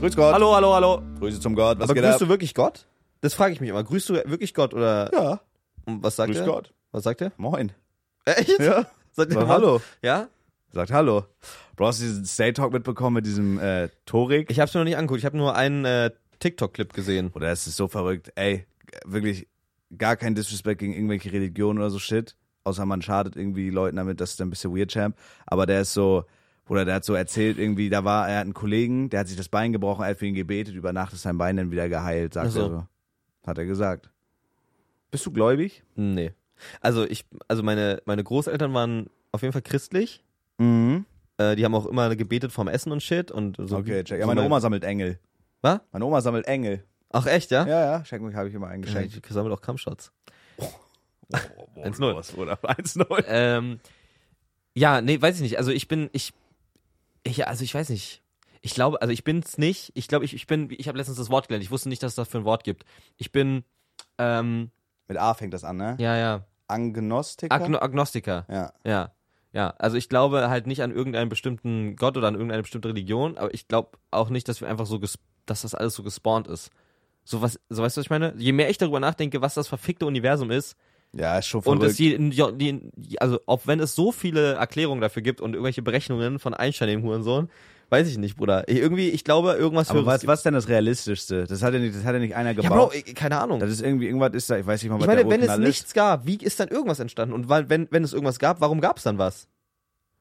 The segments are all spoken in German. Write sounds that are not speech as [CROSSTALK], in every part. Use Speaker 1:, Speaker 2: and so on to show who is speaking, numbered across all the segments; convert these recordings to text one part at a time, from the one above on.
Speaker 1: Grüß Gott.
Speaker 2: Hallo, hallo, hallo.
Speaker 1: Grüße zum Gott. Was
Speaker 2: Aber
Speaker 1: geht
Speaker 2: grüßt
Speaker 1: ab?
Speaker 2: du wirklich Gott? Das frage ich mich immer. Grüßt du wirklich Gott oder
Speaker 1: ja.
Speaker 2: Und was sagt
Speaker 1: Grüß
Speaker 2: er?
Speaker 1: Gott.
Speaker 2: Was
Speaker 1: [LAUGHS]
Speaker 2: sagt er?
Speaker 1: Moin.
Speaker 2: Echt?
Speaker 1: Ja.
Speaker 2: Sagt
Speaker 1: Sag
Speaker 2: er
Speaker 1: hallo.
Speaker 2: Ja?
Speaker 1: Sagt Hallo. Bro, hast du diesen Stay Talk mitbekommen mit diesem äh, Torik?
Speaker 2: Ich habe es mir noch nicht angeguckt. Ich habe nur einen äh, TikTok-Clip gesehen.
Speaker 1: Oder es ist so verrückt. Ey, wirklich gar kein Disrespect gegen irgendwelche Religionen oder so Shit. Außer man schadet irgendwie Leuten damit, das ist dann ein bisschen weird, Champ. Aber der ist so, oder der hat so erzählt irgendwie, da war, er hat einen Kollegen, der hat sich das Bein gebrochen, er hat für ihn gebetet, über Nacht ist sein Bein dann wieder geheilt, sagt
Speaker 2: Ach so.
Speaker 1: er so. Hat er gesagt. Bist du gläubig?
Speaker 2: Nee. Also ich, also meine, meine Großeltern waren auf jeden Fall christlich.
Speaker 1: Mhm.
Speaker 2: Äh, die haben auch immer gebetet vorm Essen und Shit und so.
Speaker 1: Okay, check. Ja,
Speaker 2: so
Speaker 1: meine Oma sammelt Engel.
Speaker 2: Was?
Speaker 1: Meine Oma sammelt Engel.
Speaker 2: Ach echt, ja?
Speaker 1: Ja, ja, schenk mich, habe ich immer eingeschenkt.
Speaker 2: Ich sammle auch Kampfshots.
Speaker 1: Oh, [LAUGHS] boah,
Speaker 2: 1-0.
Speaker 1: los, Bruder. 1-0.
Speaker 3: Ähm, ja, nee, weiß ich nicht. Also ich bin, ich, ich also ich weiß nicht. Ich glaube, also ich bin's nicht. Ich glaube, ich, ich bin, ich habe letztens das Wort gelernt. Ich wusste nicht, dass es dafür ein Wort gibt. Ich bin, ähm,
Speaker 1: Mit A fängt das an, ne?
Speaker 3: ja, ja,
Speaker 1: Agnostiker?
Speaker 3: Agno Agnostiker.
Speaker 1: ja.
Speaker 3: Ja, ja. Also ich glaube halt nicht an irgendeinen bestimmten Gott oder an irgendeine bestimmte Religion, aber ich glaube auch nicht, dass wir einfach so, ges- dass das alles so gespawnt ist. So was, so weißt du, was ich meine? Je mehr ich darüber nachdenke, was das verfickte Universum ist,
Speaker 1: Ja, ist schon verrückt.
Speaker 3: Und es je, ja, die, also auch wenn es so viele Erklärungen dafür gibt und irgendwelche Berechnungen von Einstein dem Hurensohn, weiß ich nicht, Bruder. Ich, irgendwie, ich glaube, irgendwas
Speaker 1: Aber was,
Speaker 3: Höheres
Speaker 1: was ist denn das Realistischste? Das hat ja nicht, das hat ja nicht einer
Speaker 2: Ja, Bro,
Speaker 1: gebaut.
Speaker 2: ich, keine Ahnung.
Speaker 1: das ist irgendwie, irgendwas ist da, ich weiß nicht mal, was
Speaker 2: Ich meine,
Speaker 1: der
Speaker 2: wenn es
Speaker 1: Urknall ist.
Speaker 2: nichts gab, wie ist dann irgendwas entstanden? Und weil, wenn, wenn es irgendwas gab, warum gab es dann was?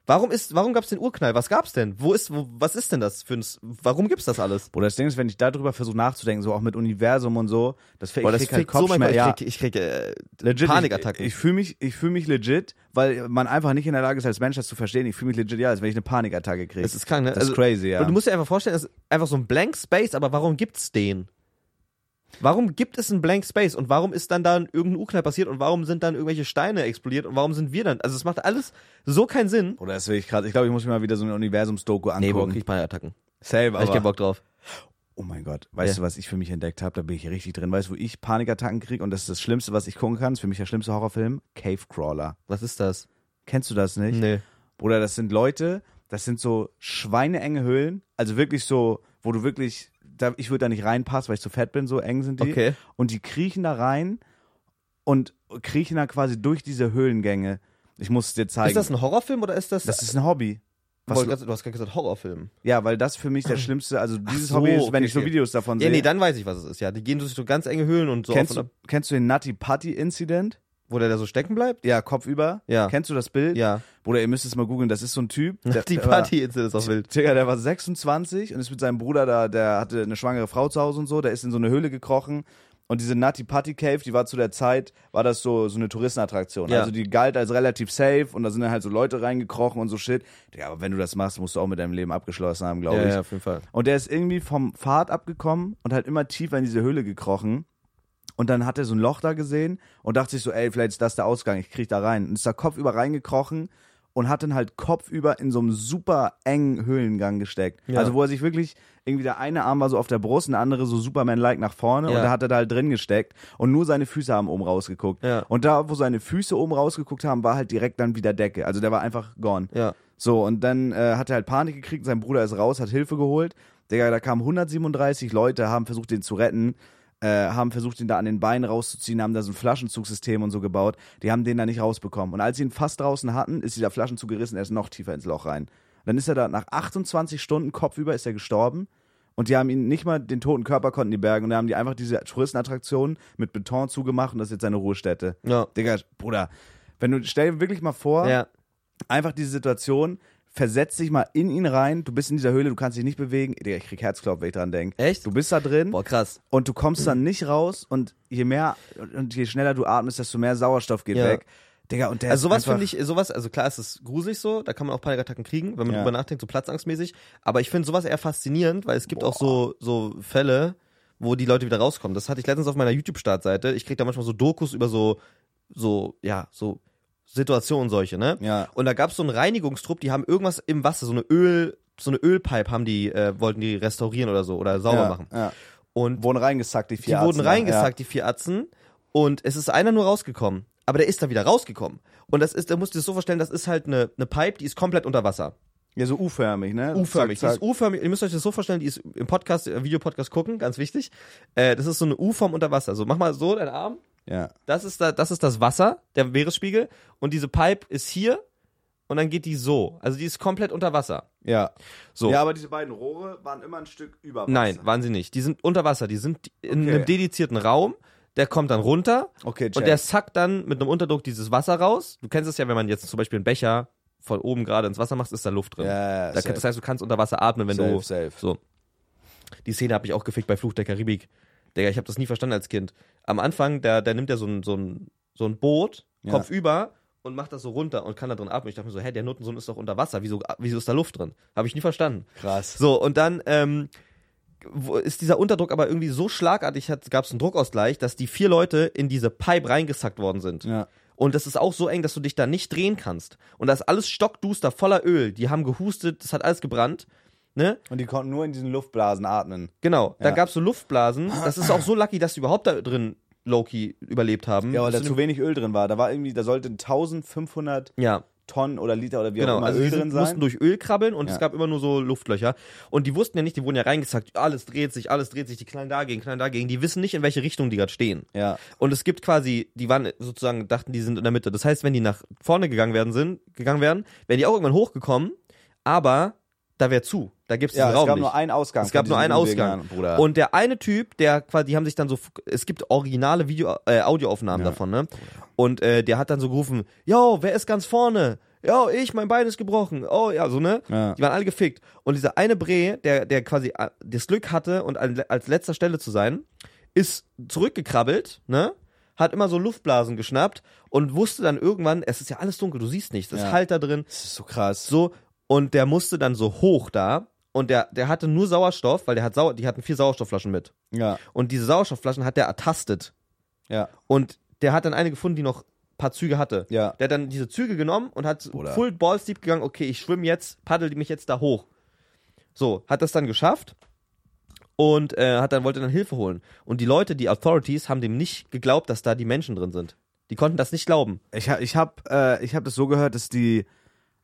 Speaker 2: Warum ist, warum gab es den Urknall? Was gab's denn? Wo ist, wo, was ist denn das für ein, S- warum gibt's das alles?
Speaker 1: Bruder, das Ding ist, wenn ich darüber versuche nachzudenken, so auch mit Universum und so, das, fällt-
Speaker 2: Boah,
Speaker 1: ich
Speaker 2: das
Speaker 1: krieg halt
Speaker 2: fickt so mein Kopf,
Speaker 1: Kopfschmerzen.
Speaker 2: ich
Speaker 1: ja,
Speaker 2: krieg, ich krieg äh,
Speaker 1: legit,
Speaker 2: Panikattacken.
Speaker 1: Ich, ich fühle mich, ich fühl mich legit, weil man einfach nicht in der Lage ist, als Mensch das zu verstehen. Ich fühle mich legit, ja, als wenn ich eine Panikattacke kriege.
Speaker 2: das ist krank, ne?
Speaker 1: das ist crazy, ja.
Speaker 2: Und du musst dir einfach vorstellen, das ist einfach so ein Blank Space, aber warum gibt's den? Warum gibt es einen Blank Space und warum ist dann da irgendein Urknall passiert und warum sind dann irgendwelche Steine explodiert und warum sind wir dann? Also es macht alles so keinen Sinn.
Speaker 1: Bruder, das will ich gerade. Ich glaube, ich muss mir mal wieder so ein Universumsdoku angucken.
Speaker 2: ich Panikattacken.
Speaker 1: Selber.
Speaker 2: Hab ich keinen Bock drauf.
Speaker 1: Oh mein Gott, weißt
Speaker 2: Ja.
Speaker 1: du, was ich für mich entdeckt habe? Da bin ich richtig drin. Weißt du, wo ich Panikattacken kriege? Und das ist das Schlimmste, was ich gucken kann. Ist für mich der schlimmste Horrorfilm. Cavecrawler.
Speaker 2: Was ist das?
Speaker 1: Kennst du das nicht?
Speaker 2: Nee.
Speaker 1: Bruder, das sind Leute, das sind so schweineenge Höhlen. Also wirklich so, wo du wirklich, da, ich würde da nicht reinpassen, weil ich zu fett bin, so eng sind die.
Speaker 2: Okay.
Speaker 1: Und die kriechen da rein und kriechen da quasi durch diese Höhlengänge. Ich muss es dir zeigen.
Speaker 2: Ist das ein Horrorfilm oder ist das.
Speaker 1: das ist ein Hobby.
Speaker 2: was du, hast gerade gesagt, Horrorfilm.
Speaker 1: Ja, weil das für mich der schlimmste, also dieses
Speaker 2: so,
Speaker 1: Hobby ist, wenn
Speaker 2: okay,
Speaker 1: ich so
Speaker 2: okay.
Speaker 1: Videos davon
Speaker 2: Ja,
Speaker 1: sehe.
Speaker 2: nee, dann weiß ich, was es ist. Ja, die gehen durch so ganz enge Höhlen und so.
Speaker 1: kennst,
Speaker 2: auf und
Speaker 1: du, kennst du den Nutty Putty Incident?
Speaker 2: ab, wo der da so stecken bleibt?
Speaker 1: Ja, Kopf über.
Speaker 2: Ja.
Speaker 1: Kennst du das Bild?
Speaker 2: Ja.
Speaker 1: Bruder, ihr müsst es mal googeln. Das ist so ein Typ. der-
Speaker 2: [LAUGHS] Die
Speaker 1: der war-
Speaker 2: Partyinsel [LAUGHS] ist auch wild.
Speaker 1: Digga, der war 26 und ist mit seinem Bruder da, der hatte eine schwangere Frau zu Hause und so, der ist in so eine Höhle gekrochen. Und diese Nutty Putty Cave, die war zu der Zeit, war das so, so eine Touristenattraktion.
Speaker 2: Ja.
Speaker 1: Also die galt als relativ safe und da sind dann halt so Leute reingekrochen und so shit. Digga, aber wenn du das machst, musst du auch mit deinem Leben abgeschlossen haben, glaube ich.
Speaker 2: auf jeden Fall.
Speaker 1: Und der ist irgendwie vom Pfad abgekommen und halt immer tiefer in diese Höhle gekrochen. Und dann hat er so ein Loch da gesehen und dachte sich so, ey, vielleicht ist das der Ausgang, ich krieg da rein. Und ist da kopfüber reingekrochen und hat dann halt kopfüber in so einem super engen Höhlengang gesteckt.
Speaker 2: Ja.
Speaker 1: Also wo er sich wirklich, irgendwie der eine Arm war so auf der Brust und der andere so Superman-like nach vorne
Speaker 2: Ja.
Speaker 1: und da hat er da halt drin gesteckt und nur seine Füße haben oben rausgeguckt.
Speaker 2: Ja.
Speaker 1: Und da, wo seine Füße oben rausgeguckt haben, war halt direkt dann wieder Decke. Also der war einfach gone.
Speaker 2: Ja.
Speaker 1: So, und dann äh, hat er halt Panik gekriegt, sein Bruder ist raus, hat Hilfe geholt. Digga, da kamen 137 Leute, haben versucht, den zu retten, äh, haben versucht, ihn da an den Beinen rauszuziehen, haben da so ein Flaschenzugsystem und so gebaut. Die haben den da nicht rausbekommen. Und als sie ihn fast draußen hatten, ist dieser Flaschenzug gerissen, er ist noch tiefer ins Loch rein. Dann ist er da nach 28 Stunden kopfüber ist er gestorben. Und die haben ihn nicht mal den toten Körper konnten die bergen und da haben die einfach diese Touristenattraktion mit Beton zugemacht und das ist jetzt seine Ruhestätte.
Speaker 2: Ja.
Speaker 1: Digga, Bruder, wenn du stell dir wirklich mal vor,
Speaker 2: Ja.
Speaker 1: einfach diese Situation, versetz dich mal in ihn rein, du bist in dieser Höhle, du kannst dich nicht bewegen. Digga, ich krieg Herzklopfen, wenn ich dran denke.
Speaker 2: Echt?
Speaker 1: Du bist da drin
Speaker 2: Boah, krass.
Speaker 1: und du kommst dann nicht raus und je mehr und je schneller du atmest, desto mehr Sauerstoff geht
Speaker 2: Ja.
Speaker 1: weg. Digga, und der
Speaker 2: Also
Speaker 1: ist
Speaker 2: sowas
Speaker 1: einfach-
Speaker 2: finde ich, sowas, also klar ist es gruselig so, da kann man auch Panikattacken kriegen, wenn man
Speaker 1: Ja.
Speaker 2: drüber nachdenkt, so platzangstmäßig. Aber ich finde sowas eher faszinierend, weil es gibt auch so, so Fälle, wo die Leute wieder rauskommen. Das hatte ich letztens auf meiner YouTube-Startseite. Ich kriege da manchmal so Dokus über so, so, ja, so Situationen solche, ne?
Speaker 1: Ja.
Speaker 2: Und da gab es so einen Reinigungstrupp, die haben irgendwas im Wasser, so eine Öl, so eine Ölpipe haben die, äh, wollten die restaurieren oder so oder sauber
Speaker 1: ja,
Speaker 2: machen.
Speaker 1: Ja.
Speaker 2: Und
Speaker 1: Wurden reingesackt, die
Speaker 2: die
Speaker 1: vier
Speaker 2: wurden
Speaker 1: Arzen,
Speaker 2: reingesackt, die vier Atzen. Und es ist einer nur rausgekommen. Aber der ist da wieder rausgekommen. Und das ist, da musst du dir das so vorstellen, das ist halt eine, eine Pipe, die ist komplett unter Wasser.
Speaker 1: Ja, so U-förmig, ne?
Speaker 2: U-förmig. Die
Speaker 1: Zack,
Speaker 2: ist
Speaker 1: zack.
Speaker 2: U-förmig. Ihr müsst euch das so vorstellen, die ist im Podcast, äh, Videopodcast gucken, ganz wichtig. Äh, das ist so eine U-Form unter Wasser. Also mach mal so deinen Arm.
Speaker 1: Ja.
Speaker 2: Das ist, da, das ist das Wasser, der Meeresspiegel. Und diese Pipe ist hier und dann geht die so. Also die ist komplett unter Wasser.
Speaker 1: Ja.
Speaker 2: So.
Speaker 1: ja, aber diese beiden Rohre waren immer ein Stück über Wasser.
Speaker 2: Nein, waren sie nicht. Die sind unter Wasser. Die sind in
Speaker 1: Okay.
Speaker 2: einem dedizierten Raum. Der kommt dann runter
Speaker 1: Okay, check.
Speaker 2: und der sackt dann mit einem Unterdruck dieses Wasser raus. Du kennst es ja, wenn man jetzt zum Beispiel einen Becher von oben gerade ins Wasser macht, ist da Luft drin.
Speaker 1: ja,
Speaker 2: da, das heißt, du kannst unter Wasser atmen, wenn du
Speaker 1: safe, safe.
Speaker 2: So. Die Szene habe ich auch gefickt bei Fluch der Karibik. Digga, ich habe das nie verstanden als Kind. Am Anfang, da, da nimmt er so ein, so ein, so ein Boot,
Speaker 1: Ja.
Speaker 2: Kopf über und macht das so runter und kann da drin atmen. Ich dachte mir so, hä, der Notensohn ist doch unter Wasser. Wieso, wieso ist da Luft drin? Habe ich nie verstanden.
Speaker 1: Krass.
Speaker 2: So, und dann ähm, wo ist dieser Unterdruck aber irgendwie so schlagartig, gab es einen Druckausgleich, dass die vier Leute in diese Pipe reingesackt worden sind.
Speaker 1: Ja.
Speaker 2: Und das ist auch so eng, dass du dich da nicht drehen kannst. Und das ist alles stockduster, voller Öl. Die haben gehustet, das hat alles gebrannt. Ne?
Speaker 1: Und die konnten nur in diesen Luftblasen atmen.
Speaker 2: Genau, da
Speaker 1: Ja.
Speaker 2: gab es so Luftblasen. Das ist auch so lucky, dass die überhaupt da drin Loki überlebt haben.
Speaker 1: Ja, weil
Speaker 2: Bis
Speaker 1: da
Speaker 2: zu
Speaker 1: zu
Speaker 2: dem-
Speaker 1: wenig Öl drin war. Da war irgendwie, da sollten 1500
Speaker 2: ja
Speaker 1: Tonnen oder Liter oder wie auch
Speaker 2: genau.
Speaker 1: immer
Speaker 2: Also die
Speaker 1: Öl
Speaker 2: sind-
Speaker 1: drin
Speaker 2: mussten
Speaker 1: sein.
Speaker 2: durch Öl krabbeln und
Speaker 1: Ja.
Speaker 2: es gab immer nur so Luftlöcher. Und die wussten ja nicht, die wurden ja reingesackt, alles dreht sich, alles dreht sich, die knallen dagegen, knallen dagegen. Die wissen nicht, in welche Richtung die gerade stehen.
Speaker 1: Ja.
Speaker 2: Und es gibt quasi, die waren sozusagen, dachten, die sind in der Mitte. Das heißt, wenn die nach vorne gegangen werden sind, gegangen wären, wären die auch irgendwann hochgekommen, aber da wäre zu. Da gibt es
Speaker 1: Ja,
Speaker 2: diesen
Speaker 1: es
Speaker 2: Raum
Speaker 1: gab
Speaker 2: nicht.
Speaker 1: nur einen Ausgang.
Speaker 2: Es gab
Speaker 1: von
Speaker 2: nur
Speaker 1: diesem
Speaker 2: einen Ausgang.
Speaker 1: Ding, Bruder.
Speaker 2: Und der eine Typ, der quasi, die haben sich dann so, es gibt originale Video, äh, Audioaufnahmen
Speaker 1: Ja.
Speaker 2: davon, ne? Und äh, der hat dann so gerufen, yo, wer ist ganz vorne? Yo, ich, mein Bein ist gebrochen. Oh, ja, so, ne?
Speaker 1: Ja.
Speaker 2: Die waren alle gefickt. Und dieser eine Bre, der, der quasi äh, das Glück hatte und an, als letzter Stelle zu sein, ist zurückgekrabbelt, ne? Hat immer so Luftblasen geschnappt und wusste dann irgendwann, es ist ja alles dunkel, du siehst nichts, es
Speaker 1: Ja.
Speaker 2: ist halt da drin.
Speaker 1: das ist so krass.
Speaker 2: So, und der musste dann so hoch da. Und der, der hatte nur Sauerstoff, weil der hat Sau die hatten vier Sauerstoffflaschen mit.
Speaker 1: Ja.
Speaker 2: Und diese Sauerstoffflaschen hat der ertastet.
Speaker 1: Ja.
Speaker 2: Und der hat dann eine gefunden, die noch ein paar Züge hatte.
Speaker 1: Ja.
Speaker 2: Der hat dann diese Züge genommen und hat
Speaker 1: Bruder.
Speaker 2: full balls deep gegangen, okay, ich schwimme jetzt, paddel mich jetzt da hoch. So, hat das dann geschafft und äh, hat dann, wollte dann Hilfe holen. Und die Leute, die Authorities, haben dem nicht geglaubt, dass da die Menschen drin sind. Die konnten das nicht glauben.
Speaker 1: Ich, ha- ich habe äh, ich hab das so gehört, dass die,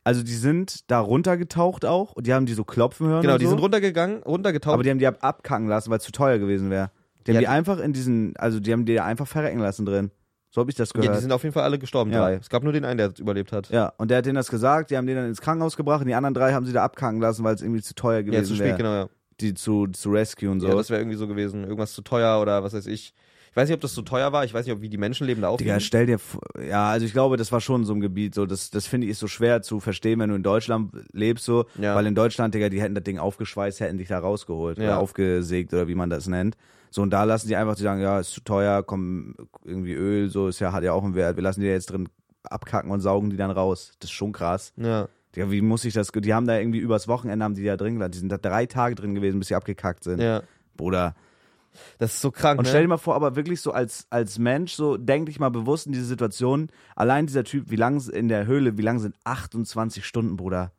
Speaker 1: also die sind da runtergetaucht auch und die haben die so klopfen hören.
Speaker 2: Genau,
Speaker 1: und
Speaker 2: die
Speaker 1: so,
Speaker 2: sind runtergegangen, runtergetaucht.
Speaker 1: Aber die haben die ab abkacken lassen, weil es zu teuer gewesen wäre. Die haben
Speaker 2: Ja,
Speaker 1: die
Speaker 2: die-
Speaker 1: einfach in diesen, also die haben die einfach verrecken lassen drin. So habe ich das gehört.
Speaker 2: Ja, die sind auf jeden Fall alle gestorben,
Speaker 1: Ja.
Speaker 2: drei. Es gab nur den einen, der überlebt hat.
Speaker 1: Ja, und der hat denen das gesagt, die haben den dann ins Krankenhaus gebracht und die anderen drei haben sie da abkacken lassen, weil es irgendwie zu teuer
Speaker 2: Ja, zu
Speaker 1: gewesen
Speaker 2: spät,
Speaker 1: wäre,
Speaker 2: genau, ja.
Speaker 1: die zu, zu rescue und so.
Speaker 2: ja das wäre irgendwie so gewesen. Irgendwas zu teuer oder was weiß ich. Ich weiß nicht, ob das zu teuer war. Ich weiß nicht, ob wie die Menschenleben da
Speaker 1: Digga,
Speaker 2: aufnehmen.
Speaker 1: stell dir vor, ja, also ich glaube, das war schon in so einem Gebiet, so, das, das finde ich ist so schwer zu verstehen, wenn du in Deutschland lebst, so,
Speaker 2: Ja.
Speaker 1: weil in Deutschland, Digga, die hätten das Ding aufgeschweißt, hätten dich da rausgeholt
Speaker 2: Ja.
Speaker 1: oder aufgesägt oder wie man das nennt. So, und da lassen die einfach, die sagen, ja, ist zu teuer, komm, irgendwie Öl, so, ist ja, hat ja auch einen Wert, wir lassen die jetzt drin abkacken und saugen die dann raus. Das ist schon krass.
Speaker 2: Ja.
Speaker 1: Digga, wie muss ich das, die haben da irgendwie übers Wochenende haben die da drin gelassen, die sind da drei Tage drin gewesen, bis sie abgekackt sind.
Speaker 2: ja.
Speaker 1: Bruder.
Speaker 2: Das ist so krank.
Speaker 1: Und
Speaker 2: ne?
Speaker 1: stell dir mal vor, aber wirklich so als, als Mensch, so denk dich mal bewusst in diese Situation. Allein dieser Typ, wie lang in der Höhle, wie lang sind 28 Stunden, Bruder?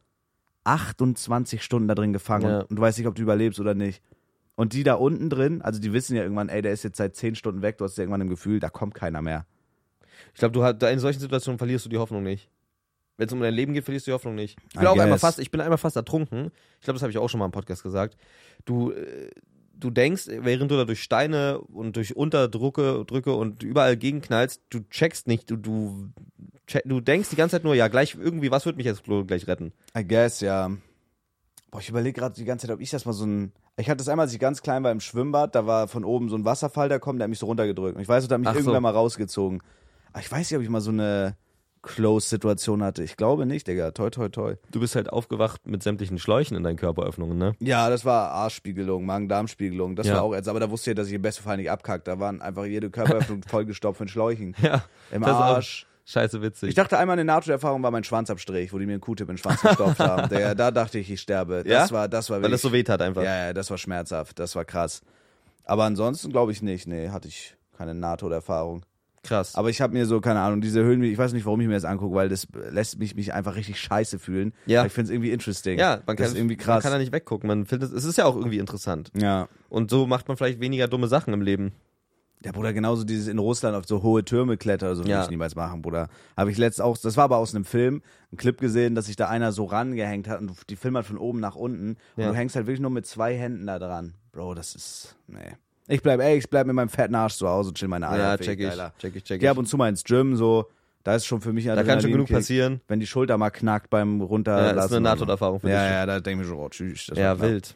Speaker 1: 28 Stunden da drin gefangen
Speaker 2: Ja.
Speaker 1: und, und du weißt nicht, ob du überlebst oder nicht. Und die da unten drin, also die wissen ja irgendwann, ey, der ist jetzt seit 10 Stunden weg, du hast ja irgendwann im Gefühl, da kommt keiner mehr.
Speaker 2: ich glaube, du hast, da in solchen Situationen verlierst du die Hoffnung nicht. Wenn es um dein Leben geht, verlierst du die Hoffnung nicht. Ich bin
Speaker 1: I
Speaker 2: auch einmal
Speaker 1: guess.
Speaker 2: fast, ich bin einmal fast ertrunken. Ich glaube, das habe ich auch schon mal im Podcast gesagt. Du, äh, du denkst, während du da durch Steine und durch Unterdrücke Drücke und überall gegenknallst, du checkst nicht, du, du, check, du denkst die ganze Zeit nur, ja, gleich irgendwie, was wird mich jetzt gl- gleich retten?
Speaker 1: I guess, ja. Boah, ich überlege gerade die ganze Zeit, ob ich das mal so ein. Ich hatte das einmal, als ich ganz klein war im Schwimmbad, da war von oben so ein Wasserfall, der kommt, der hat mich so runtergedrückt. Und ich weiß, noch, da hat mich
Speaker 2: Ach so.
Speaker 1: irgendwann mal rausgezogen. Aber ich weiß nicht, ob ich mal so eine Close-Situation hatte. Ich glaube nicht, Digga. Toi, toi, toi.
Speaker 2: Du bist halt aufgewacht mit sämtlichen Schläuchen in deinen Körperöffnungen, ne?
Speaker 1: Ja, das war Arschspiegelung, Magen-Darm-Spiegelung. Das
Speaker 2: Ja.
Speaker 1: war auch jetzt. Aber da wusste ich, dass ich im besten Fall nicht abkackt. Da waren einfach jede Körperöffnung
Speaker 2: [LAUGHS]
Speaker 1: vollgestopft mit Schläuchen.
Speaker 2: Ja.
Speaker 1: Im
Speaker 2: das ist auch
Speaker 1: Arsch.
Speaker 2: Scheiße witzig.
Speaker 1: Ich dachte einmal, eine NATO-Erfahrung war mein Schwanzabstrich, wo die mir einen Q-Tip in den Schwanz gestopft haben. Digga, da dachte ich, ich sterbe. Das
Speaker 2: Ja?
Speaker 1: war, das war
Speaker 2: weil das so weh tat einfach.
Speaker 1: Ja, ja, das war schmerzhaft, das war krass. Aber ansonsten glaube ich nicht, nee, hatte ich keine NATO-Erfahrung.
Speaker 2: Krass.
Speaker 1: Aber ich habe mir so, keine Ahnung, diese Höhlen, ich weiß nicht, warum ich mir das angucke, weil das lässt mich, mich einfach richtig scheiße fühlen.
Speaker 2: Ja.
Speaker 1: Aber Ich finde es irgendwie interesting.
Speaker 2: ja, man kann,
Speaker 1: das ist irgendwie
Speaker 2: man
Speaker 1: krass.
Speaker 2: kann da nicht weggucken. Man findet, es ist ja auch irgendwie interessant.
Speaker 1: ja,
Speaker 2: Und so macht man vielleicht weniger dumme Sachen im Leben.
Speaker 1: der Bruder genauso dieses in Russland auf so hohe Türme klettern, also würde
Speaker 2: Ja.
Speaker 1: ich niemals machen, Bruder. Habe ich letzt auch, das war aber aus einem Film, einen Clip gesehen, dass sich da einer so rangehängt hat und du- die Film hat von oben nach unten
Speaker 2: Ja.
Speaker 1: und du hängst halt wirklich nur mit zwei Händen da dran. Bro, das ist, nee. Ich bleib, ey, ich bleib mit meinem fetten Arsch zu Hause und chill meine Eier.
Speaker 2: ja,
Speaker 1: Fick,
Speaker 2: check ich,
Speaker 1: Alter.
Speaker 2: check ich, check
Speaker 1: Geh ab
Speaker 2: ich.
Speaker 1: und zu mal ins Gym, so, da ist schon für mich ein
Speaker 2: Da kann schon genug
Speaker 1: Adrenalinkick.
Speaker 2: passieren.
Speaker 1: Wenn die Schulter mal knackt beim
Speaker 2: Ja,
Speaker 1: Runterlassen.
Speaker 2: das ist
Speaker 1: oder
Speaker 2: eine
Speaker 1: so.
Speaker 2: Nahtoderfahrung für
Speaker 1: Ja,
Speaker 2: dich.
Speaker 1: ja, da denke ich mir schon, oh, tschüss. das war
Speaker 2: ja
Speaker 1: klar.
Speaker 2: wild.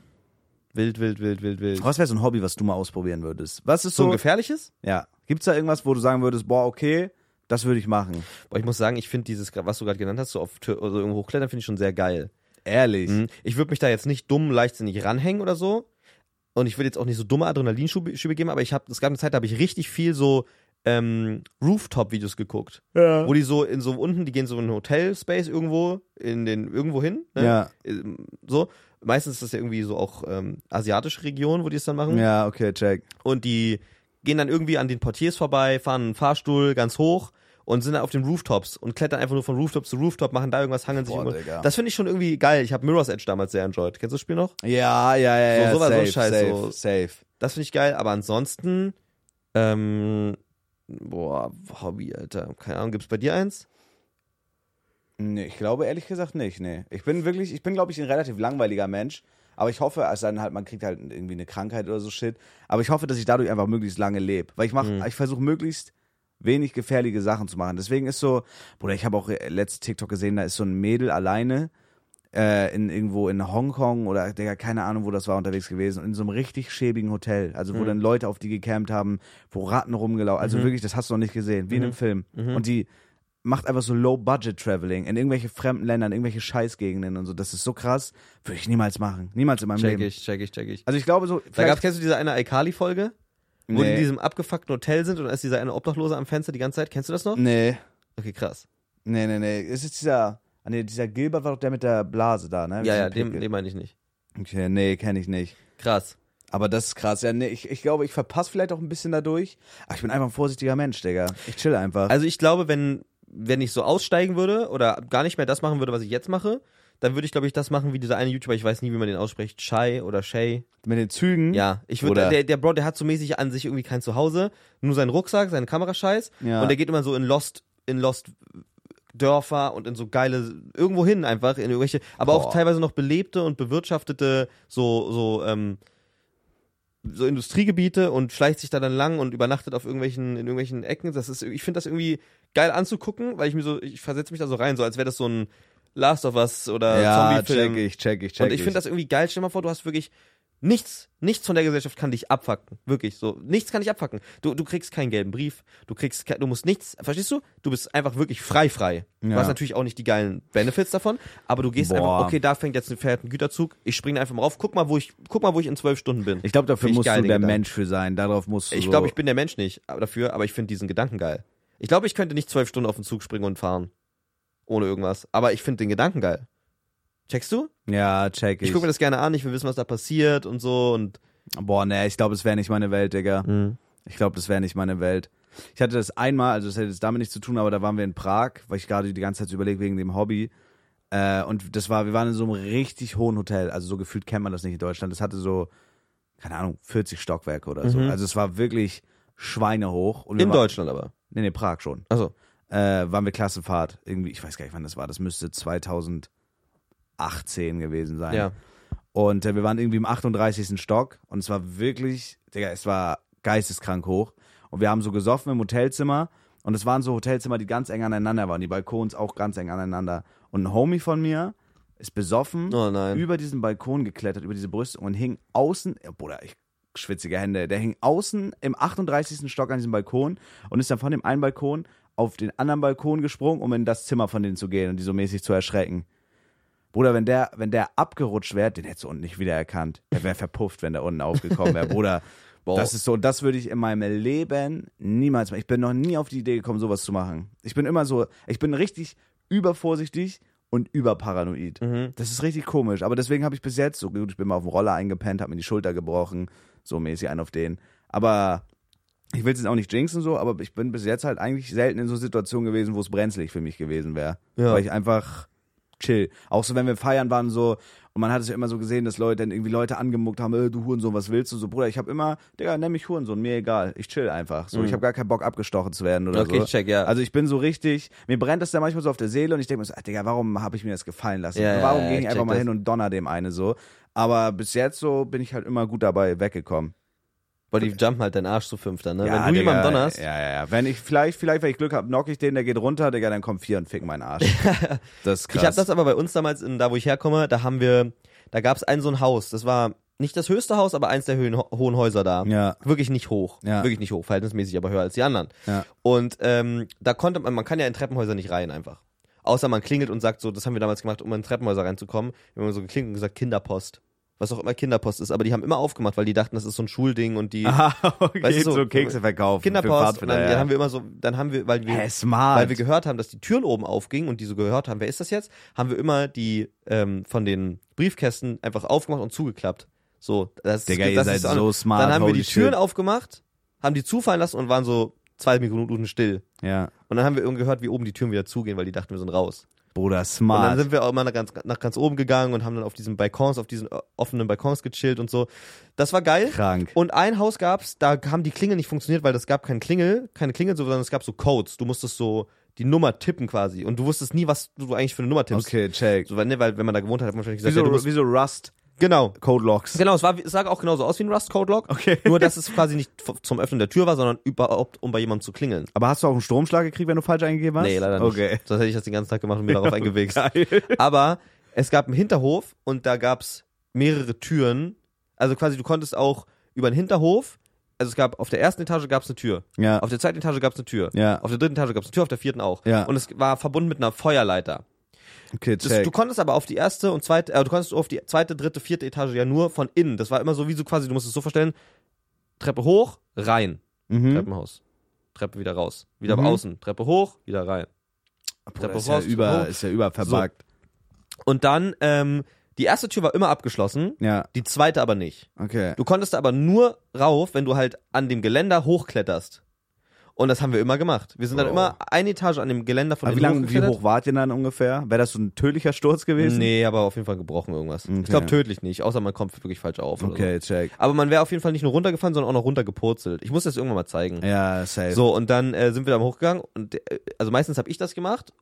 Speaker 2: Wild, wild, wild, wild, wild.
Speaker 1: Was wäre so ein Hobby, was du mal ausprobieren würdest? Was ist
Speaker 2: So ein
Speaker 1: so,
Speaker 2: gefährliches?
Speaker 1: ja, gibt's da irgendwas, wo du sagen würdest, boah, okay, das würde ich machen?
Speaker 2: Boah, ich muss sagen, ich finde dieses, was du gerade genannt hast, so auf Tür, also irgendwo hochklettern, finde ich schon sehr geil.
Speaker 1: Ehrlich.
Speaker 2: Mhm. Ich würde mich da jetzt nicht dumm, leichtsinnig ranhängen oder so. Und ich würde jetzt auch nicht so dumme Adrenalinschübe Schübe geben, aber ich habe, es gab eine Zeit, da habe ich richtig viel so ähm, Rooftop-Videos geguckt.
Speaker 1: Ja.
Speaker 2: Wo die so in so unten, die gehen so in ein Hotel-Space irgendwo, in den, irgendwo hin. Ne?
Speaker 1: Ja.
Speaker 2: Ähm, So. Meistens ist das ja irgendwie so auch ähm, asiatische Region, wo die es dann machen.
Speaker 1: ja, okay, check.
Speaker 2: Und die gehen dann irgendwie an den Portiers vorbei, fahren einen Fahrstuhl ganz hoch und sind dann auf den Rooftops und klettern einfach nur von Rooftop zu Rooftop, machen da irgendwas, hangeln sich
Speaker 1: Boah,
Speaker 2: irgendwo.
Speaker 1: Digga.
Speaker 2: Das finde ich schon irgendwie geil. Ich habe Mirror's Edge damals sehr enjoyed. Kennst du das Spiel noch?
Speaker 1: Ja, ja, ja,
Speaker 2: So-
Speaker 1: ja.
Speaker 2: so war so
Speaker 1: safe,
Speaker 2: Scheiß,
Speaker 1: safe,
Speaker 2: so.
Speaker 1: safe.
Speaker 2: Das finde ich geil, aber ansonsten, ähm, boah, Hobby, Alter. Keine Ahnung, gibt's bei dir eins?
Speaker 1: Nee, ich glaube ehrlich gesagt nicht, nee. Ich bin wirklich, ich bin glaube ich ein relativ langweiliger Mensch, aber ich hoffe, also dann halt, man kriegt halt irgendwie eine Krankheit oder so Shit, aber ich hoffe, dass ich dadurch einfach möglichst lange lebe, weil ich mache, ich versuche möglichst wenig gefährliche Sachen zu machen. Deswegen ist so, Bruder, ich habe auch äh, letztes TikTok gesehen, da ist so ein Mädel alleine äh, in irgendwo in Hongkong oder Digga, keine Ahnung, wo das war, unterwegs gewesen, in so einem richtig schäbigen Hotel, also
Speaker 2: Mhm.
Speaker 1: wo dann Leute auf die gecampt haben, wo Ratten rumgelaufen, also wirklich, das hast du noch nicht gesehen, wie
Speaker 2: Mhm.
Speaker 1: in einem Film. Und die macht einfach so Low-Budget-Traveling in irgendwelche fremden Ländern, irgendwelche Scheißgegenden und so. Das ist so krass. Würde ich niemals machen. Niemals in meinem
Speaker 2: Check
Speaker 1: Leben.
Speaker 2: ich, check ich, check ich.
Speaker 1: Also ich glaube so,
Speaker 2: Da gab's,
Speaker 1: vielleicht,
Speaker 2: kennst du diese eine Alkali-Folge? Wo die
Speaker 1: Nee.
Speaker 2: in diesem abgefuckten Hotel sind und da ist dieser eine Obdachlose am Fenster die ganze Zeit. Kennst du das noch?
Speaker 1: Nee,
Speaker 2: Okay, krass.
Speaker 1: nee, nee, nee. Es ist dieser, ah, nee, dieser Gilbert war doch der mit der Blase da, ne? Mit
Speaker 2: Ja, ja,
Speaker 1: diesem
Speaker 2: dem,
Speaker 1: Pickel.
Speaker 2: dem meine ich nicht.
Speaker 1: Okay, nee, kenne ich nicht.
Speaker 2: Krass.
Speaker 1: Aber das ist krass. Ja, nee, ich, ich glaube, ich verpasse vielleicht auch ein bisschen dadurch. Aber ich bin einfach ein vorsichtiger Mensch, Digga. Ich chill einfach.
Speaker 2: Also ich glaube, wenn, wenn ich so aussteigen würde oder gar nicht mehr das machen würde, was ich jetzt mache, dann würde ich, glaube ich, das machen wie dieser eine YouTuber, ich weiß nie, wie man den ausspricht, Shai oder Shay.
Speaker 1: mit den Zügen.
Speaker 2: Also- Ja, ich
Speaker 1: Mhm. Oder-
Speaker 2: würde, der, der Bro, der hat so mäßig an sich irgendwie kein Zuhause, nur seinen Rucksack, seinen Kamerascheiß
Speaker 1: Ja.
Speaker 2: und der geht immer so in Lost, in Lost Dörfer und in so geile, irgendwo hin einfach, in irgendwelche, aber
Speaker 1: Boah.
Speaker 2: auch teilweise noch belebte und bewirtschaftete so, so, ähm, so Industriegebiete und schleicht sich da dann lang und übernachtet auf irgendwelchen, in irgendwelchen Ecken. Das ist, ich finde das irgendwie geil anzugucken, weil ich mir so, ich versetze mich da so rein, so als wäre das so ein Last of Us oder
Speaker 1: ja
Speaker 2: äh, Zombie-Film.
Speaker 1: check ich, check ich, check
Speaker 2: Und ich finde das irgendwie geil. Stell dir mal vor, du hast wirklich nichts, nichts von der Gesellschaft kann dich abfacken. Wirklich so. Nichts kann dich abfacken. Du, du kriegst keinen gelben Brief, du kriegst, ke- du musst nichts, verstehst du? Du bist einfach wirklich frei, frei. Du
Speaker 1: Ja.
Speaker 2: hast natürlich auch nicht die geilen Benefits davon, aber du gehst
Speaker 1: Boah.
Speaker 2: einfach, okay, da fängt jetzt ein fährt ein Güterzug, ich springe einfach mal rauf, guck mal, wo ich, guck mal, wo ich in zwölf Stunden bin.
Speaker 1: Ich glaube, dafür
Speaker 2: Find ich
Speaker 1: musst
Speaker 2: geil,
Speaker 1: du
Speaker 2: den
Speaker 1: der
Speaker 2: Gedanken.
Speaker 1: Mensch für sein. Darauf musst du
Speaker 2: Ich
Speaker 1: so
Speaker 2: glaube, ich bin der Mensch nicht aber dafür, aber ich finde diesen Gedanken geil. Ich glaube, ich könnte nicht zwölf Stunden auf den Zug springen und fahren. Ohne irgendwas. Aber ich finde den Gedanken geil. Checkst du?
Speaker 1: Ja, check ich.
Speaker 2: Ich gucke mir das gerne an, ich will wissen, was da passiert und so und.
Speaker 1: Boah, nee, ich glaube, es wäre nicht meine Welt, Digga. Ich glaube, das wäre nicht meine Welt. Ich hatte das einmal, also das hätte jetzt damit nichts zu tun, aber da waren wir in Prag, weil ich gerade die ganze Zeit so überlegt wegen dem Hobby. Äh, und das war, wir waren in so einem richtig hohen Hotel. Also so gefühlt kennt man das nicht in Deutschland. Das hatte so, keine Ahnung, 40 Stockwerke oder so.
Speaker 2: Mhm.
Speaker 1: Also es war wirklich schweinehoch. Und wir
Speaker 2: In
Speaker 1: waren-
Speaker 2: Deutschland aber.
Speaker 1: Nee, nee, Prag schon.
Speaker 2: Also
Speaker 1: Äh, waren wir Klassenfahrt. Irgendwie, ich weiß gar nicht, wann das war. Das müsste 2018 gewesen sein.
Speaker 2: ja.
Speaker 1: Und äh, wir waren irgendwie im 38. Stock und es war wirklich, Digga, es war geisteskrank hoch. Und wir haben so gesoffen im Hotelzimmer und es waren so Hotelzimmer, die ganz eng aneinander waren, die Balkons auch ganz eng aneinander. Und ein Homie von mir ist besoffen
Speaker 2: Oh nein.
Speaker 1: über diesen Balkon geklettert, über diese Brüstung und hing außen, äh, Bruder, ich schwitzige Hände, der hing außen im 38. Stock an diesem Balkon und ist dann von dem einen Balkon auf den anderen Balkon gesprungen, um in das Zimmer von denen zu gehen und die so mäßig zu erschrecken. Bruder, wenn der, wenn der abgerutscht wäre, den hättest du unten nicht wiedererkannt. Der wäre verpufft, wenn der unten aufgekommen wäre, Bruder.
Speaker 2: Boah.
Speaker 1: Das ist so, das würde ich in meinem Leben niemals machen. Ich bin noch nie auf die Idee gekommen, sowas zu machen. Ich bin immer so, ich bin richtig übervorsichtig und überparanoid.
Speaker 2: Mhm.
Speaker 1: Das ist richtig komisch. Aber deswegen habe ich bis jetzt, so gut, ich bin mal auf dem Roller eingepennt, habe mir die Schulter gebrochen, so mäßig einen auf den. Aber ich will es jetzt auch nicht jinxen so, aber ich bin bis jetzt halt eigentlich selten in so Situationen gewesen, wo es brenzlig für mich gewesen wäre.
Speaker 2: Ja.
Speaker 1: Weil ich einfach chill. Auch so, wenn wir feiern waren so, und man hat es ja immer so gesehen, dass Leute dann irgendwie Leute angemuckt haben, äh, du Hurensohn, was willst du? So, Bruder, ich habe immer, Digga, nenn mich Hurensohn, mir egal. Ich chill einfach. So, ich habe gar keinen Bock, abgestochen zu werden oder
Speaker 2: Mhm. Okay,
Speaker 1: so.
Speaker 2: ich check, ja.
Speaker 1: Also ich bin so richtig, mir brennt das dann manchmal so auf der Seele und ich denke mir so, ah, Digga, warum habe ich mir das gefallen lassen?
Speaker 2: Ja, ja,
Speaker 1: warum
Speaker 2: ja,
Speaker 1: ging
Speaker 2: ich
Speaker 1: ich einfach
Speaker 2: check
Speaker 1: mal
Speaker 2: das.
Speaker 1: hin und donner dem eine so? Aber bis jetzt so bin ich halt immer gut dabei weggekommen.
Speaker 2: Weil die jumpen halt deinen Arsch zu fünfter, ne?
Speaker 1: Ja,
Speaker 2: Wenn du
Speaker 1: Digga,
Speaker 2: jemanden donnerst,
Speaker 1: Ja, ja, ja. Wenn ich vielleicht, vielleicht, wenn ich Glück habe, knock ich den, der geht runter, Digga, dann kommen vier und ficken meinen
Speaker 2: [LAUGHS]
Speaker 1: Arsch. das ist krass.
Speaker 2: Ich habe das aber bei uns damals, in, da wo ich herkomme, da haben wir, da gab es ein so ein Haus. Das war nicht das höchste Haus, aber eins der höhen, hohen Häuser da.
Speaker 1: Ja.
Speaker 2: Wirklich nicht hoch.
Speaker 1: Ja.
Speaker 2: Wirklich nicht hoch, verhältnismäßig, aber höher als die anderen.
Speaker 1: Ja.
Speaker 2: Und ähm, da konnte man, man kann ja in Treppenhäuser nicht rein einfach. Außer man klingelt und sagt so, das haben wir damals gemacht, um in Treppenhäuser reinzukommen. Wir haben so geklingelt und gesagt, Kinderpost. Was auch immer Kinderpost ist, aber die haben immer aufgemacht, weil die dachten, das ist so ein Schulding und die
Speaker 1: Aha, okay,
Speaker 2: Weißt du,
Speaker 1: so,
Speaker 2: so
Speaker 1: Kekse verkaufen. für
Speaker 2: Kinderpost. Und
Speaker 1: Pfadfinder,
Speaker 2: dann,
Speaker 1: ja.
Speaker 2: dann haben wir immer so, dann haben wir, weil wir
Speaker 1: Hä, smart.
Speaker 2: weil wir gehört haben, dass die Türen oben aufgingen und die so gehört haben, wer ist das jetzt, haben wir immer die ähm, von den Briefkästen einfach aufgemacht und zugeklappt. So, das,
Speaker 1: Digga,
Speaker 2: das
Speaker 1: ihr
Speaker 2: ist
Speaker 1: seid
Speaker 2: auch-
Speaker 1: so smart,
Speaker 2: Dann haben wir
Speaker 1: holy
Speaker 2: die Türen
Speaker 1: shit.
Speaker 2: aufgemacht, haben die zufallen lassen und waren so zwei Minuten still.
Speaker 1: ja.
Speaker 2: Und dann haben wir irgendwie gehört, wie oben die Türen wieder zugehen, weil die dachten, wir sind raus.
Speaker 1: Bruder,
Speaker 2: Und
Speaker 1: smart.
Speaker 2: dann sind wir auch immer nach ganz, nach ganz oben gegangen und haben dann auf diesen Balkons, auf diesen äh, offenen Balkons gechillt und so. Das war geil.
Speaker 1: krank.
Speaker 2: Und ein Haus gab's, da haben die Klingel nicht funktioniert, weil das gab keine Klingel, keine Klingel, sondern es gab so Codes. Du musstest so die Nummer tippen quasi und du wusstest nie, was du eigentlich für eine Nummer tippst.
Speaker 1: Okay, check.
Speaker 2: So, weil, ne, weil wenn man da gewohnt hat, hat man wahrscheinlich
Speaker 1: Wie
Speaker 2: gesagt, ja,
Speaker 1: so,
Speaker 2: du musst,
Speaker 1: wie so Rust
Speaker 2: genau.
Speaker 1: Code Locks.
Speaker 2: Genau, es, war, wie- es sah auch genauso aus wie ein Rust Code Lock,
Speaker 1: Okay.
Speaker 2: [LAUGHS] nur dass es quasi nicht f- zum Öffnen der Tür war, sondern überhaupt um bei jemandem zu klingeln.
Speaker 1: Aber hast du auch einen Stromschlag gekriegt, wenn du falsch eingegeben hast?
Speaker 2: Nee, leider nicht.
Speaker 1: Okay.
Speaker 2: Sonst hätte ich das den ganzen Tag gemacht und mir
Speaker 1: [LAUGHS]
Speaker 2: darauf eingewichst. Aber es gab einen Hinterhof und da gab's mehrere Türen. Also quasi du konntest auch über den Hinterhof, also es gab auf der ersten Etage gab's eine Tür.
Speaker 1: Ja.
Speaker 2: Auf der zweiten Etage gab es eine Tür.
Speaker 1: Ja.
Speaker 2: Auf der dritten Etage gab es eine Tür, auf der vierten auch.
Speaker 1: Ja.
Speaker 2: Und es war verbunden mit einer Feuerleiter.
Speaker 1: Okay,
Speaker 2: Das,
Speaker 1: check.
Speaker 2: du konntest aber auf die erste und zweite, äh, du konntest auf die zweite, dritte, vierte Etage ja nur von innen. Das war immer so wie so quasi, du musst es so vorstellen, Treppe hoch, rein,
Speaker 1: mhm.
Speaker 2: Treppenhaus. Treppe wieder raus, wieder
Speaker 1: Mhm.
Speaker 2: außen, Treppe hoch, wieder rein.
Speaker 1: Bruder,
Speaker 2: Treppe
Speaker 1: ist, ja
Speaker 2: raus,
Speaker 1: über,
Speaker 2: hoch.
Speaker 1: ist ja überverbuggt.
Speaker 2: Und dann, ähm, die erste Tür war immer abgeschlossen,
Speaker 1: Ja,
Speaker 2: die zweite aber nicht.
Speaker 1: okay.
Speaker 2: Du konntest aber nur rauf, wenn du halt an dem Geländer hochkletterst. Und das haben wir immer gemacht. Wir sind dann
Speaker 1: Wow.
Speaker 2: immer eine Etage an dem Geländer von
Speaker 1: Aber wie,
Speaker 2: innen
Speaker 1: lang, wie
Speaker 2: hochgeklettert.
Speaker 1: hoch wart ihr dann ungefähr? Wäre das so ein tödlicher Sturz gewesen?
Speaker 2: Nee, aber auf jeden Fall gebrochen irgendwas.
Speaker 1: Okay.
Speaker 2: Ich glaube tödlich nicht, außer man kommt wirklich falsch auf. Oder so.
Speaker 1: Okay, check.
Speaker 2: Aber man wäre auf jeden Fall nicht nur runtergefahren, sondern auch noch runtergepurzelt. Ich muss das irgendwann mal zeigen.
Speaker 1: Ja, safe.
Speaker 2: So, und dann äh, sind wir da hochgegangen und äh, also meistens habe ich das gemacht.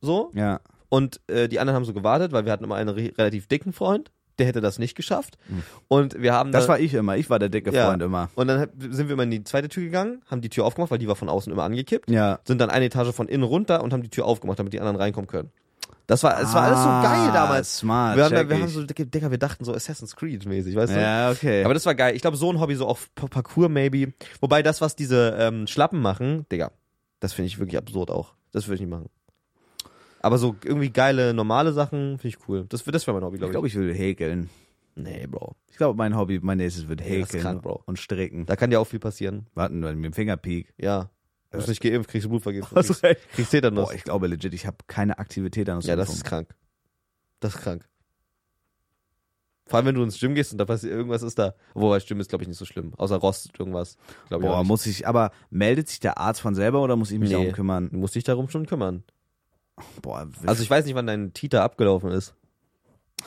Speaker 2: So.
Speaker 1: Ja.
Speaker 2: Und äh, die anderen haben so gewartet, weil wir hatten immer einen re relativ dicken Freund, der hätte das nicht geschafft. Und wir haben
Speaker 1: Hm. Das
Speaker 2: dann-
Speaker 1: war ich immer. Ich war der dicke
Speaker 2: Ja.
Speaker 1: Freund immer.
Speaker 2: und dann hab- sind wir immer in die zweite Tür gegangen, haben die Tür aufgemacht, weil die war von außen immer angekippt
Speaker 1: Ja.
Speaker 2: sind dann eine Etage von innen runter und haben die Tür aufgemacht, damit die anderen reinkommen können. Das war, es war alles so geil
Speaker 1: Ah,
Speaker 2: damals.
Speaker 1: smart,
Speaker 2: wir haben, da-
Speaker 1: check
Speaker 2: wir
Speaker 1: ich.
Speaker 2: haben so, Digga, wir dachten so Assassin's Creed mäßig, weißt du?
Speaker 1: Ja, okay.
Speaker 2: Aber das war geil. Ich glaube, so ein Hobby, so auf P- Parkour maybe. Wobei das, was diese ähm, Schlappen machen, Digga, das finde ich wirklich absurd auch. Das würde ich nicht machen. Aber so irgendwie geile, normale Sachen finde ich cool. Das, wär- das wäre mein Hobby,
Speaker 1: ich
Speaker 2: glaube ich.
Speaker 1: glaube, ich will häkeln.
Speaker 2: Nee, Bro.
Speaker 1: Ich glaube, mein Hobby, mein nächstes wird
Speaker 2: Ey, das ist
Speaker 1: häkeln
Speaker 2: krank, Bro.
Speaker 1: und stricken.
Speaker 2: Da kann dir auch viel passieren.
Speaker 1: Warten, mit dem Fingerpeak.
Speaker 2: Ja. Du bist nicht geimpft, kriegst du Blutvergiftung.
Speaker 1: Hast
Speaker 2: kriegst-
Speaker 1: recht.
Speaker 2: Kriegst Tetanus.
Speaker 1: Boah, ich glaube legit, ich habe keine Aktivität an
Speaker 2: Ja, das ist krank. Das ist krank. Vor allem, wenn du ins Gym gehst und da passiert irgendwas ist da. Wobei, Gym ist, glaube ich, nicht so schlimm. Außer Rost irgendwas. Glaub ich auch
Speaker 1: Boah,
Speaker 2: nicht.
Speaker 1: muss ich, aber meldet sich der Arzt von selber oder muss ich mich
Speaker 2: Nee.
Speaker 1: darum kümmern?
Speaker 2: Du musst dich darum schon kümmern.
Speaker 1: Boah, ich,
Speaker 2: Also ich weiß nicht, wann dein Titer abgelaufen ist.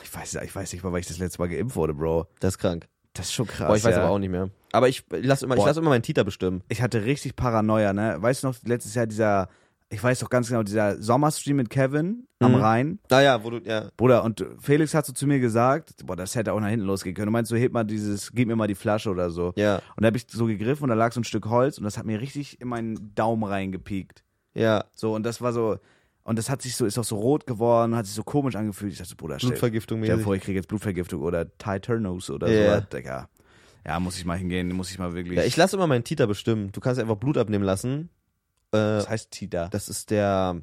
Speaker 1: ich weiß, ich weiß nicht mal, weil ich das letzte Mal geimpft wurde, Bro.
Speaker 2: Das ist krank.
Speaker 1: Das ist schon krass.
Speaker 2: Boah, ich weiß
Speaker 1: ja.
Speaker 2: aber auch nicht mehr. Aber ich lasse immer, ich
Speaker 1: Boah.
Speaker 2: lass immer meinen Titer bestimmen.
Speaker 1: ich hatte richtig Paranoia, ne? Weißt du noch, letztes Jahr dieser, ich weiß doch ganz genau, dieser Sommerstream mit Kevin am
Speaker 2: Mhm.
Speaker 1: Rhein.
Speaker 2: Naja, wo du, ja.
Speaker 1: Bruder, und Felix hat so zu mir gesagt, boah, das hätte auch nach hinten losgehen können. Du meinst, so heb mal dieses, gib mir mal die Flasche oder so.
Speaker 2: Ja,
Speaker 1: Und da habe ich so gegriffen und da lag so ein Stück Holz und das hat mir richtig in meinen Daumen reingepiekt.
Speaker 2: ja.
Speaker 1: So, und das war so, und das hat sich so, ist auch so rot geworden, hat sich so komisch angefühlt. Ich dachte so, Bruder, stell
Speaker 2: Blutvergiftung
Speaker 1: stell dir
Speaker 2: mäßig.
Speaker 1: vor, ich kriege jetzt Blutvergiftung oder Titanus oder
Speaker 2: Ja.
Speaker 1: sowas, Digga. Ja, muss ich mal hingehen, muss ich mal wirklich.
Speaker 2: Ja, ich lasse immer meinen Titer bestimmen. Du kannst einfach Blut abnehmen lassen. Äh,
Speaker 1: das heißt Tita.
Speaker 2: das ist der,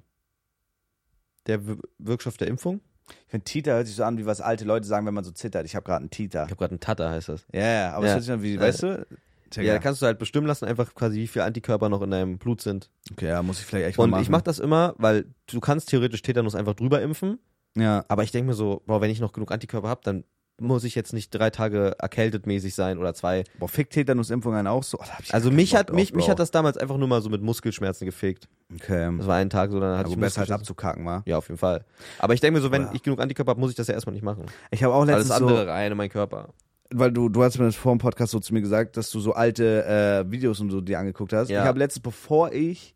Speaker 2: der Wir- Wirkstoff der Impfung.
Speaker 1: Ich finde, Tita hört sich so an, wie was alte Leute sagen, wenn man so zittert. Ich habe gerade einen Tita.
Speaker 2: Ich habe gerade einen Tatter, heißt das.
Speaker 1: Ja, ja, aber es
Speaker 2: Ja.
Speaker 1: hört sich an wie,
Speaker 2: Äh,
Speaker 1: weißt du? Digga.
Speaker 2: Ja, da kannst du halt bestimmen lassen, einfach quasi, wie viele Antikörper noch in deinem Blut sind.
Speaker 1: okay, ja, muss ich vielleicht echt mal
Speaker 2: Und
Speaker 1: machen.
Speaker 2: ich mache das immer, weil du kannst theoretisch Tetanus einfach drüber impfen,
Speaker 1: ja.
Speaker 2: aber ich denke mir so, boah, wenn ich noch genug Antikörper habe, dann muss ich jetzt nicht drei Tage erkältet mäßig sein oder zwei.
Speaker 1: Boah, fickt Tetanus-Impfung einen auch so? Oh, da hab ich
Speaker 2: Also
Speaker 1: keinen
Speaker 2: mich
Speaker 1: Bock
Speaker 2: hat
Speaker 1: drauf,
Speaker 2: mich, mich
Speaker 1: Bro.
Speaker 2: hat das damals einfach nur mal so mit Muskelschmerzen gefegt.
Speaker 1: Okay.
Speaker 2: Das war ein Tag so, dann hatte
Speaker 1: Also
Speaker 2: ich
Speaker 1: besser als
Speaker 2: Muskelschmerzen.
Speaker 1: abzukacken, war.
Speaker 2: Ja, auf jeden Fall. Aber ich denke mir so, wenn
Speaker 1: Ja.
Speaker 2: ich genug Antikörper habe, muss ich das ja erstmal nicht machen.
Speaker 1: Ich habe auch
Speaker 2: Alles
Speaker 1: letztens
Speaker 2: andere
Speaker 1: so,
Speaker 2: rein in meinen Körper.
Speaker 1: weil du, du hast mir das vor dem Podcast so zu mir gesagt, dass du so alte äh, Videos und so dir angeguckt hast.
Speaker 2: Ja.
Speaker 1: Ich habe letztens, bevor ich,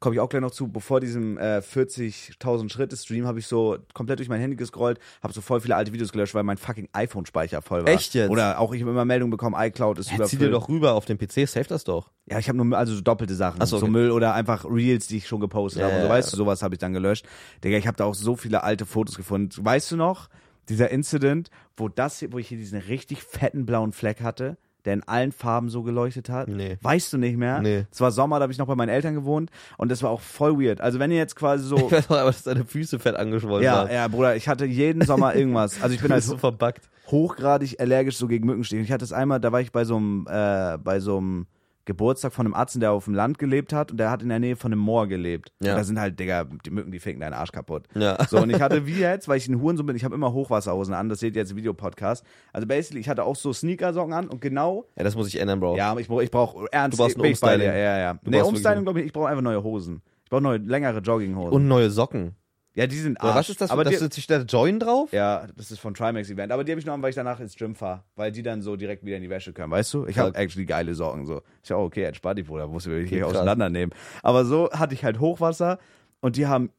Speaker 1: komme ich auch gleich noch zu, bevor diesem äh, 40.000 Schritte Stream, habe ich so komplett durch mein Handy gescrollt, habe so voll viele alte Videos gelöscht, weil mein fucking iPhone-Speicher voll war.
Speaker 2: Echt jetzt?
Speaker 1: Oder auch ich habe immer Meldungen bekommen, iCloud ist
Speaker 2: Ja, zieh
Speaker 1: überfüllt.
Speaker 2: dir doch rüber auf den PC, save das doch.
Speaker 1: Ja, ich habe nur also so doppelte Sachen.
Speaker 2: Ach so,
Speaker 1: so,
Speaker 2: okay.
Speaker 1: Müll oder einfach Reels, die ich schon gepostet
Speaker 2: Ja,
Speaker 1: habe. Und so,
Speaker 2: ja,
Speaker 1: weißt du, sowas habe ich dann gelöscht. Digga, ich habe da auch so viele alte Fotos gefunden. Weißt du noch, dieser Incident, wo das hier, wo ich hier diesen richtig fetten blauen Fleck hatte, der in allen Farben so geleuchtet hat?
Speaker 2: Nee.
Speaker 1: Weißt du nicht mehr?
Speaker 2: Nee.
Speaker 1: Es war Sommer, da habe ich noch bei meinen Eltern gewohnt und das war auch voll weird. Also wenn ihr jetzt quasi so.
Speaker 2: [LAUGHS] Ich weiß noch, aber dass deine Füße fett angeschwollen
Speaker 1: ja,
Speaker 2: waren.
Speaker 1: ja, Bruder, ich hatte jeden Sommer irgendwas. Also ich
Speaker 2: [LAUGHS]
Speaker 1: bin
Speaker 2: Du
Speaker 1: halt
Speaker 2: bist so verbackt.
Speaker 1: hochgradig allergisch so gegen Mückenstiche. Ich hatte das einmal, da war ich bei so einem, äh, bei so einem Geburtstag von einem Arzt, der auf dem Land gelebt hat und der hat in der Nähe von einem Moor gelebt.
Speaker 2: Ja.
Speaker 1: Und da sind halt, Digga, die Mücken, die ficken deinen Arsch kaputt.
Speaker 2: Ja.
Speaker 1: So, und ich hatte wie jetzt, weil ich ein Hurensohn bin, ich habe immer Hochwasserhosen an, das seht ihr jetzt im Videopodcast. Also basically, ich hatte auch so Sneakersocken an und genau,
Speaker 2: Ja, das muss ich ändern, Bro.
Speaker 1: ja, aber ich brauche ich brauch ernst,
Speaker 2: Oh. Du brauchst ein
Speaker 1: bin ich bei dir.
Speaker 2: Umstyling.
Speaker 1: Ja, ja.
Speaker 2: Du
Speaker 1: nee,
Speaker 2: brauchst
Speaker 1: Umstyling
Speaker 2: wirklich-
Speaker 1: glaube ich, ich brauche einfach neue Hosen. Ich brauche neue, längere Jogginghosen.
Speaker 2: Und neue Socken.
Speaker 1: ja, die sind
Speaker 2: Oder
Speaker 1: Arsch.
Speaker 2: was ist das?
Speaker 1: aber
Speaker 2: Aber das
Speaker 1: die,
Speaker 2: ist da Join drauf?
Speaker 1: ja, das ist von Trimax Event. Aber die habe ich noch an, weil ich danach ins Gym fahre, weil die dann so direkt wieder in die Wäsche können, weißt du? Ich habe
Speaker 2: Ja.
Speaker 1: actually geile Sorgen. So. Ich dachte, oh, okay, entspann dich, Bruder, muss ich mich
Speaker 2: Okay,
Speaker 1: nicht
Speaker 2: krass.
Speaker 1: auseinandernehmen. Aber so hatte ich halt Hochwasser und die haben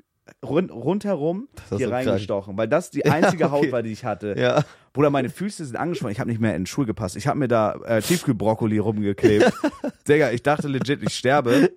Speaker 1: rund, rundherum
Speaker 2: ist
Speaker 1: hier
Speaker 2: so krank.
Speaker 1: reingestochen, weil das die einzige
Speaker 2: [LAUGHS] Ja, okay.
Speaker 1: Haut war, die ich hatte.
Speaker 2: Ja.
Speaker 1: Bruder, meine Füße sind angeschwollen. Ich habe nicht mehr in Schuhe gepasst. Ich habe mir da äh, Tiefkühlbrokkoli rumgeklebt.
Speaker 2: [LAUGHS]
Speaker 1: Digga, ich dachte legit, ich sterbe.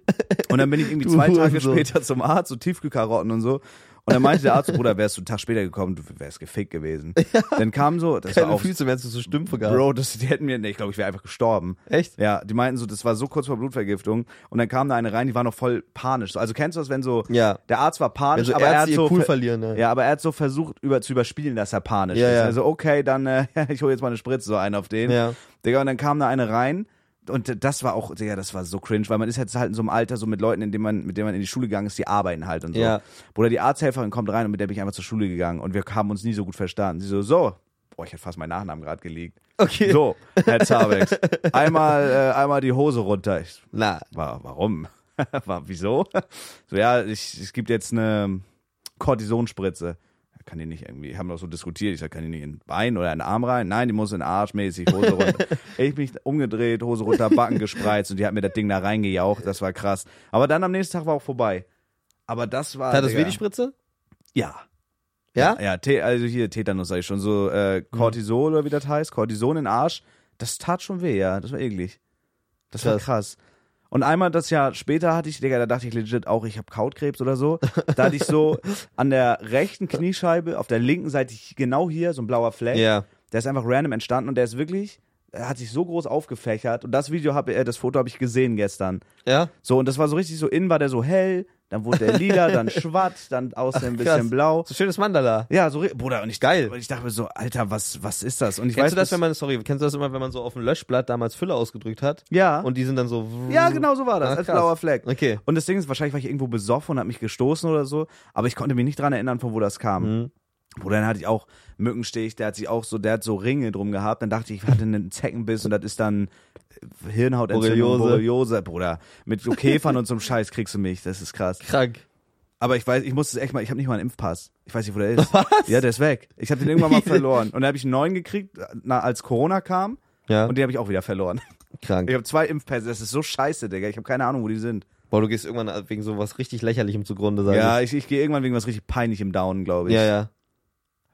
Speaker 1: Und dann bin ich irgendwie
Speaker 2: Du
Speaker 1: zwei Tage
Speaker 2: Hurensohn.
Speaker 1: später zum Arzt, so Tiefkühlkarotten und so. Und dann meinte der Arzt, so, Bruder, wärst du einen Tag später gekommen, du wärst gefickt
Speaker 2: [LAUGHS]
Speaker 1: gewesen. Dann kam so, das war
Speaker 2: Keine
Speaker 1: auch,
Speaker 2: Füße mehr zu so Stümpfe gehabt.
Speaker 1: Bro, das, die hätten mir, nee, ich glaube, ich wäre einfach gestorben.
Speaker 2: Echt?
Speaker 1: Ja, die meinten so, das war so kurz vor Blutvergiftung. Und dann kam da eine rein, die war noch voll panisch. So, Also kennst du das, wenn so,
Speaker 2: Ja.
Speaker 1: der Arzt war
Speaker 2: Wenn
Speaker 1: panisch,
Speaker 2: so
Speaker 1: aber er hat
Speaker 2: Ärzte
Speaker 1: so
Speaker 2: ihr cool
Speaker 1: ver-
Speaker 2: verlieren, ne?
Speaker 1: ja, aber er hat so versucht, über, zu überspielen, dass er panisch
Speaker 2: Ja,
Speaker 1: ist.
Speaker 2: ja.
Speaker 1: Also, okay, dann, äh, [LAUGHS] ich hole jetzt mal eine Spritze, so einen auf den.
Speaker 2: Ja.
Speaker 1: Digga, und dann kam da eine rein. Und das war auch, Digga, das war so cringe, weil man ist jetzt halt in so einem Alter, so mit Leuten, in dem man, mit denen man in die Schule gegangen ist, die arbeiten halt und so.
Speaker 2: Ja.
Speaker 1: Bruder, die Arzthelferin kommt rein und mit der bin ich einfach zur Schule gegangen und wir haben uns nie so gut verstanden. Sie so, so, boah, ich hätte fast meinen Nachnamen gerade gelegt.
Speaker 2: Okay.
Speaker 1: So,
Speaker 2: [LAUGHS]
Speaker 1: Herr Zabex, einmal, äh, einmal die Hose runter. Ich,
Speaker 2: Na,
Speaker 1: war, warum? [LAUGHS] war, wieso? so, ja, ich, es gibt jetzt eine Kortisonspritze. Kann die nicht irgendwie, haben wir doch so diskutiert. Ich sag, kann die nicht in den Bein oder in den Arm rein? Nein, die muss in den Arsch mäßig, Hose
Speaker 2: [LAUGHS]
Speaker 1: runter. ich mich umgedreht, Hose runter, Backen gespreizt und die hat mir das Ding da reingejaucht. Das war krass. Aber dann am nächsten Tag war auch vorbei. Aber das war.
Speaker 2: hat das weh,
Speaker 1: Digga,
Speaker 2: die Spritze?
Speaker 1: Ja.
Speaker 2: Ja?
Speaker 1: Ja, Te- also hier Tetanus sag ich schon, so äh, Cortisol oder wie das heißt, Cortison in den Arsch, das tat schon weh, ja, das war eklig. Das war
Speaker 2: Krass.
Speaker 1: krass. Und einmal das Jahr später hatte ich, Digga, da dachte ich legit auch, ich habe Kautkrebs oder so. Da hatte ich
Speaker 2: [LAUGHS]
Speaker 1: so an der rechten Kniescheibe, auf der linken Seite, genau hier, so ein blauer Fleck.
Speaker 2: Ja.
Speaker 1: Der ist einfach random entstanden und der ist wirklich, er hat sich so groß aufgefächert. Und das Video habe, äh, das Foto habe ich gesehen gestern.
Speaker 2: Ja?
Speaker 1: So, und das war so richtig so, innen war der so hell, dann wurde der
Speaker 2: [LAUGHS]
Speaker 1: lila, dann schwarz, dann außen ein bisschen
Speaker 2: krass.
Speaker 1: blau.
Speaker 2: So schönes Mandala.
Speaker 1: Ja, so, ri- Bruder, und ich,
Speaker 2: Geil.
Speaker 1: Und ich dachte mir so, Alter, was, was ist das? Und ich
Speaker 2: Kennst
Speaker 1: weiß,
Speaker 2: du das,
Speaker 1: bis-
Speaker 2: wenn man, sorry, kennst du das immer, wenn man so auf dem Löschblatt damals Fülle ausgedrückt hat?
Speaker 1: ja,
Speaker 2: Und die sind dann so.
Speaker 1: ja, genau so war das,
Speaker 2: Ah,
Speaker 1: als
Speaker 2: krass.
Speaker 1: blauer Fleck.
Speaker 2: Okay.
Speaker 1: Und das Ding ist, wahrscheinlich war ich irgendwo besoffen und hab mich gestoßen oder so, aber ich konnte mich nicht dran erinnern, von wo das kam.
Speaker 2: Mhm.
Speaker 1: Bruder, dann hatte ich auch Mückenstich, der hat sich auch so, der hat so Ringe drum gehabt, dann dachte ich, ich hatte einen Zeckenbiss und das ist dann äh, Hirnhautentzündung,
Speaker 2: Borreliose.
Speaker 1: Borreliose, Bruder. Mit so Käfern und so einem Scheiß kriegst du mich, das ist krass.
Speaker 2: Krank.
Speaker 1: Aber ich weiß, ich muss es echt mal, ich habe nicht mal einen Impfpass. Ich weiß nicht, wo der ist. Ja, der ist weg. Ich habe den irgendwann
Speaker 2: [LAUGHS]
Speaker 1: mal verloren. Und dann habe ich einen neuen gekriegt, na, als Corona kam.
Speaker 2: Ja.
Speaker 1: Und die habe ich auch wieder verloren.
Speaker 2: krank.
Speaker 1: Ich habe zwei Impfpässe. Das ist so scheiße, Digga. Ich habe keine Ahnung, wo die sind.
Speaker 2: Boah, du gehst irgendwann wegen sowas richtig lächerlichem zugrunde, sag
Speaker 1: Ja, ich, ich gehe irgendwann wegen was richtig peinlichem down, glaube
Speaker 2: ich.
Speaker 1: ich.
Speaker 2: Ja, ja.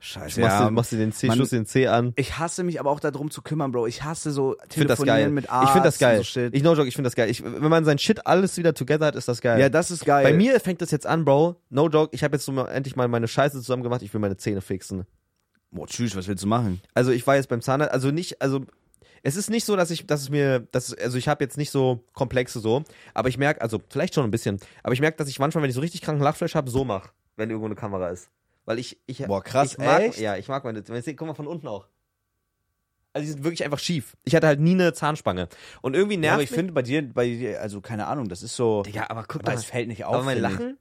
Speaker 1: Scheiße.
Speaker 2: Machst,
Speaker 1: ja.
Speaker 2: du, machst du den C,
Speaker 1: Man-
Speaker 2: Schuss den C an.
Speaker 1: ich hasse mich aber auch darum zu kümmern, Bro. Ich hasse so
Speaker 2: Ich finde
Speaker 1: telefonieren
Speaker 2: das geil.
Speaker 1: mit Arzt
Speaker 2: ich finde das geil.
Speaker 1: und so Shit.
Speaker 2: Ich no joke, ich finde das geil. Ich, wenn man sein Shit alles wieder together hat, ist das geil.
Speaker 1: ja, das ist geil.
Speaker 2: Bei mir fängt das jetzt an, Bro. No joke, ich habe jetzt so mal, endlich mal meine Scheiße zusammen gemacht. Ich will meine Zähne fixen.
Speaker 1: Boah, tschüss, was willst du machen?
Speaker 2: Also ich war jetzt beim Zahnarzt, also nicht, also es ist nicht so, dass ich, dass es mir, dass es, also ich habe jetzt nicht so komplexe so, aber ich merke, also vielleicht schon ein bisschen, aber ich merke, dass ich manchmal, wenn ich so richtig kranken Lachflash habe, so mache, wenn irgendwo eine Kamera ist, weil ich, ich,
Speaker 1: Boah, krass,
Speaker 2: ich mag,
Speaker 1: echt?
Speaker 2: ja, ich mag meine, meine Zähne, guck mal von unten auch. Also die sind wirklich einfach schief. Ich hatte halt nie eine Zahnspange und irgendwie nervt
Speaker 1: Ja, aber ich
Speaker 2: mich.
Speaker 1: finde bei dir, bei dir, also keine Ahnung, das ist so.
Speaker 2: Digga, aber guck
Speaker 1: Aber
Speaker 2: mal,
Speaker 1: es fällt nicht auf.
Speaker 2: aber mein
Speaker 1: finde ich.
Speaker 2: Lachen,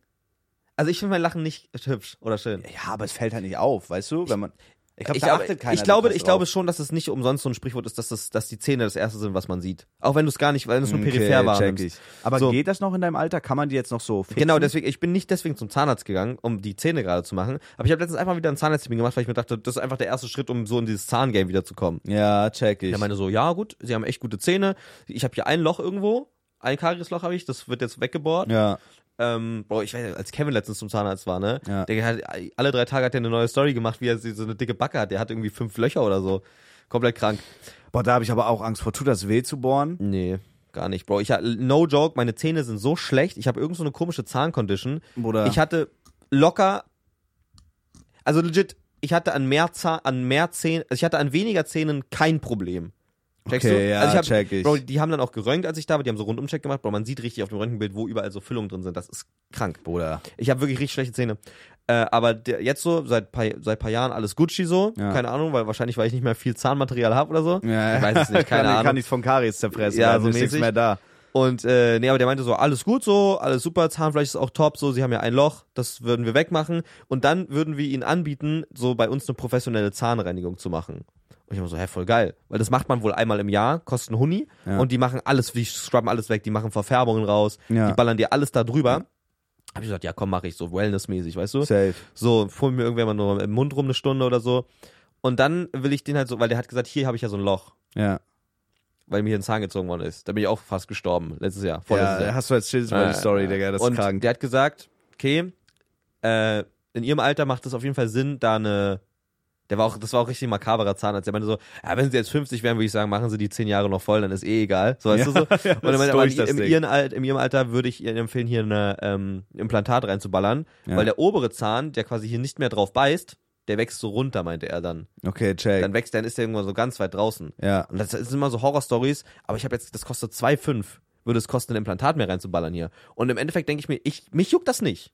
Speaker 2: also ich finde mein Lachen nicht hübsch oder schön.
Speaker 1: Ja, aber es fällt halt nicht auf, weißt du? Wenn man, Ich glaube,
Speaker 2: Ich,
Speaker 1: da
Speaker 2: aber,
Speaker 1: achtet keiner
Speaker 2: ich glaube,
Speaker 1: so krass
Speaker 2: ich glaube
Speaker 1: drauf.
Speaker 2: schon, dass es nicht umsonst so ein Sprichwort ist, dass, das, dass die Zähne das erste sind, was man sieht. Auch wenn du es gar nicht, weil es nur peripher war.
Speaker 1: check ich. Aber
Speaker 2: So.
Speaker 1: geht das noch in deinem Alter? Kann man die jetzt noch so fixen?
Speaker 2: Genau, deswegen, ich bin nicht deswegen zum Zahnarzt gegangen, um die Zähne gerade zu machen. Aber ich habe letztens einfach wieder einen Zahnarzttermin gemacht, weil ich mir dachte, das ist einfach der erste Schritt, um so in dieses Zahngame wieder zu kommen.
Speaker 1: Ja, check ich.
Speaker 2: Der meinte so, ja gut, sie haben echt gute Zähne. Ich habe hier ein Loch irgendwo, ein Kariesloch habe ich, das wird jetzt weggebohrt.
Speaker 1: ja.
Speaker 2: Ähm, boah, ich weiß, nicht, als Kevin letztens zum Zahnarzt war, ne?
Speaker 1: Ja.
Speaker 2: Der hat, alle drei Tage hat er eine neue Story gemacht, wie er so eine dicke Backe hat. Der hat irgendwie fünf Löcher oder so. Komplett krank.
Speaker 1: Boah, da habe ich aber auch Angst vor. Tut das weh zu bohren?
Speaker 2: Nee, gar nicht, Bro. Ich ha- no joke, meine Zähne sind so schlecht. Ich habe irgend so eine komische Zahncondition.
Speaker 1: Bruder.
Speaker 2: Ich hatte locker also legit, ich hatte an mehr Zahn an mehr Zähnen, also ich hatte an weniger Zähnen kein Problem. Checkst
Speaker 1: Okay,
Speaker 2: du?
Speaker 1: ja,
Speaker 2: also ich hab,
Speaker 1: check ich.
Speaker 2: Bro, die haben dann auch geröntgt, als ich da war, die haben so Rundumcheck gemacht, Bro, man sieht richtig auf dem Röntgenbild, wo überall so Füllungen drin sind. Das ist krank.
Speaker 1: Bruder.
Speaker 2: Ich habe wirklich richtig schlechte Zähne. Äh, aber der, jetzt so, seit paar, seit paar Jahren alles Gucci so.
Speaker 1: Ja.
Speaker 2: Keine Ahnung, weil wahrscheinlich, weil ich nicht mehr viel Zahnmaterial habe oder so.
Speaker 1: Ja,
Speaker 2: Ich weiß
Speaker 1: [LAUGHS]
Speaker 2: es nicht, keine
Speaker 1: kann,
Speaker 2: Ahnung.
Speaker 1: Kann ich von Karies zerfressen.
Speaker 2: Ja,
Speaker 1: Ja, also
Speaker 2: so
Speaker 1: ist nichts
Speaker 2: mäßig.
Speaker 1: mehr da.
Speaker 2: Und äh, nee, aber der meinte so, alles gut so, alles super, Zahnfleisch ist auch top, so, sie haben ja ein Loch, das würden wir wegmachen. Und dann würden wir ihnen anbieten, so bei uns eine professionelle Zahnreinigung zu machen. Und ich war so, hä, voll geil. Weil das macht man wohl einmal im Jahr, kostet einen Huni.
Speaker 1: Ja.
Speaker 2: Und die machen alles, die scrubben alles weg, die machen Verfärbungen raus,
Speaker 1: Ja.
Speaker 2: die ballern dir alles da drüber. Hab ich gesagt, ja komm, mach ich so, wellnessmäßig, weißt du?
Speaker 1: Safe.
Speaker 2: So, fuhr mir irgendwer mal nur im Mund rum eine Stunde oder so. Und dann will ich den halt so, weil der hat gesagt, hier habe ich ja so ein Loch,
Speaker 1: Ja.
Speaker 2: weil mir hier ein Zahn gezogen worden ist. Da bin ich auch fast gestorben, letztes Jahr, vorletztes Jahr.
Speaker 1: ja hast du jetzt Schild über
Speaker 2: Ja,
Speaker 1: die Story,
Speaker 2: ja.
Speaker 1: Digga. Das
Speaker 2: und
Speaker 1: ist krank. [LAUGHS]
Speaker 2: Der hat gesagt, okay, äh, in ihrem Alter macht es auf jeden Fall Sinn, da eine. Der war auch, das war auch richtig ein makaberer Zahnarzt. Der meinte so, ja, wenn sie jetzt 50 wären, würde ich sagen, machen sie die 10 Jahre noch voll, dann ist eh egal. So weißt
Speaker 1: [LAUGHS] Ja,
Speaker 2: du
Speaker 1: ja,
Speaker 2: so. Und er
Speaker 1: das
Speaker 2: meinte,
Speaker 1: ist
Speaker 2: aber
Speaker 1: durch,
Speaker 2: in,
Speaker 1: das
Speaker 2: in,
Speaker 1: Ding.
Speaker 2: ihren Al- in ihrem Alter würde ich ihnen empfehlen, hier eine, ähm, ein Implantat reinzuballern,
Speaker 1: Ja.
Speaker 2: weil der obere Zahn, der quasi hier nicht mehr drauf beißt, der wächst so runter, meinte er dann.
Speaker 1: Okay, check.
Speaker 2: Dann wächst, dann ist er irgendwann so ganz weit draußen.
Speaker 1: ja.
Speaker 2: Und das sind immer so Horror-Stories, aber ich habe jetzt, das kostet 2,5, würde es kosten, ein Implantat mehr reinzuballern hier. Und im Endeffekt denke ich mir, ich, mich juckt das nicht.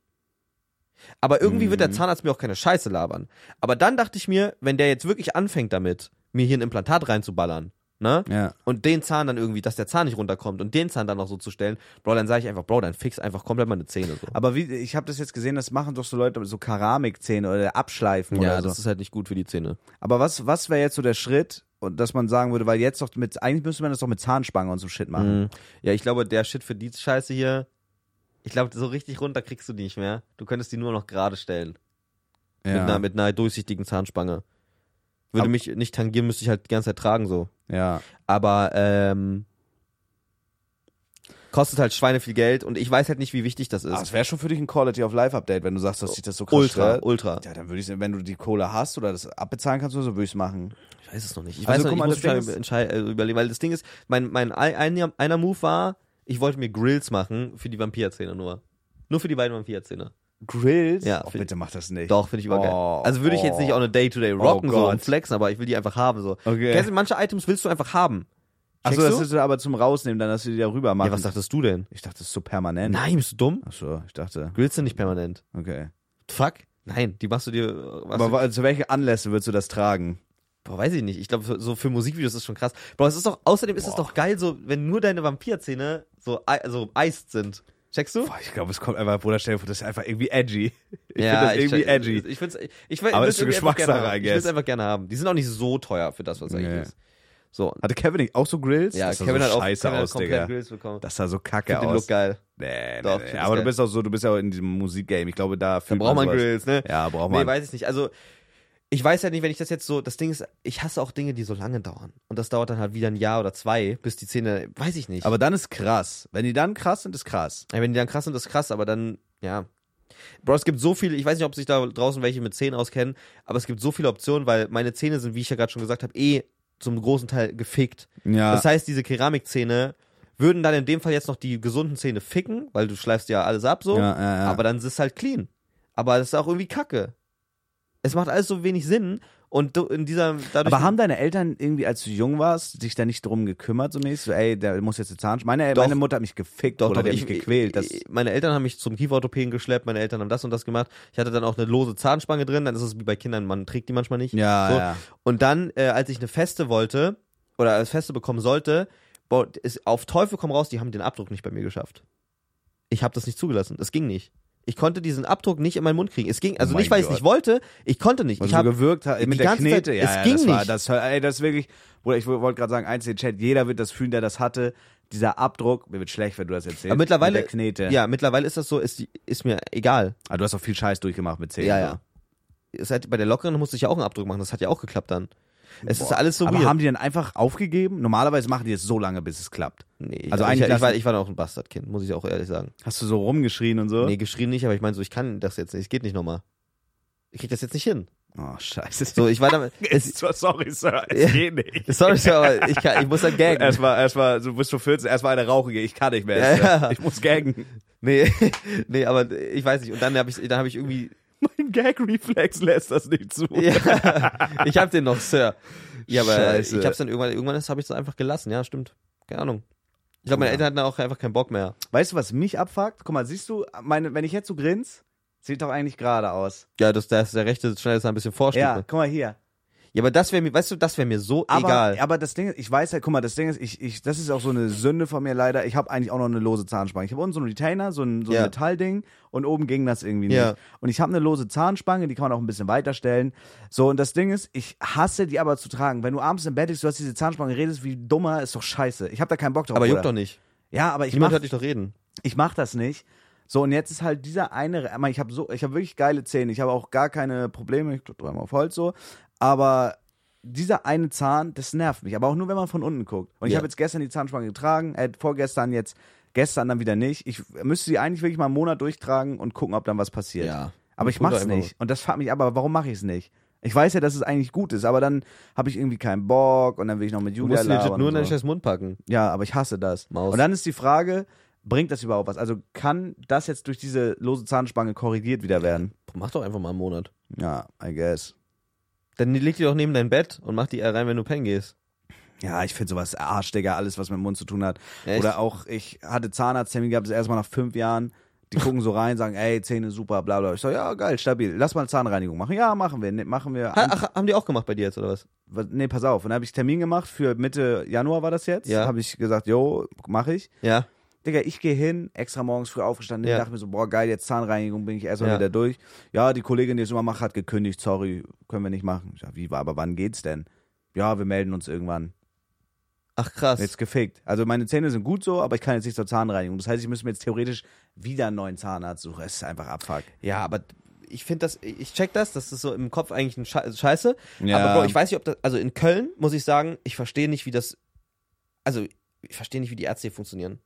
Speaker 2: Aber irgendwie wird der Zahnarzt mir auch keine Scheiße labern. Aber dann dachte ich mir, wenn der jetzt wirklich anfängt damit, mir hier ein Implantat reinzuballern, ne?
Speaker 1: Ja.
Speaker 2: Und den Zahn dann irgendwie, dass der Zahn nicht runterkommt und den Zahn dann noch so zu stellen, Bro, dann sage ich einfach, Bro, dann fix einfach komplett meine Zähne so.
Speaker 1: Aber wie, ich habe das jetzt gesehen, das machen doch so Leute mit so Keramikzähne oder Abschleifen
Speaker 2: ja,
Speaker 1: oder so.
Speaker 2: das ist halt nicht gut für die Zähne.
Speaker 1: Aber was, was wäre jetzt so der Schritt, und dass man sagen würde, weil jetzt doch mit, eigentlich müsste man das doch mit Zahnspange und so Shit machen.
Speaker 2: Mhm. Ja, ich glaube, der Shit für die Scheiße hier, ich glaube, so richtig runter kriegst du die nicht mehr. Du könntest die nur noch gerade stellen. mit, einer, mit einer durchsichtigen Zahnspange. Würde
Speaker 1: Ab-
Speaker 2: mich nicht tangieren, müsste ich halt die ganze Zeit tragen so.
Speaker 1: ja.
Speaker 2: Aber ähm, kostet halt Schweine viel Geld und ich weiß halt nicht, wie wichtig das
Speaker 1: Ah,
Speaker 2: ist.
Speaker 1: das wäre schon für dich ein Quality of Life Update, wenn du sagst, dass dich das so krass
Speaker 2: ultra,
Speaker 1: stört.
Speaker 2: ultra.
Speaker 1: Ja, dann würde ich wenn du die Kohle hast oder das abbezahlen kannst, oder so würde ich es machen.
Speaker 2: Ich weiß es noch nicht. Ich
Speaker 1: Also,
Speaker 2: weiß noch
Speaker 1: guck
Speaker 2: nicht,
Speaker 1: mal,
Speaker 2: ich
Speaker 1: das
Speaker 2: muss
Speaker 1: Ding
Speaker 2: mich entschei- äh, überlegen, weil das Ding ist, mein, mein ei- einer, einer Move war, ich wollte mir Grills machen für die Vampirzähne nur. Nur für die beiden Vampirzähne.
Speaker 1: Grills?
Speaker 2: Ja,
Speaker 1: oh,
Speaker 2: für-
Speaker 1: bitte mach das nicht.
Speaker 2: Doch, finde ich immer geil.
Speaker 1: Oh,
Speaker 2: Also würde ich jetzt
Speaker 1: oh.
Speaker 2: nicht auch eine Day-to-Day rocken so
Speaker 1: Gott.
Speaker 2: und flexen, aber ich will die einfach haben so.
Speaker 1: Okay.
Speaker 2: Kennst du, manche Items willst du einfach haben.
Speaker 1: Achso,
Speaker 2: Checkst
Speaker 1: das
Speaker 2: du?
Speaker 1: ist aber zum Rausnehmen, dann dass du die da rüber machen.
Speaker 2: ja, was dachtest du denn?
Speaker 1: ich dachte, das ist so permanent.
Speaker 2: Nein, bist du dumm?
Speaker 1: Achso, ich dachte,
Speaker 2: Grillst du nicht permanent?
Speaker 1: okay.
Speaker 2: Fuck? Nein, die machst du dir. äh, Was
Speaker 1: Aber wa- zu welchen Anlässen würdest du das tragen?
Speaker 2: boah, weiß ich nicht. Ich glaube, so für Musikvideos ist schon krass. Bro, es ist doch, außerdem ist es doch geil, so, wenn nur deine Vampirzähne so, ei- so eist sind. Checkst du?
Speaker 1: Boah, ich glaube, es kommt einfach, Bruder, stell dir vor, das ist einfach irgendwie edgy. Ich
Speaker 2: Ja,
Speaker 1: finde das irgendwie
Speaker 2: check-
Speaker 1: edgy.
Speaker 2: Ich find's, ich, ich, will-
Speaker 1: Aber
Speaker 2: ich will's
Speaker 1: ist eine
Speaker 2: irgendwie einfach gerne
Speaker 1: Geschmackssache,
Speaker 2: haben.
Speaker 1: I
Speaker 2: Ich will es
Speaker 1: guess.
Speaker 2: einfach gerne haben. Die sind auch nicht so teuer für das, was eigentlich
Speaker 1: Nee.
Speaker 2: ist. So.
Speaker 1: Hatte Kevin nicht auch so Grills?
Speaker 2: Ja,
Speaker 1: das sah
Speaker 2: Kevin
Speaker 1: so
Speaker 2: hat auch
Speaker 1: scheiße
Speaker 2: Kevin hat
Speaker 1: aus,
Speaker 2: komplett
Speaker 1: Digga.
Speaker 2: Grills bekommen.
Speaker 1: Das sah so
Speaker 2: Ich
Speaker 1: kacke
Speaker 2: find den
Speaker 1: aus.
Speaker 2: Look geil.
Speaker 1: Nee,
Speaker 2: Doch,
Speaker 1: nee,
Speaker 2: ich
Speaker 1: nee.
Speaker 2: find's
Speaker 1: Aber du
Speaker 2: geil.
Speaker 1: bist auch so, du bist ja auch in diesem Musikgame. Ich glaube, da
Speaker 2: Dann
Speaker 1: fühlt
Speaker 2: braucht man
Speaker 1: sowas.
Speaker 2: Grills, ne?
Speaker 1: Ja, braucht
Speaker 2: Nee,
Speaker 1: man.
Speaker 2: weiß ich nicht. Also, ich weiß halt nicht, wenn ich das jetzt so, das Ding ist, ich hasse auch Dinge, die so lange dauern. Und das dauert dann halt wieder ein Jahr oder zwei, bis die Zähne, weiß ich nicht.
Speaker 1: aber dann ist krass. Wenn die dann krass sind, ist krass.
Speaker 2: Ja, wenn die dann krass sind, ist krass, aber dann, ja. Bro, es gibt so viele, ich weiß nicht, ob sich da draußen welche mit Zähnen auskennen, aber es gibt so viele Optionen, weil meine Zähne sind, wie ich ja gerade schon gesagt habe, eh zum großen Teil gefickt.
Speaker 1: Ja.
Speaker 2: Das heißt, diese Keramikzähne würden dann in dem Fall jetzt noch die gesunden Zähne ficken, weil du schleifst ja alles ab so,
Speaker 1: Ja, ja, ja.
Speaker 2: aber dann ist es halt clean. Aber das ist auch irgendwie kacke. Es macht alles so wenig Sinn und du, in dieser dadurch
Speaker 1: aber haben deine Eltern irgendwie, als du jung warst, sich da nicht drum gekümmert, so mäßig? So, ey, der muss jetzt eine Zahnsch. Meine,
Speaker 2: Doch.
Speaker 1: meine Mutter hat mich gefickt
Speaker 2: Doch,
Speaker 1: oder
Speaker 2: doch,
Speaker 1: die hat
Speaker 2: ich-
Speaker 1: mich gequält. Das,
Speaker 2: ich- meine Eltern haben mich zum Kieferorthopäden geschleppt, meine Eltern haben das und das gemacht. Ich hatte dann auch eine lose Zahnspange drin, dann ist es wie bei Kindern, man trägt die manchmal nicht.
Speaker 1: ja,
Speaker 2: so.
Speaker 1: ja.
Speaker 2: Und dann, äh, als ich eine Feste wollte, oder als Feste bekommen sollte, boah, ist auf Teufel komm raus, die haben den Abdruck nicht bei mir geschafft. Ich habe das nicht zugelassen, das ging nicht. Ich konnte diesen Abdruck nicht in meinen Mund kriegen. Es ging, also
Speaker 1: Oh
Speaker 2: nicht,
Speaker 1: mein
Speaker 2: weil ich es
Speaker 1: Gott.
Speaker 2: nicht wollte, ich konnte nicht.
Speaker 1: Und
Speaker 2: Ich
Speaker 1: so
Speaker 2: habe
Speaker 1: gewirkt hat,
Speaker 2: die
Speaker 1: mit der
Speaker 2: ganze Zeit-
Speaker 1: Knete. ja,
Speaker 2: es
Speaker 1: ja,
Speaker 2: ging
Speaker 1: das War,
Speaker 2: nicht.
Speaker 1: das, ey, das ist wirklich, Bruder, ich wollte gerade sagen, eins den Chat, jeder wird das fühlen, der das hatte. Dieser Abdruck, mir wird schlecht, wenn du das erzählst.
Speaker 2: aber mittlerweile,
Speaker 1: mit der Knete.
Speaker 2: ja, mittlerweile ist das so, ist, ist mir egal.
Speaker 1: Aber du hast auch viel Scheiß durchgemacht mit 10.
Speaker 2: Ja, ja. Es hat, bei der lockeren musste ich ja auch einen Abdruck machen, das hat ja auch geklappt dann. Es ist alles so
Speaker 1: Aber
Speaker 2: weird.
Speaker 1: haben die dann einfach aufgegeben? Normalerweise machen die es so lange, bis es klappt.
Speaker 2: nee,
Speaker 1: also
Speaker 2: also
Speaker 1: eigentlich
Speaker 2: ich, ich, war,
Speaker 1: lassen-
Speaker 2: ich war auch ein Bastardkind, muss ich auch ehrlich sagen.
Speaker 1: Hast du so rumgeschrien und so?
Speaker 2: Nee, geschrieben nicht, aber ich meine so, ich kann das jetzt nicht, es geht nicht nochmal. Ich krieg das jetzt
Speaker 1: [LAUGHS]
Speaker 2: nicht hin.
Speaker 1: Oh, scheiße. [LAUGHS]
Speaker 2: So, ich war damit. es,
Speaker 1: sorry, Sir,
Speaker 2: es
Speaker 1: geht nicht.
Speaker 2: sorry, Sir, aber ich, kann, ich muss dann
Speaker 1: [LAUGHS]
Speaker 2: gaggen.
Speaker 1: Erstmal, erstmal, du bist schon 14, erstmal eine Rauchige, ich kann nicht mehr.
Speaker 2: Ja,
Speaker 1: Sir.
Speaker 2: ja.
Speaker 1: Ich muss gaggen. [LAUGHS]
Speaker 2: Nee, [LAUGHS] nee, aber ich weiß nicht. Und dann habe ich, dann habe
Speaker 1: [LAUGHS]
Speaker 2: ich irgendwie,
Speaker 1: Mein Gag-Reflex lässt das nicht zu.
Speaker 2: ja, [LAUGHS] ich habe den noch, Sir. Ja, aber
Speaker 1: Scheiße.
Speaker 2: ich habe es dann irgendwann, irgendwann habe ich es einfach gelassen. Ja, stimmt. Keine Ahnung. Ich glaube, meine
Speaker 1: Ja.
Speaker 2: Eltern hatten da auch einfach keinen Bock mehr.
Speaker 1: Weißt du, was mich abfuckt? Guck mal, siehst du, meine, wenn ich jetzt so grins, sieht doch eigentlich gerade aus.
Speaker 2: Ja, das, das der rechte schneidet es ein bisschen vor.
Speaker 1: Ja,
Speaker 2: Ja.
Speaker 1: guck mal hier.
Speaker 2: ja, aber das wäre mir, weißt du, das wäre mir so
Speaker 1: Aber,
Speaker 2: egal.
Speaker 1: aber das Ding ist, ich weiß halt, guck mal, das Ding ist, ich, ich, das ist auch so eine Sünde von mir leider. Ich habe eigentlich auch noch eine lose Zahnspange. Ich habe unten so einen Retainer, so ein, so ein
Speaker 2: Ja.
Speaker 1: Metallding und oben ging das irgendwie nicht.
Speaker 2: Ja.
Speaker 1: Und ich habe eine lose Zahnspange, die kann man auch ein bisschen weiterstellen. So, und das Ding ist, ich hasse die aber zu tragen. Wenn du abends im Bett liegst, du hast diese Zahnspange, redest wie dummer, ist doch scheiße. Ich habe da keinen Bock drauf.
Speaker 2: Aber juckt
Speaker 1: Bruder.
Speaker 2: doch nicht.
Speaker 1: Ja, aber ich
Speaker 2: Niemand
Speaker 1: mach,
Speaker 2: hört dich doch reden.
Speaker 1: ich mach das nicht. So, und jetzt ist halt dieser eine, aber ich habe so, ich habe wirklich geile Zähne, ich habe auch gar keine Probleme, ich drücke dreimal auf Holz so, aber dieser eine Zahn, das nervt mich, aber auch nur, wenn man von unten guckt. Und ich
Speaker 2: Ja.
Speaker 1: habe jetzt gestern die Zahnspange getragen, äh, vorgestern jetzt, gestern dann wieder nicht. Ich müsste sie eigentlich wirklich mal einen Monat durchtragen und gucken, ob dann was passiert. Aber ich
Speaker 2: Drück
Speaker 1: mach's
Speaker 2: einfach
Speaker 1: nicht. Und das fragt mich aber, warum mache ich's nicht? Ich weiß ja, dass es eigentlich gut ist, aber dann habe ich irgendwie keinen Bock und dann will ich noch mit
Speaker 2: Du
Speaker 1: Julia
Speaker 2: musst legit
Speaker 1: labern
Speaker 2: nur
Speaker 1: und
Speaker 2: in deinen
Speaker 1: so.
Speaker 2: scheiß Mund packen.
Speaker 1: Ja, aber ich hasse das.
Speaker 2: Maus.
Speaker 1: Und dann ist die Frage, bringt das überhaupt was? Also kann das jetzt durch diese lose Zahnspange korrigiert wieder werden?
Speaker 2: Mach doch einfach mal einen Monat.
Speaker 1: Ja, I guess.
Speaker 2: Dann leg die doch neben dein Bett und mach die äh, rein, wenn du pennen gehst.
Speaker 1: Ja, ich finde sowas Arsch, Digga, alles, was mit dem Mund zu tun hat.
Speaker 2: Echt?
Speaker 1: Oder auch, ich hatte Zahnarzttermin gehabt, das erste Mal nach fünf Jahren. Die gucken so rein, sagen, ey, Zähne super, bla bla. Ich so, ja, geil, stabil. Lass mal eine Zahnreinigung machen. Ja, machen wir. Ne, machen wir.
Speaker 2: Ha, ach, haben die auch gemacht bei dir jetzt, oder was?
Speaker 1: Was- Nee, pass auf. Und dann habe ich Termin gemacht für Mitte Januar war das jetzt.
Speaker 2: Ja.
Speaker 1: Habe ich gesagt, jo, mache ich.
Speaker 2: Ja.
Speaker 1: Digga, ich gehe hin, extra morgens früh aufgestanden,
Speaker 2: Ja.
Speaker 1: dachte mir so, boah, geil, jetzt Zahnreinigung bin ich erstmal
Speaker 2: Ja.
Speaker 1: wieder durch. Ja, die Kollegin, die es immer macht, hat gekündigt, sorry, können wir nicht machen. Ich sag, wie war, aber wann geht's denn? Ja, wir melden uns irgendwann.
Speaker 2: Ach krass.
Speaker 1: Jetzt gefickt. Also meine Zähne sind gut so, aber ich kann jetzt nicht zur Zahnreinigung. Das heißt, ich müsste mir jetzt theoretisch wieder einen neuen Zahnarzt suchen. Es ist einfach Abfuck.
Speaker 2: Ja, aber ich finde das, ich check das, das ist so im Kopf eigentlich ein Sche also Scheiße.
Speaker 1: Ja.
Speaker 2: Aber Bro, ich weiß nicht, ob das, also in Köln muss ich sagen, ich verstehe nicht, wie das, also ich verstehe nicht, wie die Ärzte hier funktionieren.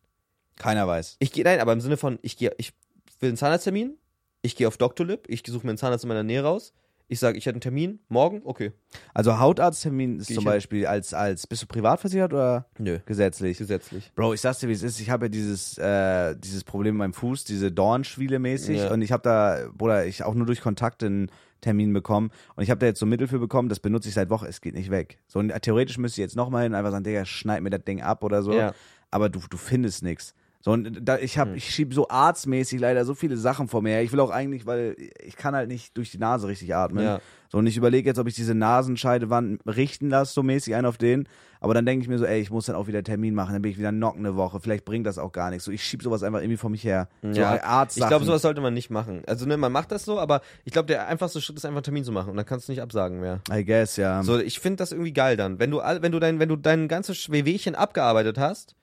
Speaker 1: Keiner weiß.
Speaker 2: Ich gehe, nein, aber im Sinne von, ich gehe, ich will einen Zahnarzttermin, ich gehe auf Doctolib, ich suche mir einen Zahnarzt in meiner Nähe raus, ich sage, ich hätte einen Termin, morgen, okay.
Speaker 1: Also Hautarzttermin ist
Speaker 2: Geh ich
Speaker 1: zum
Speaker 2: hin.
Speaker 1: Beispiel als, als, bist du privat versichert oder
Speaker 2: Nö.
Speaker 1: gesetzlich?
Speaker 2: Gesetzlich.
Speaker 1: Bro, ich sag's dir, wie es ist. Ich habe ja dieses, äh, dieses Problem mit meinem Fuß, diese Dornschwiele mäßig.
Speaker 2: Ja.
Speaker 1: Und ich habe da, Bruder, ich auch nur durch Kontakte einen Termin bekommen. Und ich habe da jetzt so Mittel für bekommen, das benutze ich seit Wochen, es geht nicht weg. So, und äh, theoretisch müsste ich jetzt nochmal hin, und einfach sagen, Digga, schneid mir das Ding ab oder so.
Speaker 2: Ja. Hm.
Speaker 1: Aber du, du findest nichts. So, und äh, da, ich, hab, ich schieb so arztmäßig leider so viele Sachen vor mir her. Ich will auch eigentlich, weil ich kann halt nicht durch die Nase richtig atmen.
Speaker 2: Ja.
Speaker 1: ne? So, und ich überlege jetzt, ob ich diese Nasenscheidewand richten lasse, so mäßig einen auf den. Aber dann denke ich mir so, ey, ich muss dann auch wieder Termin machen, dann bin ich wieder knocken eine Woche. Vielleicht bringt das auch gar nichts. So, ich schieb sowas einfach irgendwie vor mich her. So
Speaker 2: Ja.
Speaker 1: Arzt
Speaker 2: Ich glaube, sowas sollte man nicht machen. Also ne, man macht das so, aber ich glaube, der einfachste Schritt ist einfach einen Termin zu machen und dann kannst du nicht absagen mehr.
Speaker 1: I guess, ja.
Speaker 2: So, ich finde das irgendwie geil dann. Wenn du, all, wenn du dein, wenn du dein ganzes Wehwehchen abgearbeitet hast,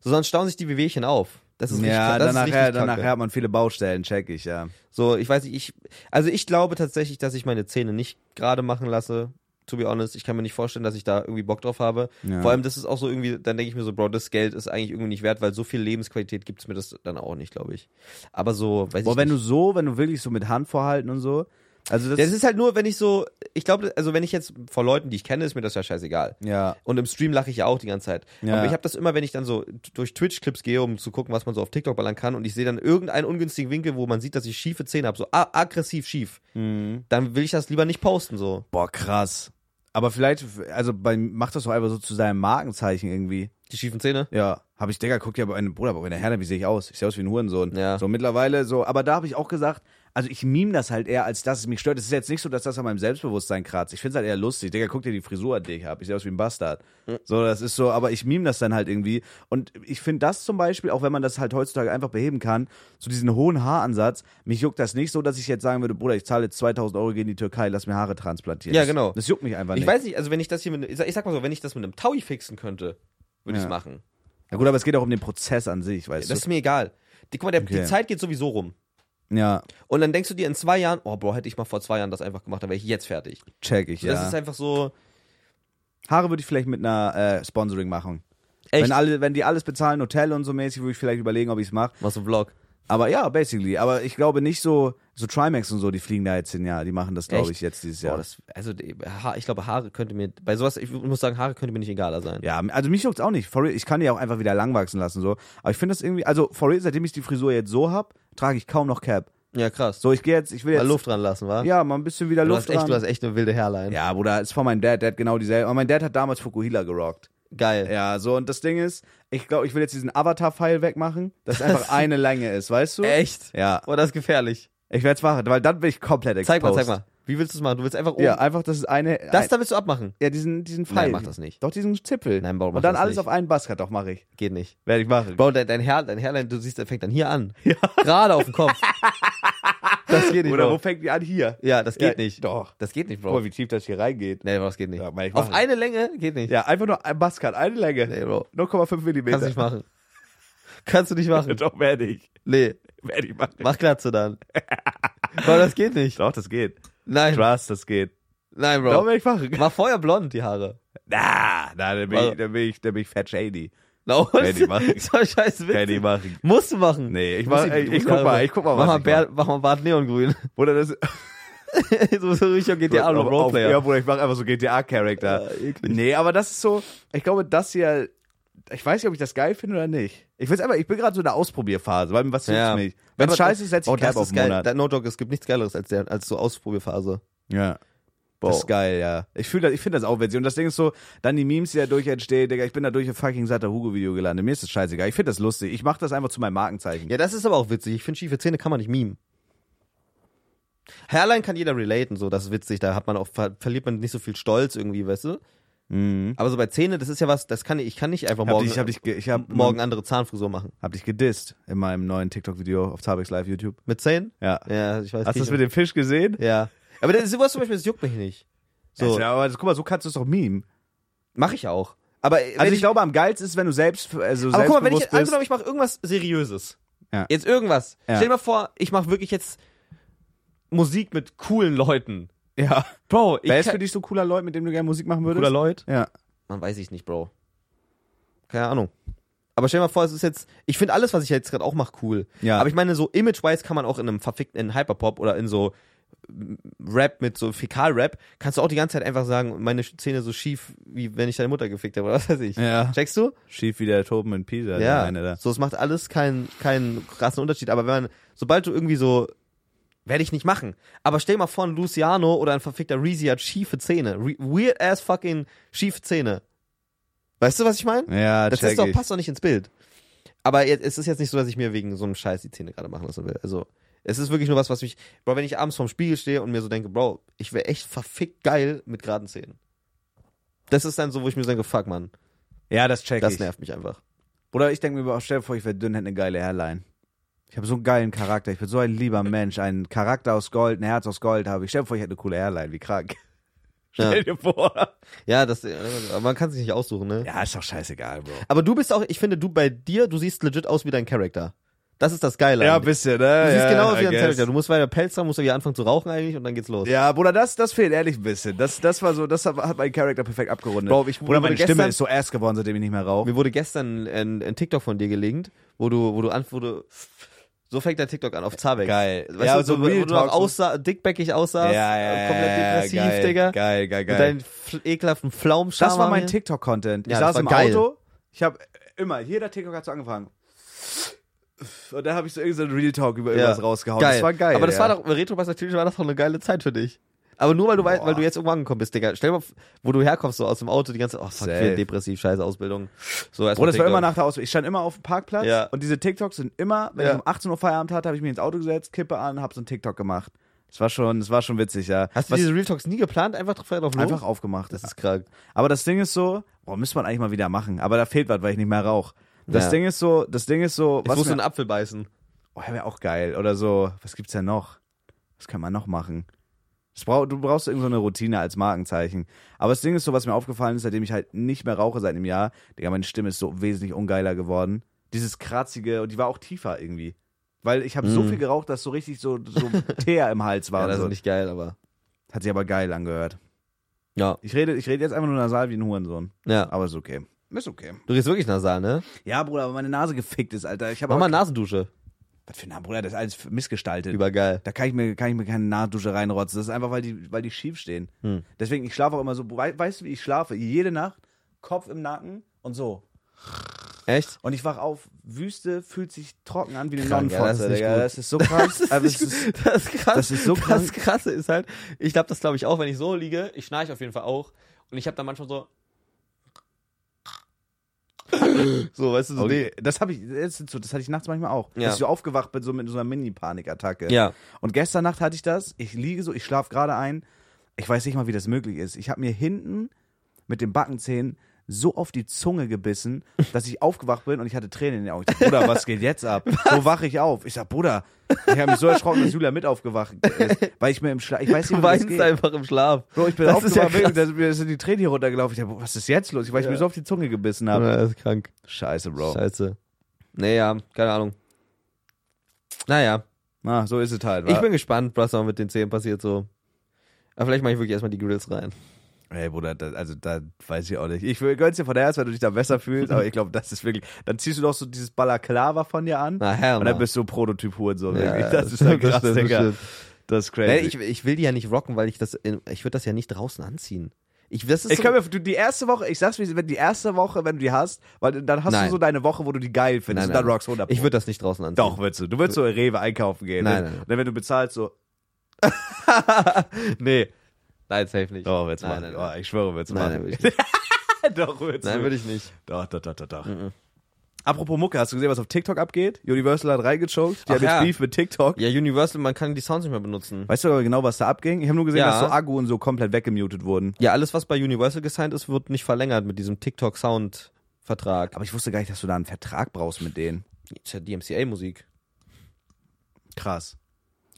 Speaker 2: so sonst stauen sich die Wehwehchen auf. Das ist richtig,
Speaker 1: ja,
Speaker 2: das
Speaker 1: dann
Speaker 2: ist
Speaker 1: nachher,
Speaker 2: richtig
Speaker 1: dann
Speaker 2: kacke.
Speaker 1: nachher hat man viele Baustellen, check ich, ja.
Speaker 2: So, ich weiß nicht, ich, also ich glaube tatsächlich, dass ich meine Zähne nicht gerade machen lasse. To be honest, ich kann mir nicht vorstellen, dass ich da irgendwie Bock drauf habe.
Speaker 1: Ja.
Speaker 2: Vor allem, das ist auch so irgendwie, dann denke ich mir so, Bro, das Geld ist eigentlich irgendwie nicht wert, weil so viel Lebensqualität gibt's mir das dann auch nicht, glaube ich. Aber so, weiß
Speaker 1: Boah,
Speaker 2: ich
Speaker 1: wenn du
Speaker 2: nicht.
Speaker 1: so, wenn du wirklich so mit Hand vorhalten und so. Also das,
Speaker 2: Ja, das ist halt nur, wenn ich so, ich glaube, also wenn ich jetzt vor Leuten, die ich kenne, ist mir das ja scheißegal.
Speaker 1: ja.
Speaker 2: Und im Stream lache ich ja auch die ganze Zeit.
Speaker 1: Ja.
Speaker 2: Aber ich habe das immer, wenn ich dann so t- durch Twitch-Clips gehe, um zu gucken, was man so auf TikTok ballern kann, und ich sehe dann irgendeinen ungünstigen Winkel, wo man sieht, dass ich schiefe Zähne habe, so a- aggressiv schief,
Speaker 1: Mhm.
Speaker 2: dann will ich das lieber nicht posten, so.
Speaker 1: Boah, krass. Aber vielleicht, also bei, mach das doch einfach so zu seinem Markenzeichen irgendwie.
Speaker 2: Die schiefen Zähne.
Speaker 1: Ja, habe ich, Digga, guck ja bei einem Bruder, aber in der Herne, wie sehe ich aus? Ich sehe aus wie ein Hurensohn.
Speaker 2: Ja.
Speaker 1: So mittlerweile so, aber da habe ich auch gesagt, also ich meme das halt eher, als dass es mich stört. Es ist jetzt nicht so, dass das an meinem Selbstbewusstsein kratzt. Ich find's halt eher lustig. Digga, guck dir die Frisur an, die ich habe. Ich sehe aus wie ein Bastard.
Speaker 2: Hm.
Speaker 1: So, das ist so, aber ich meme das dann halt irgendwie. Und ich find das zum Beispiel, auch wenn man das halt heutzutage einfach beheben kann, so diesen hohen Haaransatz, mich juckt das nicht so, dass ich jetzt sagen würde, Bruder, ich zahle jetzt 2000 Euro gegen die Türkei, lass mir Haare transplantieren.
Speaker 2: Ja,
Speaker 1: Das-
Speaker 2: genau.
Speaker 1: Das juckt mich einfach
Speaker 2: Ich
Speaker 1: nicht.
Speaker 2: weiß nicht, also wenn ich das hier mit, ich sag- ich sag mal so, wenn ich das mit einem Taui fixen könnte, würde
Speaker 1: Ja.
Speaker 2: ich es machen.
Speaker 1: Ja gut, aber es geht auch um den Prozess an sich, weißt
Speaker 2: Das ist mir egal. Die, guck mal, der,
Speaker 1: Okay.
Speaker 2: die Zeit geht sowieso rum.
Speaker 1: du? Ja,
Speaker 2: Und dann denkst du dir in zwei Jahren, oh Bro, hätte ich mal vor zwei Jahren das einfach gemacht, dann wäre ich jetzt fertig.
Speaker 1: check ich,
Speaker 2: So,
Speaker 1: ja.
Speaker 2: Das ist einfach so.
Speaker 1: Haare würde ich vielleicht mit einer äh, Sponsoring machen.
Speaker 2: Echt?
Speaker 1: Wenn, alle, wenn die alles bezahlen, Hotel und so mäßig, würde ich vielleicht überlegen, ob ich es mache.
Speaker 2: Machst du einen Vlog?
Speaker 1: Aber ja, basically. Aber ich glaube nicht so, so Trimax und so, die fliegen da jetzt hin, ja. Die machen das, glaube
Speaker 2: Echt?
Speaker 1: ich, jetzt dieses
Speaker 2: Ja.
Speaker 1: Jahr.
Speaker 2: Boah, das, also die- Ha- ich glaube, Haare könnte mir. Bei sowas, ich muss sagen, Haare könnte mir nicht egaler sein.
Speaker 1: ja, also mich juckt's auch nicht. For real, ich kann die auch einfach wieder lang wachsen lassen, so. Aber ich finde das irgendwie, also for real, seitdem ich die Frisur jetzt so hab, trage ich kaum noch Cap.
Speaker 2: Ja, krass.
Speaker 1: So, ich gehe jetzt, ich will
Speaker 2: mal
Speaker 1: jetzt.
Speaker 2: Luft dran lassen, wa?
Speaker 1: Ja, mal ein bisschen wieder
Speaker 2: du,
Speaker 1: Luft
Speaker 2: hast echt,
Speaker 1: dran.
Speaker 2: du hast echt eine wilde Hairline.
Speaker 1: ja, Bruder, ist von meinem Dad, der hat genau dieselbe. Aber mein Dad hat damals Fukuhila gerockt.
Speaker 2: Geil.
Speaker 1: Ja, so, und das Ding ist, ich glaube, ich will jetzt diesen Avatar-File wegmachen, dass
Speaker 2: [LAUGHS]
Speaker 1: einfach eine Länge ist, weißt du?
Speaker 2: Echt?
Speaker 1: Ja,
Speaker 2: Boah, das ist gefährlich.
Speaker 1: ich werde es machen, weil dann bin ich komplett exposed.
Speaker 2: Zeig mal, zeig mal. Wie willst du es machen? Du willst einfach oben.
Speaker 1: Ja, äh, einfach, dass es eine.
Speaker 2: das da willst du abmachen.
Speaker 1: Ja, diesen, diesen Pfeil.
Speaker 2: Nein, mach das nicht.
Speaker 1: Doch, diesen Zipfel.
Speaker 2: Nein, Bro, mach
Speaker 1: Und dann
Speaker 2: das
Speaker 1: alles
Speaker 2: nicht.
Speaker 1: auf einen Basket, doch, mache ich.
Speaker 2: Geht nicht.
Speaker 1: Werde ich machen.
Speaker 2: Bro, dein, dein, Hair, dein Hairline, du siehst, der fängt dann
Speaker 1: [LAUGHS]
Speaker 2: hier an. Gerade auf dem Kopf. Das geht nicht,
Speaker 1: Oder wo
Speaker 2: Bro.
Speaker 1: fängt die an? Hier. [LAUGHS]
Speaker 2: Ja, das geht
Speaker 1: Ja,
Speaker 2: nicht.
Speaker 1: Doch.
Speaker 2: Das geht nicht,
Speaker 1: Guck mal,
Speaker 2: Bro.
Speaker 1: wie tief das hier reingeht.
Speaker 2: Nee, Bro, das geht nicht.
Speaker 1: Ja, mach ich
Speaker 2: auf
Speaker 1: machen.
Speaker 2: eine Länge geht nicht.
Speaker 1: Ja, einfach nur ein Baskat, eine Länge.
Speaker 2: Nee, Bro.
Speaker 1: 0,5 Millimeter.
Speaker 2: Kannst du nicht machen.
Speaker 1: [LAUGHS]
Speaker 2: Kannst du nicht machen.
Speaker 1: Doch, werde ich.
Speaker 2: Nee.
Speaker 1: Werde ich machen.
Speaker 2: Mach Glatze
Speaker 1: [LAUGHS]
Speaker 2: dann. Bro, das geht nicht.
Speaker 1: Doch, das geht.
Speaker 2: Nein,
Speaker 1: Trust, das geht.
Speaker 2: nein,
Speaker 1: Doch,
Speaker 2: Bro.
Speaker 1: werde ich machen.
Speaker 2: Mach vorher blond die Haare.
Speaker 1: Na, na, dann
Speaker 2: Also
Speaker 1: bin ich, dann bin ich, dann bin ich Fat Shady.
Speaker 2: Na und?
Speaker 1: Kann ich
Speaker 2: [LAUGHS]
Speaker 1: machen.
Speaker 2: Das war scheiß
Speaker 1: Kann ich
Speaker 2: Witz.
Speaker 1: machen.
Speaker 2: Musst du machen.
Speaker 1: Nee, ich
Speaker 2: Muss
Speaker 1: mach, ich, ich guck mal, ich guck mal,
Speaker 2: mach
Speaker 1: was
Speaker 2: mal,
Speaker 1: ich
Speaker 2: Bär, mach mal Bart Neongrün. [LAUGHS]
Speaker 1: mach. [LAUGHS] Oder das,
Speaker 2: so so richtig GTA und
Speaker 1: auf- auf- Ja,
Speaker 2: Roleplayer.
Speaker 1: Bruder, ich mache einfach so GTA-Charakter.
Speaker 2: Ja, eklig.
Speaker 1: nee, aber das ist so, ich glaube, das hier, ich weiß nicht, ob ich das geil finde oder nicht. Ich weiß aber, ich bin gerade so in der Ausprobierphase, weil was juckt's
Speaker 2: Ja.
Speaker 1: mich? Wenn
Speaker 2: Aber
Speaker 1: scheiße ist, setze ich
Speaker 2: Oh, das
Speaker 1: Cap auf
Speaker 2: ist
Speaker 1: den
Speaker 2: geil.
Speaker 1: Monat.
Speaker 2: Da- No joke, es gibt nichts Geileres als, der, als so Ausprobierphase.
Speaker 1: ja.
Speaker 2: Boah.
Speaker 1: Das ist geil, ja. Ich fühle das, ich finde das auch witzig. Und das Ding ist so, dann die Memes, die dadurch entstehen, Digga, ich bin da durch ein fucking satter Hugo-Video gelandet. Mir ist das scheißegal. Ich finde das lustig. Ich mache das einfach zu meinem Markenzeichen.
Speaker 2: Ja, das ist aber auch witzig. Ich finde, schiefe Zähne kann man nicht mimen. Hairline kann jeder relaten, so, das ist witzig. Da hat man auch, ver verliert man nicht so viel Stolz irgendwie, weißt du?
Speaker 1: Mhm.
Speaker 2: Aber so bei Zähne, das ist ja was, das kann ich, ich kann nicht einfach
Speaker 1: Ich hab
Speaker 2: morgen,
Speaker 1: dich, ich hab dich, ge- ich hab,
Speaker 2: [LAUGHS] morgen andere Zahnfrisur machen.
Speaker 1: hab dich gedisst in meinem neuen TikTok-Video auf Tabex Live YouTube.
Speaker 2: Mit Zähnen?
Speaker 1: Ja.
Speaker 2: Ja, ich weiß
Speaker 1: Hast du
Speaker 2: nicht.
Speaker 1: das mit dem Fisch gesehen?
Speaker 2: Ja. Aber das, sowas zum Beispiel, das juckt mich nicht. So,
Speaker 1: Ja, aber das- guck mal, so kannst du es doch meme.
Speaker 2: mache ich auch. Aber,
Speaker 1: Also ich, glaube, am geilsten ist, wenn du selbst, also
Speaker 2: aber guck mal, wenn ich,
Speaker 1: selbstbewusst bist.
Speaker 2: angenommen, ich mache irgendwas Seriöses.
Speaker 1: Ja.
Speaker 2: Jetzt irgendwas.
Speaker 1: Ja.
Speaker 2: Stell dir mal vor, ich mache wirklich jetzt Musik mit coolen Leuten.
Speaker 1: ja.
Speaker 2: Bro, ich
Speaker 1: Wer ist
Speaker 2: kann-
Speaker 1: für dich so cooler Leut, mit dem du gerne Musik machen würdest?
Speaker 2: cooler Leute.
Speaker 1: Ja.
Speaker 2: Man weiß ich nicht, Bro. Keine Ahnung. Aber stell dir mal vor, es ist jetzt, ich finde alles, was ich jetzt gerade auch mache, cool.
Speaker 1: Ja.
Speaker 2: Aber ich meine, so image-wise kann man auch in einem verfickten in Hyperpop oder in so mm, Rap mit so Fäkal-Rap, kannst du auch die ganze Zeit einfach sagen, meine Zähne so schief, wie wenn ich deine Mutter gefickt habe oder was weiß ich.
Speaker 1: Ja.
Speaker 2: Checkst du?
Speaker 1: Schief wie der Toben in Pisa, der
Speaker 2: Ja.
Speaker 1: eine da.
Speaker 2: So, es macht alles keinen keinen krassen Unterschied. Aber wenn man, sobald du irgendwie so, werde ich nicht machen. Aber stell dir mal vor, ein Luciano oder ein verfickter Reezy hat schiefe Zähne. Re weird ass fucking schiefe Zähne. Weißt du, was ich meine?
Speaker 1: Ja,
Speaker 2: Das
Speaker 1: check
Speaker 2: ist doch,
Speaker 1: ich.
Speaker 2: passt doch nicht ins Bild. Aber jetzt, es ist jetzt nicht so, dass ich mir wegen so einem Scheiß die Zähne gerade machen lassen will. Also, es ist wirklich nur was, was mich, Bro, wenn ich abends vorm Spiegel stehe und mir so denke, Bro, ich wäre echt verfickt geil mit geraden Zähnen. Das ist dann so, wo ich mir so denke, fuck, Mann,
Speaker 1: Ja, das check
Speaker 2: das
Speaker 1: ich.
Speaker 2: nervt mich einfach.
Speaker 1: Oder ich denke mir, aber, stell dir vor, ich wäre dünn, hätte eine geile Hairline. Ich habe so einen geilen Charakter. Ich bin so ein lieber Mensch. Ein Charakter aus Gold, ein Herz aus Gold habe ich. Stell dir vor, ich hätte eine coole Hairline. Wie krank.
Speaker 2: Ja.
Speaker 1: Stell dir vor.
Speaker 2: Ja, das, äh, aber man kann sich nicht aussuchen, ne?
Speaker 1: Ja, ist doch scheißegal, Bro.
Speaker 2: Aber du bist auch, ich finde, du bei dir, du siehst legit aus wie dein Charakter. Das ist das Geile.
Speaker 1: Ja,
Speaker 2: eigentlich.
Speaker 1: bisschen, ne?
Speaker 2: du siehst
Speaker 1: ja,
Speaker 2: genau aus
Speaker 1: I
Speaker 2: wie dein
Speaker 1: guess.
Speaker 2: Charakter. Du musst weiter Pelz haben, musst du wieder anfangen zu rauchen eigentlich und dann geht's los.
Speaker 1: Ja, Bruder, das, das fehlt ehrlich ein bisschen. Das, das war so, das hat- hat mein Charakter perfekt abgerundet.
Speaker 2: Bro, ich-
Speaker 1: Bruder, meine
Speaker 2: gestern-
Speaker 1: Stimme ist so ass geworden, seitdem ich nicht mehr rauche.
Speaker 2: Mir wurde gestern ein, ein TikTok von dir gelingt, wo du, wo du an, wo du, so fängt dein TikTok an, auf Zabex.
Speaker 1: Geil.
Speaker 2: Weißt
Speaker 1: Ja,
Speaker 2: du, so,
Speaker 1: so
Speaker 2: wo,
Speaker 1: Real
Speaker 2: wo du auch
Speaker 1: Talk, so-
Speaker 2: aussah, dickbäckig aussahst, äh, komplett depressiv,
Speaker 1: geil,
Speaker 2: Digga.
Speaker 1: Geil, geil,
Speaker 2: Mit
Speaker 1: geil.
Speaker 2: deinen fl- ekelhaften Pflaumenscham.
Speaker 1: das war mein TikTok-Content. Ich
Speaker 2: Ja, das
Speaker 1: saß
Speaker 2: war
Speaker 1: im
Speaker 2: geil.
Speaker 1: Auto. Ich habe immer, jeder TikTok hat so angefangen. Und dann habe ich so irgendeinen Real Talk über irgendwas rausgehauen. Das war geil.
Speaker 2: Aber das
Speaker 1: ja.
Speaker 2: war doch, Retro natürlich war das doch eine geile Zeit für dich. Aber nur weil du weißt,
Speaker 1: Boah.
Speaker 2: weil du jetzt irgendwo angekommen bist, Digga. Stell dir mal, f- wo du herkommst, so aus dem Auto, die ganze Oh, fuck,
Speaker 1: Safe.
Speaker 2: viel depressiv, scheiße Ausbildung. So
Speaker 1: Bro,
Speaker 2: erstmal
Speaker 1: das war
Speaker 2: TikTok.
Speaker 1: immer nach der Ausbildung. Ich stand immer auf dem Parkplatz
Speaker 2: Ja.
Speaker 1: und diese TikToks sind immer, wenn
Speaker 2: Ja.
Speaker 1: ich um 18 Uhr Feierabend hatte, habe ich mich ins Auto gesetzt, Kippe an, habe so einen TikTok gemacht. Das war schon, das war schon witzig, ja.
Speaker 2: Hast du
Speaker 1: Was-
Speaker 2: diese Real Talks nie geplant? Einfach drauf drauf los?
Speaker 1: einfach aufgemacht.
Speaker 2: Das ist krank.
Speaker 1: Aber das Ding ist so, boah, müsste man eigentlich mal wieder machen. Aber da fehlt was, weil ich nicht mehr rauche. Das
Speaker 2: Ja.
Speaker 1: Ding ist so, das Ding ist so,
Speaker 2: Jetzt
Speaker 1: was
Speaker 2: musst du
Speaker 1: mir,
Speaker 2: einen Apfel beißen.
Speaker 1: oh, wäre auch geil. Oder so, was gibt's denn noch? Was kann man noch machen? Das brau- du brauchst irgendeine so eine Routine als Markenzeichen. Aber das Ding ist so, was mir aufgefallen ist, seitdem ich halt nicht mehr rauche seit einem Jahr, Digga, meine Stimme ist so wesentlich ungeiler geworden. Dieses kratzige, und die war auch tiefer irgendwie. Weil ich habe so
Speaker 2: Mhm.
Speaker 1: viel geraucht, dass so richtig so, so Teer im Hals war.
Speaker 2: Ja, das
Speaker 1: und so.
Speaker 2: ist nicht geil, aber.
Speaker 1: Hat sich aber geil angehört.
Speaker 2: Ja.
Speaker 1: Ich rede, ich rede jetzt einfach nur nasal wie ein Hurensohn.
Speaker 2: Ja.
Speaker 1: Aber ist okay. Ist okay.
Speaker 2: Du riechst wirklich nasal, ne?
Speaker 1: Ja, Bruder, aber meine Nase gefickt ist, Alter. Ich habe
Speaker 2: Mach mal Nasendusche.
Speaker 1: Was für ein Bruder, das ist alles missgestaltet.
Speaker 2: Übergeil.
Speaker 1: Da kann ich mir, kann ich mir keine Nahtdusche reinrotzen. Das ist einfach, weil die, weil die schief stehen.
Speaker 2: Hm.
Speaker 1: Deswegen, ich schlafe auch immer so. Wei- Weißt du, wie ich schlafe? Jede Nacht, Kopf im Nacken und so.
Speaker 2: Echt?
Speaker 1: Und ich wach auf, Wüste fühlt sich trocken an wie eine
Speaker 2: Krank, ja, das ist
Speaker 1: Nonnenfotze.
Speaker 2: nicht
Speaker 1: Digga.
Speaker 2: gut.
Speaker 1: das ist so
Speaker 2: [LAUGHS]
Speaker 1: krass. aber es
Speaker 2: nicht
Speaker 1: ist,
Speaker 2: gut. das ist krass.
Speaker 1: das ist so
Speaker 2: Das Krasse ist halt, ich glaube, das glaube ich auch, wenn ich so liege, ich schnarche auf jeden Fall auch. Und ich habe dann
Speaker 1: [LAUGHS]
Speaker 2: manchmal so. so, weißt du, so.
Speaker 1: okay. Das habe ich, das, ist so, das hatte ich nachts manchmal auch.
Speaker 2: Ja.
Speaker 1: Dass ich so aufgewacht bin, so mit so einer Mini-Panikattacke.
Speaker 2: Ja.
Speaker 1: Und gestern Nacht hatte ich das. Ich liege so, ich schlafe gerade ein. Ich weiß nicht mal, wie das möglich ist. Ich habe mir hinten mit den Backenzähnen so auf die Zunge gebissen, dass ich aufgewacht bin und ich hatte Tränen in den Augen. Ich dachte, Bruder, was geht jetzt
Speaker 2: [LAUGHS]
Speaker 1: ab? So wache ich auf. Ich sag, Bruder, ich habe mich so erschrocken, dass Julia mit aufgewacht ist, weil ich mir im Schlaf, ich weiß
Speaker 2: Du
Speaker 1: nicht, wie das
Speaker 2: weinst
Speaker 1: geht.
Speaker 2: einfach im Schlaf.
Speaker 1: Bro, ich bin
Speaker 2: Das ist ja
Speaker 1: aufgewacht, wirklich,
Speaker 2: krass.
Speaker 1: dass mir sind die Tränen hier runtergelaufen. Ich dachte, was ist jetzt los? Weil ich
Speaker 2: Ja.
Speaker 1: mir so auf die Zunge gebissen habe.
Speaker 2: Ja, das ist krank.
Speaker 1: Scheiße, Bro.
Speaker 2: Scheiße. Naja, keine Ahnung. Naja,
Speaker 1: Na, so ist es halt, wa?
Speaker 2: ich bin gespannt, was da mit den Zähnen passiert so. Aber vielleicht mache ich wirklich erstmal die Grills rein.
Speaker 1: Ey, Bruder, da, also da weiß ich auch nicht. Ich will- gönn's dir von Herzen, wenn du dich da besser fühlst, aber ich glaube, das ist wirklich. Dann ziehst du doch so dieses Balaklava von dir an
Speaker 2: Na, Herr,
Speaker 1: und dann bist du Prototyp Hurensohn.
Speaker 2: Ja,
Speaker 1: wirklich.
Speaker 2: ja,
Speaker 1: das ist ja
Speaker 2: [LAUGHS] das
Speaker 1: krass,
Speaker 2: stimmt, das
Speaker 1: Digga.
Speaker 2: stimmt.
Speaker 1: Das ist crazy.
Speaker 2: Nee,
Speaker 1: ich
Speaker 2: ich, ich will die ja nicht rocken, weil ich das, in, ich würde das ja nicht draußen anziehen. Ich, das ist so,
Speaker 1: kann mir, du, die erste Woche, ich sag's mir, wenn die erste Woche, wenn du die hast, weil dann hast
Speaker 2: Nein.
Speaker 1: du so deine Woche, wo du die geil findest
Speaker 2: Nein,
Speaker 1: und dann
Speaker 2: nein.
Speaker 1: rockst 100
Speaker 2: ich würde das nicht draußen anziehen.
Speaker 1: Doch, würdest du. Du würdest so in Rewe einkaufen gehen. ne?
Speaker 2: Nein, nein, nein.
Speaker 1: Und dann, wenn du bezahlst, so, [LAUGHS]
Speaker 2: Nee. Nein, safe nicht.
Speaker 1: doch, willst du
Speaker 2: Nein,
Speaker 1: machen.
Speaker 2: nein, nein.
Speaker 1: Oh, ich schwöre, willst du
Speaker 2: Nein, nein,
Speaker 1: [LAUGHS] machen.
Speaker 2: [LAUGHS] würde ich nicht.
Speaker 1: doch, willst
Speaker 2: Nein,
Speaker 1: du.
Speaker 2: würde ich nicht.
Speaker 1: Doch, doch, doch, doch, doch.
Speaker 2: Mhm.
Speaker 1: Apropos Mucke, hast du gesehen, was auf TikTok abgeht? Universal hat reingechoked. Die
Speaker 2: Ach
Speaker 1: haben jetzt
Speaker 2: ja.
Speaker 1: Beef mit TikTok.
Speaker 2: Ja, Universal, man kann die Sounds nicht mehr benutzen.
Speaker 1: Weißt du aber genau, was da abging? Ich habe nur gesehen,
Speaker 2: Ja.
Speaker 1: dass so Aggo und so komplett weggemutet wurden.
Speaker 2: Ja, alles, was bei Universal gesigned ist, wird nicht verlängert mit diesem TikTok-Sound-Vertrag.
Speaker 1: Aber ich wusste gar nicht, dass du da einen Vertrag brauchst mit denen.
Speaker 2: Ist ja DMCA-Musik.
Speaker 1: Krass.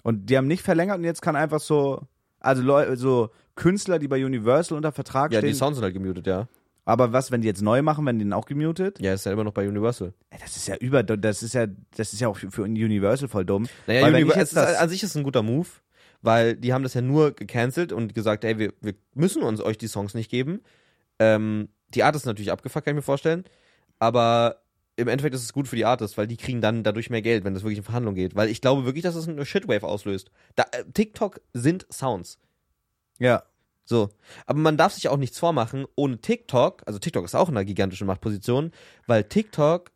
Speaker 1: Und die haben nicht verlängert und jetzt kann einfach so, also Leu so Künstler, die bei Universal unter Vertrag
Speaker 2: Ja, die
Speaker 1: stehen.
Speaker 2: Sounds sind halt gemutet, ja.
Speaker 1: aber was, wenn die jetzt neu machen, werden die dann auch gemutet?
Speaker 2: Ja, ist ja immer noch bei Universal.
Speaker 1: Ey, Das ist ja über, das ist ja, das ist ja auch für für Universal voll dumm.
Speaker 2: Naja,
Speaker 1: Weil wenn ich
Speaker 2: Universal
Speaker 1: jetzt
Speaker 2: ist, halt-
Speaker 1: das,
Speaker 2: an sich ist es ein guter Move, weil die haben das ja nur gecancelt und gesagt, ey, wir, wir müssen uns euch die Songs nicht geben. Ähm, die Artist ist natürlich abgefuckt, kann ich mir vorstellen. Aber im Endeffekt ist es gut für die Artists, weil die kriegen dann dadurch mehr Geld, wenn das wirklich in Verhandlung geht. Weil ich glaube wirklich, dass das eine Shitwave auslöst. Da, äh, TikTok sind Sounds.
Speaker 1: ja,
Speaker 2: So. Aber man darf sich auch nichts vormachen, ohne TikTok, also TikTok ist auch in einer gigantischen Machtposition, weil TikTok,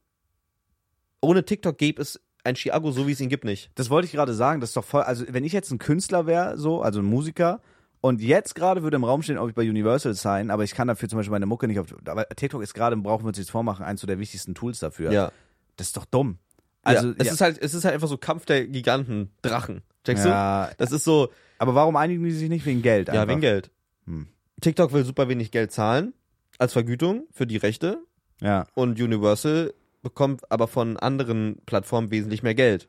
Speaker 2: ohne TikTok gäbe es ein Chiago, so wie es ihn gibt, nicht.
Speaker 1: Das wollte ich gerade sagen, das ist doch voll, also wenn ich jetzt ein Künstler wäre, so, also ein Musiker, und jetzt gerade würde im Raum stehen, ob ich bei Universal sein, aber ich kann dafür zum Beispiel meine Mucke nicht auf. Aber TikTok ist gerade, brauchen wir uns jetzt vormachen, eins so der wichtigsten Tools dafür. Das ist doch dumm. Also,
Speaker 2: Also es ist halt, es ist halt einfach so Kampf der Giganten, Drachen. Checkst
Speaker 1: ja,
Speaker 2: du? Das ist so,
Speaker 1: aber warum einigen die sich nicht wegen Geld?
Speaker 2: ja,
Speaker 1: einfach?
Speaker 2: wegen Geld.
Speaker 1: Hm.
Speaker 2: TikTok will super wenig Geld zahlen als Vergütung für die Rechte
Speaker 1: Ja.
Speaker 2: und Universal bekommt aber von anderen Plattformen wesentlich mehr Geld.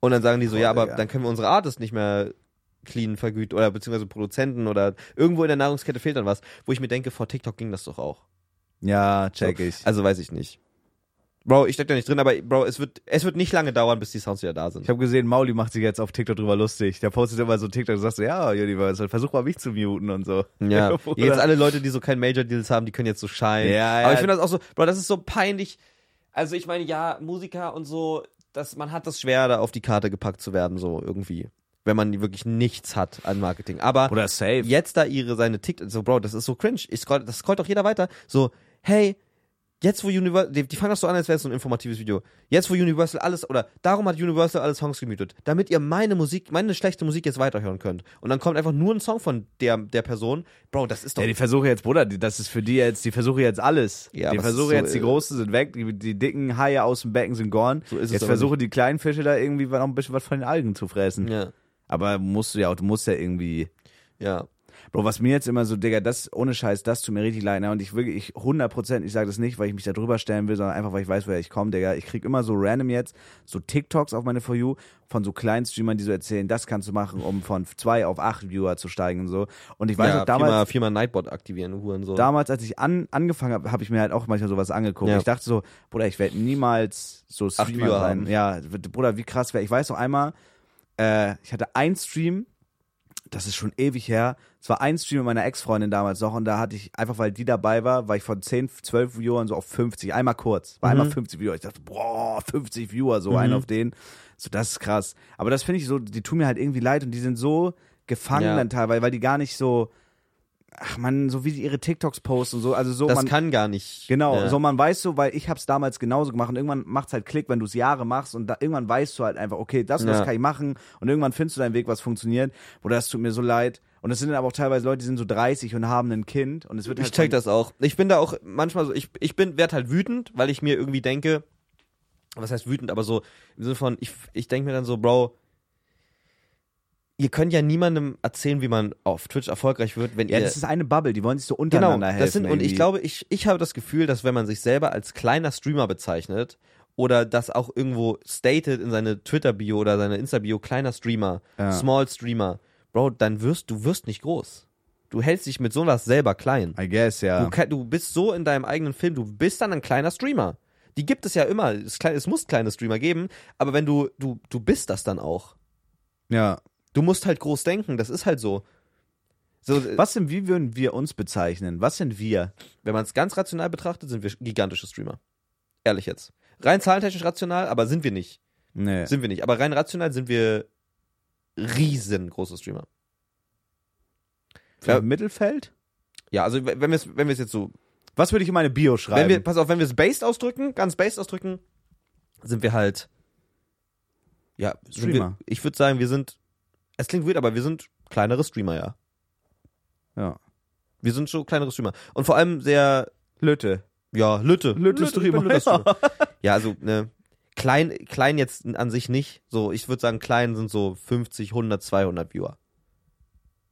Speaker 2: Und dann sagen die so,
Speaker 1: Voll,
Speaker 2: ja, aber
Speaker 1: Digga.
Speaker 2: dann können wir unsere Artists nicht mehr clean vergüten oder beziehungsweise Produzenten oder irgendwo in der Nahrungskette fehlt dann was, wo ich mir denke, vor TikTok ging das doch auch.
Speaker 1: Ja, check ich.
Speaker 2: Also weiß ich nicht. Bro, ich steck da nicht drin, aber Bro, es wird, es wird nicht lange dauern, bis die Sounds wieder da sind.
Speaker 1: Ich habe gesehen, Mauli macht sich jetzt auf TikTok drüber lustig. Der postet immer so TikTok und sagt so, ja, Universal, versuch mal mich zu muten und so.
Speaker 2: Ja,
Speaker 1: [LAUGHS] Bruder.
Speaker 2: jetzt alle Leute, die so kein Major Deals haben, die können jetzt so scheinen.
Speaker 1: Ja, ja.
Speaker 2: Aber ich finde das auch so, Bro, das ist so peinlich. Also ich meine, ja, Musiker und so, dass man hat das schwer, da auf die Karte gepackt zu werden, so irgendwie. Wenn man wirklich nichts hat an Marketing. Aber
Speaker 1: Oder safe.
Speaker 2: jetzt da ihre seine TikTok, so Bro, das ist so cringe. Ich scroll, das scrollt doch jeder weiter. So, hey, jetzt wo Universal, die, die fangen das so an, als wäre es so ein informatives Video. Jetzt wo Universal alles, oder darum hat Universal alle Songs gemütet, damit ihr meine Musik, meine schlechte Musik jetzt weiterhören könnt. Und dann kommt einfach nur ein Song von der, der Person. Bro, das ist doch.
Speaker 1: Ja, die versuche jetzt, Bruder, die, das ist für die jetzt, die versuche jetzt alles.
Speaker 2: Ja,
Speaker 1: die
Speaker 2: aber es ist
Speaker 1: versuche
Speaker 2: so,
Speaker 1: jetzt, die
Speaker 2: äh,
Speaker 1: großen sind weg, die, die dicken Haie aus dem Becken sind gone.
Speaker 2: So ist es
Speaker 1: jetzt
Speaker 2: aber
Speaker 1: versuche die kleinen Fische da irgendwie noch ein bisschen was von den Algen zu fressen.
Speaker 2: [LAUGHS] Ja.
Speaker 1: Aber musst du ja auch, du musst ja irgendwie.
Speaker 2: Ja.
Speaker 1: Bro, was mir jetzt immer so, Digga, das ohne Scheiß, das tut mir richtig leid. Ne? Und ich wirklich, ich 100%, ich sage das nicht, weil ich mich da drüber stellen will, sondern einfach, weil ich weiß, woher ich komme, Digga. Ich krieg immer so random jetzt so TikToks auf meine For You von so kleinen Streamern, die so erzählen, das kannst du machen, um von zwei auf acht Viewer zu steigen und so. Und ich weiß
Speaker 2: ja,
Speaker 1: noch damals,
Speaker 2: viermal, viermal Nightbot aktivieren, Hurensohn.
Speaker 1: damals, als ich an, angefangen habe, habe ich mir halt auch manchmal sowas angeguckt.
Speaker 2: Ja.
Speaker 1: Ich dachte so, Bruder, ich werde niemals so Streamer
Speaker 2: Viewer
Speaker 1: sein.
Speaker 2: haben.
Speaker 1: Ja, w- Bruder, wie krass wäre. Ich weiß noch einmal, äh, ich hatte ein Stream, das ist schon ewig her. Es war ein Stream mit meiner Ex-Freundin damals noch und da hatte ich, einfach weil die dabei war, war ich von 10, 12 Viewern so auf 50, einmal kurz, war
Speaker 2: Mhm.
Speaker 1: einmal 50 Viewer. Ich dachte, boah, 50 Viewer, so einen auf den. So, das ist krass. Aber das finde ich so, die tun mir halt irgendwie leid und die sind so gefangen
Speaker 2: Ja.
Speaker 1: dann teilweise, weil die gar nicht so, ach man, so wie die ihre TikToks posten und so, also so
Speaker 2: das
Speaker 1: man
Speaker 2: kann gar nicht.
Speaker 1: genau,
Speaker 2: Ja.
Speaker 1: so man weiß so, weil ich hab's damals genauso gemacht und irgendwann macht's halt Klick, wenn du es Jahre machst und da, irgendwann weißt du halt einfach, okay, das und das
Speaker 2: Ja.
Speaker 1: kann ich machen und irgendwann findest du deinen Weg, was funktioniert. Oder das tut mir so leid. Und es sind aber auch teilweise Leute, die sind so 30 und haben ein Kind und es wird
Speaker 2: Ich
Speaker 1: halt
Speaker 2: check
Speaker 1: von-
Speaker 2: das auch. Ich bin da auch manchmal so, ich, ich bin, werd halt wütend, weil ich mir irgendwie denke, was heißt wütend, aber so im Sinne von, ich, ich denke mir dann so, Bro, ihr könnt ja niemandem erzählen, wie man auf Twitch erfolgreich wird, wenn
Speaker 1: ja,
Speaker 2: ihr.
Speaker 1: das ist eine Bubble, die wollen sich so
Speaker 2: genau,
Speaker 1: untereinander helfen.
Speaker 2: das sind, und ich
Speaker 1: irgendwie.
Speaker 2: glaube, ich, ich habe das Gefühl, dass wenn man sich selber als kleiner Streamer bezeichnet oder das auch irgendwo stated in seine Twitter-Bio oder seine Insta-Bio, kleiner Streamer,
Speaker 1: Ja.
Speaker 2: Small Streamer, Bro, dann wirst du wirst nicht groß. Du hältst dich mit sowas selber klein.
Speaker 1: I guess, ja.
Speaker 2: Du, kann- du bist so in deinem eigenen Film, du bist dann ein kleiner Streamer. Die gibt es ja immer. Es, klei- es muss kleine Streamer geben, aber wenn du, du, du bist das dann auch.
Speaker 1: ja.
Speaker 2: Du musst halt groß denken, das ist halt so. so äh,
Speaker 1: Was sind, wie würden wir uns bezeichnen? Was sind wir?
Speaker 2: Wenn man es ganz rational betrachtet, sind wir gigantische Streamer. Ehrlich jetzt. Rein zahlentechnisch rational, aber sind wir nicht.
Speaker 1: Nee.
Speaker 2: Sind wir nicht. Aber rein rational sind wir riesengroße Streamer.
Speaker 1: Für Mittelfeld?
Speaker 2: Ja, also w- wenn wir es wenn wir's jetzt so
Speaker 1: Was würde ich in meine Bio schreiben?
Speaker 2: Wenn wir, pass auf, wenn wir es based ausdrücken, ganz based ausdrücken, sind wir halt. Ja, sind
Speaker 1: Streamer.
Speaker 2: wir, ich würde sagen, wir sind. Es klingt weird, aber wir sind kleinere Streamer, ja.
Speaker 1: ja.
Speaker 2: Wir sind schon kleinere Streamer. Und vor allem sehr.
Speaker 1: Lütte.
Speaker 2: Ja, Lütte.
Speaker 1: Lütte
Speaker 2: ich bin
Speaker 1: Streamer, [LAUGHS]
Speaker 2: Lütte Streamer. Ja, also, ne. Klein, klein jetzt an sich nicht. So, ich würde sagen, klein sind so 50, 100, 200 Viewer.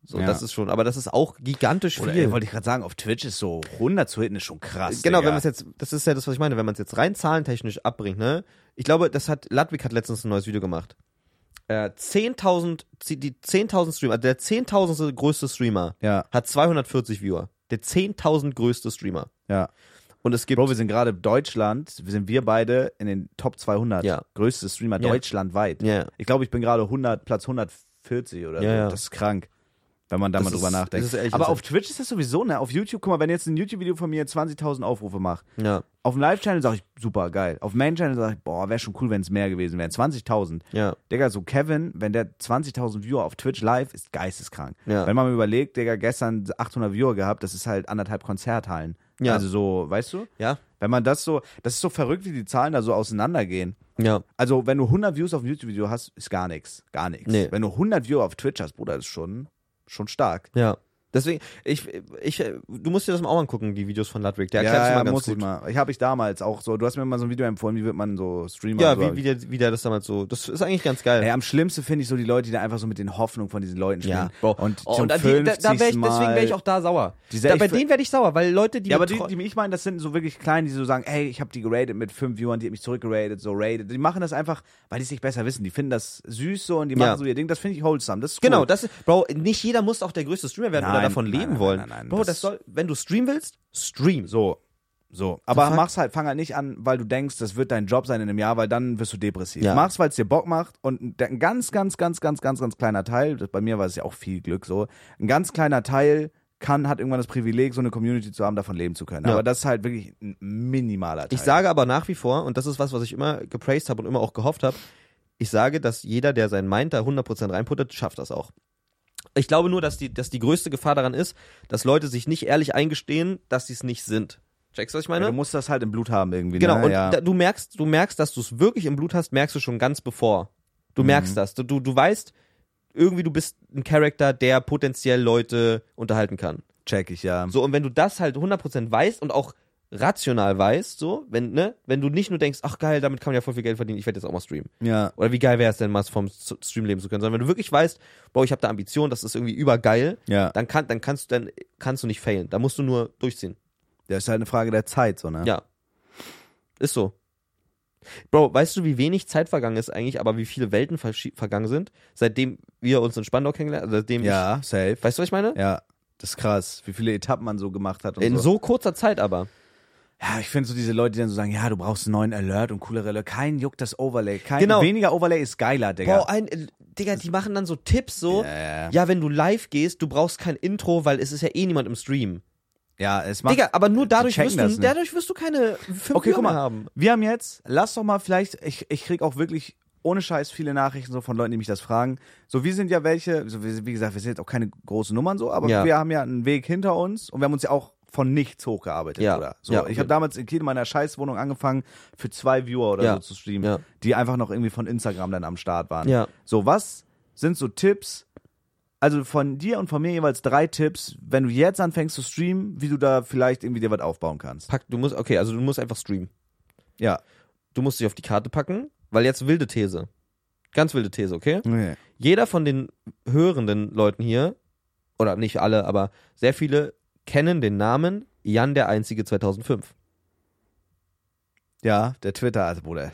Speaker 2: So,
Speaker 1: Ja.
Speaker 2: das ist schon, aber das ist auch gigantisch
Speaker 1: Oder
Speaker 2: viel.
Speaker 1: ey, wollte ich gerade sagen, auf Twitch ist so 100 zu hitten ist schon krass.
Speaker 2: Genau,
Speaker 1: Digga.
Speaker 2: wenn man es jetzt, das ist ja das, was ich meine, wenn man es jetzt rein zahlentechnisch abbringt, ne? Ich glaube, das hat, Ludwig hat letztens ein neues Video gemacht. Äh, 10.000, die die 10.000 Streamer, also der 10.000. größte Streamer
Speaker 1: Ja,
Speaker 2: hat 240 Viewer. Der 10.000 größte Streamer.
Speaker 1: ja.
Speaker 2: Und es gibt,
Speaker 1: Bro, wir sind gerade Deutschland, wir sind wir beide in den Top 200
Speaker 2: Ja.
Speaker 1: größte Streamer
Speaker 2: Ja.
Speaker 1: deutschlandweit.
Speaker 2: ja,
Speaker 1: Ich glaube, ich bin gerade 100, Platz 140 oder
Speaker 2: Ja,
Speaker 1: so.
Speaker 2: ja.
Speaker 1: Das ist krank, wenn man da
Speaker 2: Das
Speaker 1: mal drüber
Speaker 2: ist-
Speaker 1: nachdenkt.
Speaker 2: das ist echt
Speaker 1: Aber
Speaker 2: insane.
Speaker 1: auf Twitch ist das sowieso, ne? Auf YouTube, guck mal, wenn jetzt ein YouTube-Video von mir 20.000 Aufrufe macht,
Speaker 2: ja,
Speaker 1: auf dem Live-Channel sage ich, super, geil. Auf dem Main-Channel sage ich, boah, wäre schon cool, wenn es mehr gewesen wären. 20.000.
Speaker 2: ja,
Speaker 1: Digga, so Kevin, wenn der 20.000 Viewer auf Twitch live ist, geisteskrank.
Speaker 2: Ja.
Speaker 1: Wenn man mal überlegt, Digga, gestern 800 Viewer gehabt, das ist halt anderthalb Konzerthallen.
Speaker 2: Ja.
Speaker 1: Also so, weißt du?
Speaker 2: ja,
Speaker 1: Wenn man das so, das ist so verrückt, wie die Zahlen da so auseinandergehen.
Speaker 2: ja.
Speaker 1: Also, wenn du 100 Views auf ein YouTube-Video hast, ist gar nichts. Gar nichts.
Speaker 2: Nee.
Speaker 1: Wenn du 100 Viewer auf Twitch hast, Bruder, ist schon, schon stark.
Speaker 2: Ja. Deswegen, ich, ich, äh, du musst dir das mal auch angucken, die Videos von Ludwig. Der erklärt es
Speaker 1: ja,
Speaker 2: mal ganz
Speaker 1: muss
Speaker 2: gut.
Speaker 1: ich mal. Ich habe ich damals auch so, du hast mir mal so ein Video empfohlen, wie wird man so Streamer.
Speaker 2: Ja,
Speaker 1: und so.
Speaker 2: wie, wie, der, wie der das damals so, das ist eigentlich ganz geil.
Speaker 1: Ey, am schlimmsten finde ich so die Leute, die da einfach so mit den Hoffnungen von diesen Leuten spielen.
Speaker 2: Ja.
Speaker 1: Und,
Speaker 2: Oh,
Speaker 1: zum
Speaker 2: und an die, da, da wär ich,
Speaker 1: 50.
Speaker 2: deswegen
Speaker 1: Mal-
Speaker 2: wäre ich auch da sauer.
Speaker 1: Diese-
Speaker 2: Da,
Speaker 1: ich
Speaker 2: bei
Speaker 1: f-
Speaker 2: denen wäre ich sauer, weil Leute, die
Speaker 1: Ja, aber
Speaker 2: mit
Speaker 1: die,
Speaker 2: Tro-
Speaker 1: die ich meine, das sind so wirklich kleine, die so sagen, hey, ich habe die geratet mit fünf Viewern, die hat mich zurückgeratet, so rated. Die machen das einfach, weil die es nicht besser wissen. Die finden das süß so und die machen
Speaker 2: Ja.
Speaker 1: so ihr Ding. Das finde ich wholesome. Das ist
Speaker 2: Genau,
Speaker 1: cool.
Speaker 2: das ist, Bro, nicht jeder muss auch der größte Streamer werden oder
Speaker 1: Nein,
Speaker 2: davon
Speaker 1: nein,
Speaker 2: leben
Speaker 1: nein,
Speaker 2: wollen.
Speaker 1: nein, nein,
Speaker 2: Bro,
Speaker 1: das-
Speaker 2: das, soll, wenn du streamen willst, stream.
Speaker 1: so. So. Aber
Speaker 2: Fuck?
Speaker 1: mach's halt, fang halt nicht an, weil du denkst, das wird dein Job sein in einem Jahr, weil dann wirst du depressiv.
Speaker 2: Ja.
Speaker 1: Mach's, weil es dir Bock macht und ein ganz, ganz, ganz, ganz, ganz, ganz kleiner Teil, das, bei mir war es ja auch viel Glück so, ein ganz kleiner Teil kann, hat irgendwann das Privileg, so eine Community zu haben, davon leben zu können.
Speaker 2: Ja.
Speaker 1: Aber das ist halt wirklich ein minimaler Teil.
Speaker 2: Ich sage aber nach wie vor, und das ist was, was ich immer gepraised habe und immer auch gehofft habe, ich sage, dass jeder, der sein Mind da 100% reinputtet, schafft das auch. Ich glaube nur, dass die, dass die größte Gefahr daran ist, dass Leute sich nicht ehrlich eingestehen, dass sie es nicht sind. Checkst du, was ich
Speaker 1: Ja,
Speaker 2: meine?
Speaker 1: du musst das halt im Blut haben irgendwie.
Speaker 2: ne? Genau,
Speaker 1: ne?
Speaker 2: und
Speaker 1: ja.
Speaker 2: da, du merkst, du merkst, dass du es wirklich im Blut hast, merkst du schon ganz bevor. Du
Speaker 1: Mhm.
Speaker 2: merkst das. Du, du, du weißt, irgendwie du bist ein Charakter, der potenziell Leute unterhalten kann.
Speaker 1: check ich, ja.
Speaker 2: So, und wenn du das halt 100% weißt und auch rational weißt, so, wenn, ne, wenn du nicht nur denkst, ach geil, damit kann man ja voll viel Geld verdienen, ich werde jetzt auch mal streamen.
Speaker 1: ja.
Speaker 2: Oder wie geil wäre es denn, mal vom S- Stream leben zu können, sondern wenn du wirklich weißt, boah, ich habe da Ambition, das ist irgendwie übergeil,
Speaker 1: Ja.
Speaker 2: dann, kann, dann kannst du dann kannst du nicht failen. Da musst du nur durchziehen.
Speaker 1: Das ist halt eine Frage der Zeit, so, ne?
Speaker 2: Ja. Ist so. Bro, weißt du, wie wenig Zeit vergangen ist eigentlich, aber wie viele Welten verschi- vergangen sind, seitdem wir uns in Spandau kennengelernt haben? Also seitdem
Speaker 1: Ja, safe.
Speaker 2: ich, weißt du, was ich meine?
Speaker 1: Ja. Das ist krass, wie viele Etappen man so gemacht hat und
Speaker 2: in
Speaker 1: so.
Speaker 2: so kurzer Zeit aber.
Speaker 1: Ja, ich finde so diese Leute, die dann so sagen, ja, du brauchst einen neuen Alert und coolere Alert. Kein juckt das Overlay. Kein,
Speaker 2: Genau.
Speaker 1: Weniger Overlay ist geiler, Digga.
Speaker 2: Boah, also ein, äh, Digga, die machen dann so Tipps so.
Speaker 1: Ja, ja, ja.
Speaker 2: Ja, wenn du live gehst, du brauchst kein Intro, weil es ist ja eh niemand im Stream.
Speaker 1: ja, es macht...
Speaker 2: Digga, aber nur dadurch
Speaker 1: checken
Speaker 2: wirst,
Speaker 1: das
Speaker 2: du,
Speaker 1: nicht.
Speaker 2: dadurch wirst du keine fünf
Speaker 1: okay,
Speaker 2: Hörer
Speaker 1: guck mal.
Speaker 2: mehr haben.
Speaker 1: Wir haben jetzt, lass doch mal vielleicht, ich, ich krieg auch wirklich ohne Scheiß viele Nachrichten so von Leuten, die mich das fragen. So, wir sind ja welche, so, wir, sind- wie gesagt, wir sind jetzt auch keine großen Nummern so, aber
Speaker 2: Ja.
Speaker 1: wir haben ja einen Weg hinter uns und wir haben uns ja auch von nichts hochgearbeitet,
Speaker 2: Ja.
Speaker 1: oder? So,
Speaker 2: Ja, okay.
Speaker 1: ich habe damals in Kiel in meiner Scheißwohnung angefangen, für zwei Viewer oder
Speaker 2: Ja.
Speaker 1: so zu streamen,
Speaker 2: Ja.
Speaker 1: die einfach noch irgendwie von Instagram dann am Start waren.
Speaker 2: Ja.
Speaker 1: So, was sind so Tipps, also von dir und von mir jeweils drei Tipps, wenn du jetzt anfängst zu streamen, wie du da vielleicht irgendwie dir was aufbauen kannst.
Speaker 2: Pack, du musst, okay, also du musst einfach streamen.
Speaker 1: Ja.
Speaker 2: Du musst dich auf die Karte packen, weil jetzt wilde These. Ganz wilde These, okay?
Speaker 1: Okay.
Speaker 2: jeder von den hörenden Leuten hier, oder nicht alle, aber sehr viele, kennen den Namen Jan der Einzige 2005.
Speaker 1: Ja, der Twitter, also Bruder.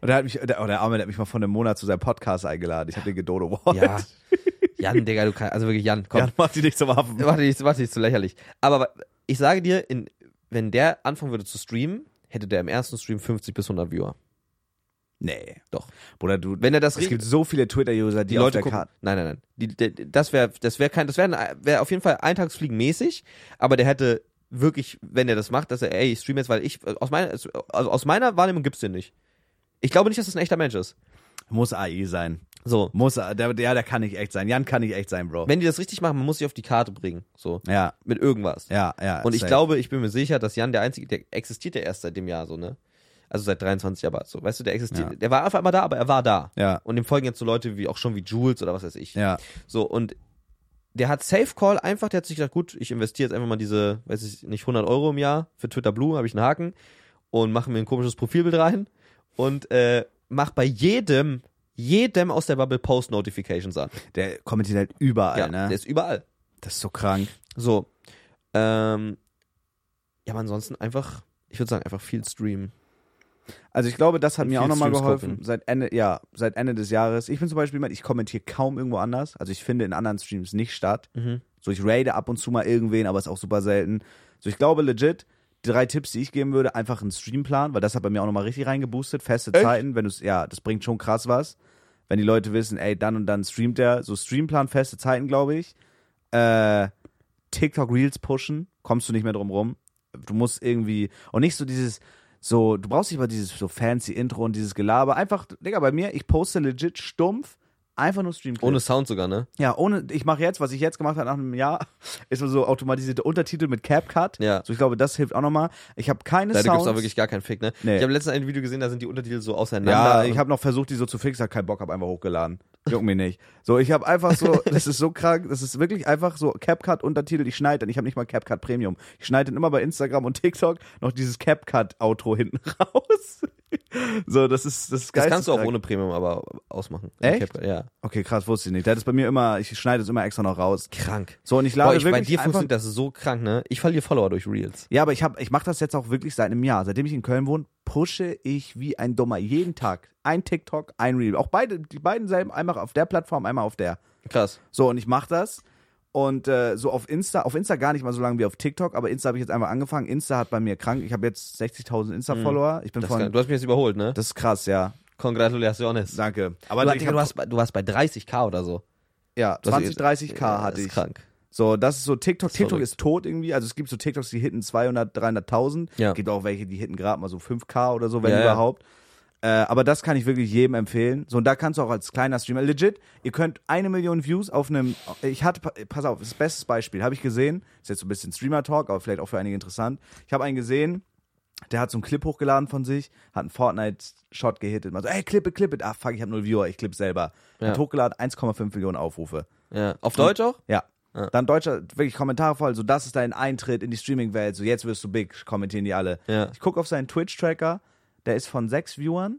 Speaker 1: Und der, hat mich, der, oh, der Arme der hat mich mal vor einem Monat zu seinem Podcast eingeladen. Ich hab den gedodo Wall.
Speaker 2: Ja. Jan, Digga, du kannst, also wirklich Jan,
Speaker 1: [LAUGHS]
Speaker 2: komm.
Speaker 1: ja, mach die nicht zum Affen.
Speaker 2: Warte, ich, warte, ich ist zu lächerlich. Aber ich sage dir, in, wenn der anfangen würde zu streamen, hätte der im ersten Stream 50 bis 100 Viewer.
Speaker 1: Nee.
Speaker 2: Doch.
Speaker 1: Bruder, du.
Speaker 2: Wenn er das
Speaker 1: es gibt so viele Twitter-User, die, auf der
Speaker 2: gucken-
Speaker 1: Karte.
Speaker 2: Nein, nein, nein. Die, die, das wäre das wäre kein das wäre wär auf jeden Fall eintagsfliegenmäßig, aber der hätte wirklich, wenn er das macht, dass er ey, ich stream jetzt, weil ich aus meiner also aus meiner Wahrnehmung gibt's den nicht. Ich glaube nicht, dass das ein echter Mensch ist.
Speaker 1: Muss AI sein.
Speaker 2: So,
Speaker 1: Muss, A- der, der, der kann nicht echt sein. Jan kann nicht echt sein, Bro.
Speaker 2: wenn die das richtig machen, man muss sich auf die Karte bringen, so
Speaker 1: Ja,
Speaker 2: mit irgendwas.
Speaker 1: ja, ja.
Speaker 2: Und ich
Speaker 1: safe.
Speaker 2: glaube, ich bin mir sicher, dass Jan der einzige, der existiert ja erst seit dem Jahr so, ne? Also seit 23 aber so, weißt du, der existiert.
Speaker 1: Ja.
Speaker 2: Der war einfach immer da, aber er war da.
Speaker 1: Ja,
Speaker 2: Und dem folgen jetzt so Leute wie auch schon wie Jules oder was weiß ich.
Speaker 1: ja.
Speaker 2: So, und der hat Safe Call einfach, der hat sich gedacht, gut, ich investiere jetzt einfach mal diese, weiß ich nicht, 100 Euro im Jahr für Twitter Blue, habe ich einen Haken und mache mir ein komisches Profilbild rein und äh, mach bei jedem, jedem aus der Bubble Post Notifications an.
Speaker 1: Der kommentiert halt überall,
Speaker 2: ja,
Speaker 1: ne?
Speaker 2: der ist überall.
Speaker 1: Das ist so krank.
Speaker 2: So, ähm, ja, aber ansonsten einfach, ich würde sagen, einfach viel streamen.
Speaker 1: Also ich glaube, das hat
Speaker 2: Und
Speaker 1: mir
Speaker 2: viel
Speaker 1: auch nochmal
Speaker 2: Streams
Speaker 1: geholfen.
Speaker 2: gucken.
Speaker 1: Seit Ende, ja, seit Ende des Jahres. Ich bin zum Beispiel jemand, ich kommentiere kaum irgendwo anders. Also ich finde in anderen Streams nicht statt.
Speaker 2: Mhm.
Speaker 1: So, ich raide ab und zu mal irgendwen, aber ist auch super selten. So, ich glaube legit, die drei Tipps, die ich geben würde, einfach einen Streamplan, weil das hat bei mir auch nochmal richtig reingeboostet. Feste
Speaker 2: Echt?
Speaker 1: Zeiten, wenn du es, ja, das bringt schon krass was. Wenn die Leute wissen, ey, dann und dann streamt der. So, Streamplan, feste Zeiten, glaube ich. Äh, TikTok Reels pushen, kommst du nicht mehr drum rum. Du musst irgendwie, und nicht so dieses, so, du brauchst nicht mal dieses so fancy Intro und dieses Gelaber. Einfach, Digga, bei mir, ich poste legit stumpf, einfach nur Streamclips.
Speaker 2: Ohne Sound sogar, ne?
Speaker 1: Ja, ohne, ich mache jetzt, was ich jetzt gemacht habe nach einem Jahr, [LAUGHS] ist so automatisierte Untertitel mit CapCut.
Speaker 2: Ja.
Speaker 1: So, ich glaube, das hilft auch nochmal. Ich habe keine
Speaker 2: Da gibt's
Speaker 1: Sounds.
Speaker 2: auch wirklich gar keinen Fick, ne?
Speaker 1: Nee.
Speaker 2: Ich habe letztens ein Video gesehen, da sind die Untertitel so auseinander.
Speaker 1: ja, ich habe noch versucht, die so zu fixen, hab keinen Bock, hab einfach hochgeladen. Juck mich nicht. So, ich habe einfach
Speaker 2: [LAUGHS]
Speaker 1: so, das ist so krank, das ist wirklich einfach so CapCut Untertitel, ich schneide dann, ich habe nicht mal CapCut Premium. Ich schneide dann immer bei Instagram und TikTok noch dieses CapCut Outro hinten [LAUGHS] raus. so, das ist das ist
Speaker 2: das kannst du auch
Speaker 1: geisteskrank.
Speaker 2: ohne Premium aber ausmachen.
Speaker 1: Echt?
Speaker 2: Cap- Ja.
Speaker 1: Okay, krass, wusste ich nicht. Das ist bei mir immer, ich schneide es immer extra noch raus.
Speaker 2: Krank.
Speaker 1: So, und ich lade
Speaker 2: Boah, ich, bei
Speaker 1: wirklich
Speaker 2: dir
Speaker 1: einfach
Speaker 2: funktioniert das so krank, ne? Ich verliere Follower durch Reels.
Speaker 1: Ja, aber ich, hab- ich mache das jetzt auch wirklich seit einem Jahr. Seitdem ich in Köln wohne, pushe ich wie ein Dummer jeden Tag. Ein TikTok, ein Reel. Auch beide, die beiden selben, einmal auf der Plattform, einmal auf der.
Speaker 2: Krass.
Speaker 1: So, und ich mache das. Und äh, so auf Insta, auf Insta gar nicht mal so lange wie auf TikTok, aber Insta habe ich jetzt einmal angefangen. Insta hat bei mir krank. Ich habe jetzt 60.000 Insta-Follower. Ich bin
Speaker 2: Mhm. Das
Speaker 1: von.
Speaker 2: kann, du hast mich jetzt überholt, ne?
Speaker 1: das ist krass, ja.
Speaker 2: Congratulations.
Speaker 1: Danke. Aber
Speaker 2: Du,
Speaker 1: ich
Speaker 2: Digga,
Speaker 1: hab-
Speaker 2: du, hast, bei- du warst bei 30k oder so.
Speaker 1: ja,
Speaker 2: Du hast-
Speaker 1: 20, 30k
Speaker 2: Ja,
Speaker 1: hatte
Speaker 2: ist
Speaker 1: ich.
Speaker 2: krank.
Speaker 1: So, das ist so TikTok.
Speaker 2: Ist
Speaker 1: TikTok
Speaker 2: verrückt.
Speaker 1: ist tot irgendwie. Also es gibt so TikToks, die hitten 200, 300.000.
Speaker 2: Ja.
Speaker 1: Gibt auch welche, die hitten gerade mal so 5K oder so, wenn
Speaker 2: Ja, ja.
Speaker 1: überhaupt. Äh, aber das kann ich wirklich jedem empfehlen. So, und da kannst du auch als kleiner Streamer, legit, ihr könnt eine Million Views auf einem, ich hatte, pa- pass auf, das beste Beispiel, habe ich gesehen, ist jetzt so ein bisschen Streamer-Talk, aber vielleicht auch für einige interessant. Ich habe einen gesehen, der hat so einen Clip hochgeladen von sich, hat einen Fortnite-Shot gehittet, mal so, ey, clip it, clip it, ah, fuck, ich habe null Viewer, ich clip selber.
Speaker 2: Ja.
Speaker 1: Hat hochgeladen, 1,5 Millionen Aufrufe.
Speaker 2: Ja. Auf Deutsch auch?
Speaker 1: Ja.
Speaker 2: Ja.
Speaker 1: Dann deutscher, wirklich Kommentare voll, so das ist dein Eintritt in die Streaming-Welt, so jetzt wirst du big, kommentieren die alle.
Speaker 2: Ja.
Speaker 1: Ich gucke auf seinen Twitch-Tracker, der ist von sechs Viewern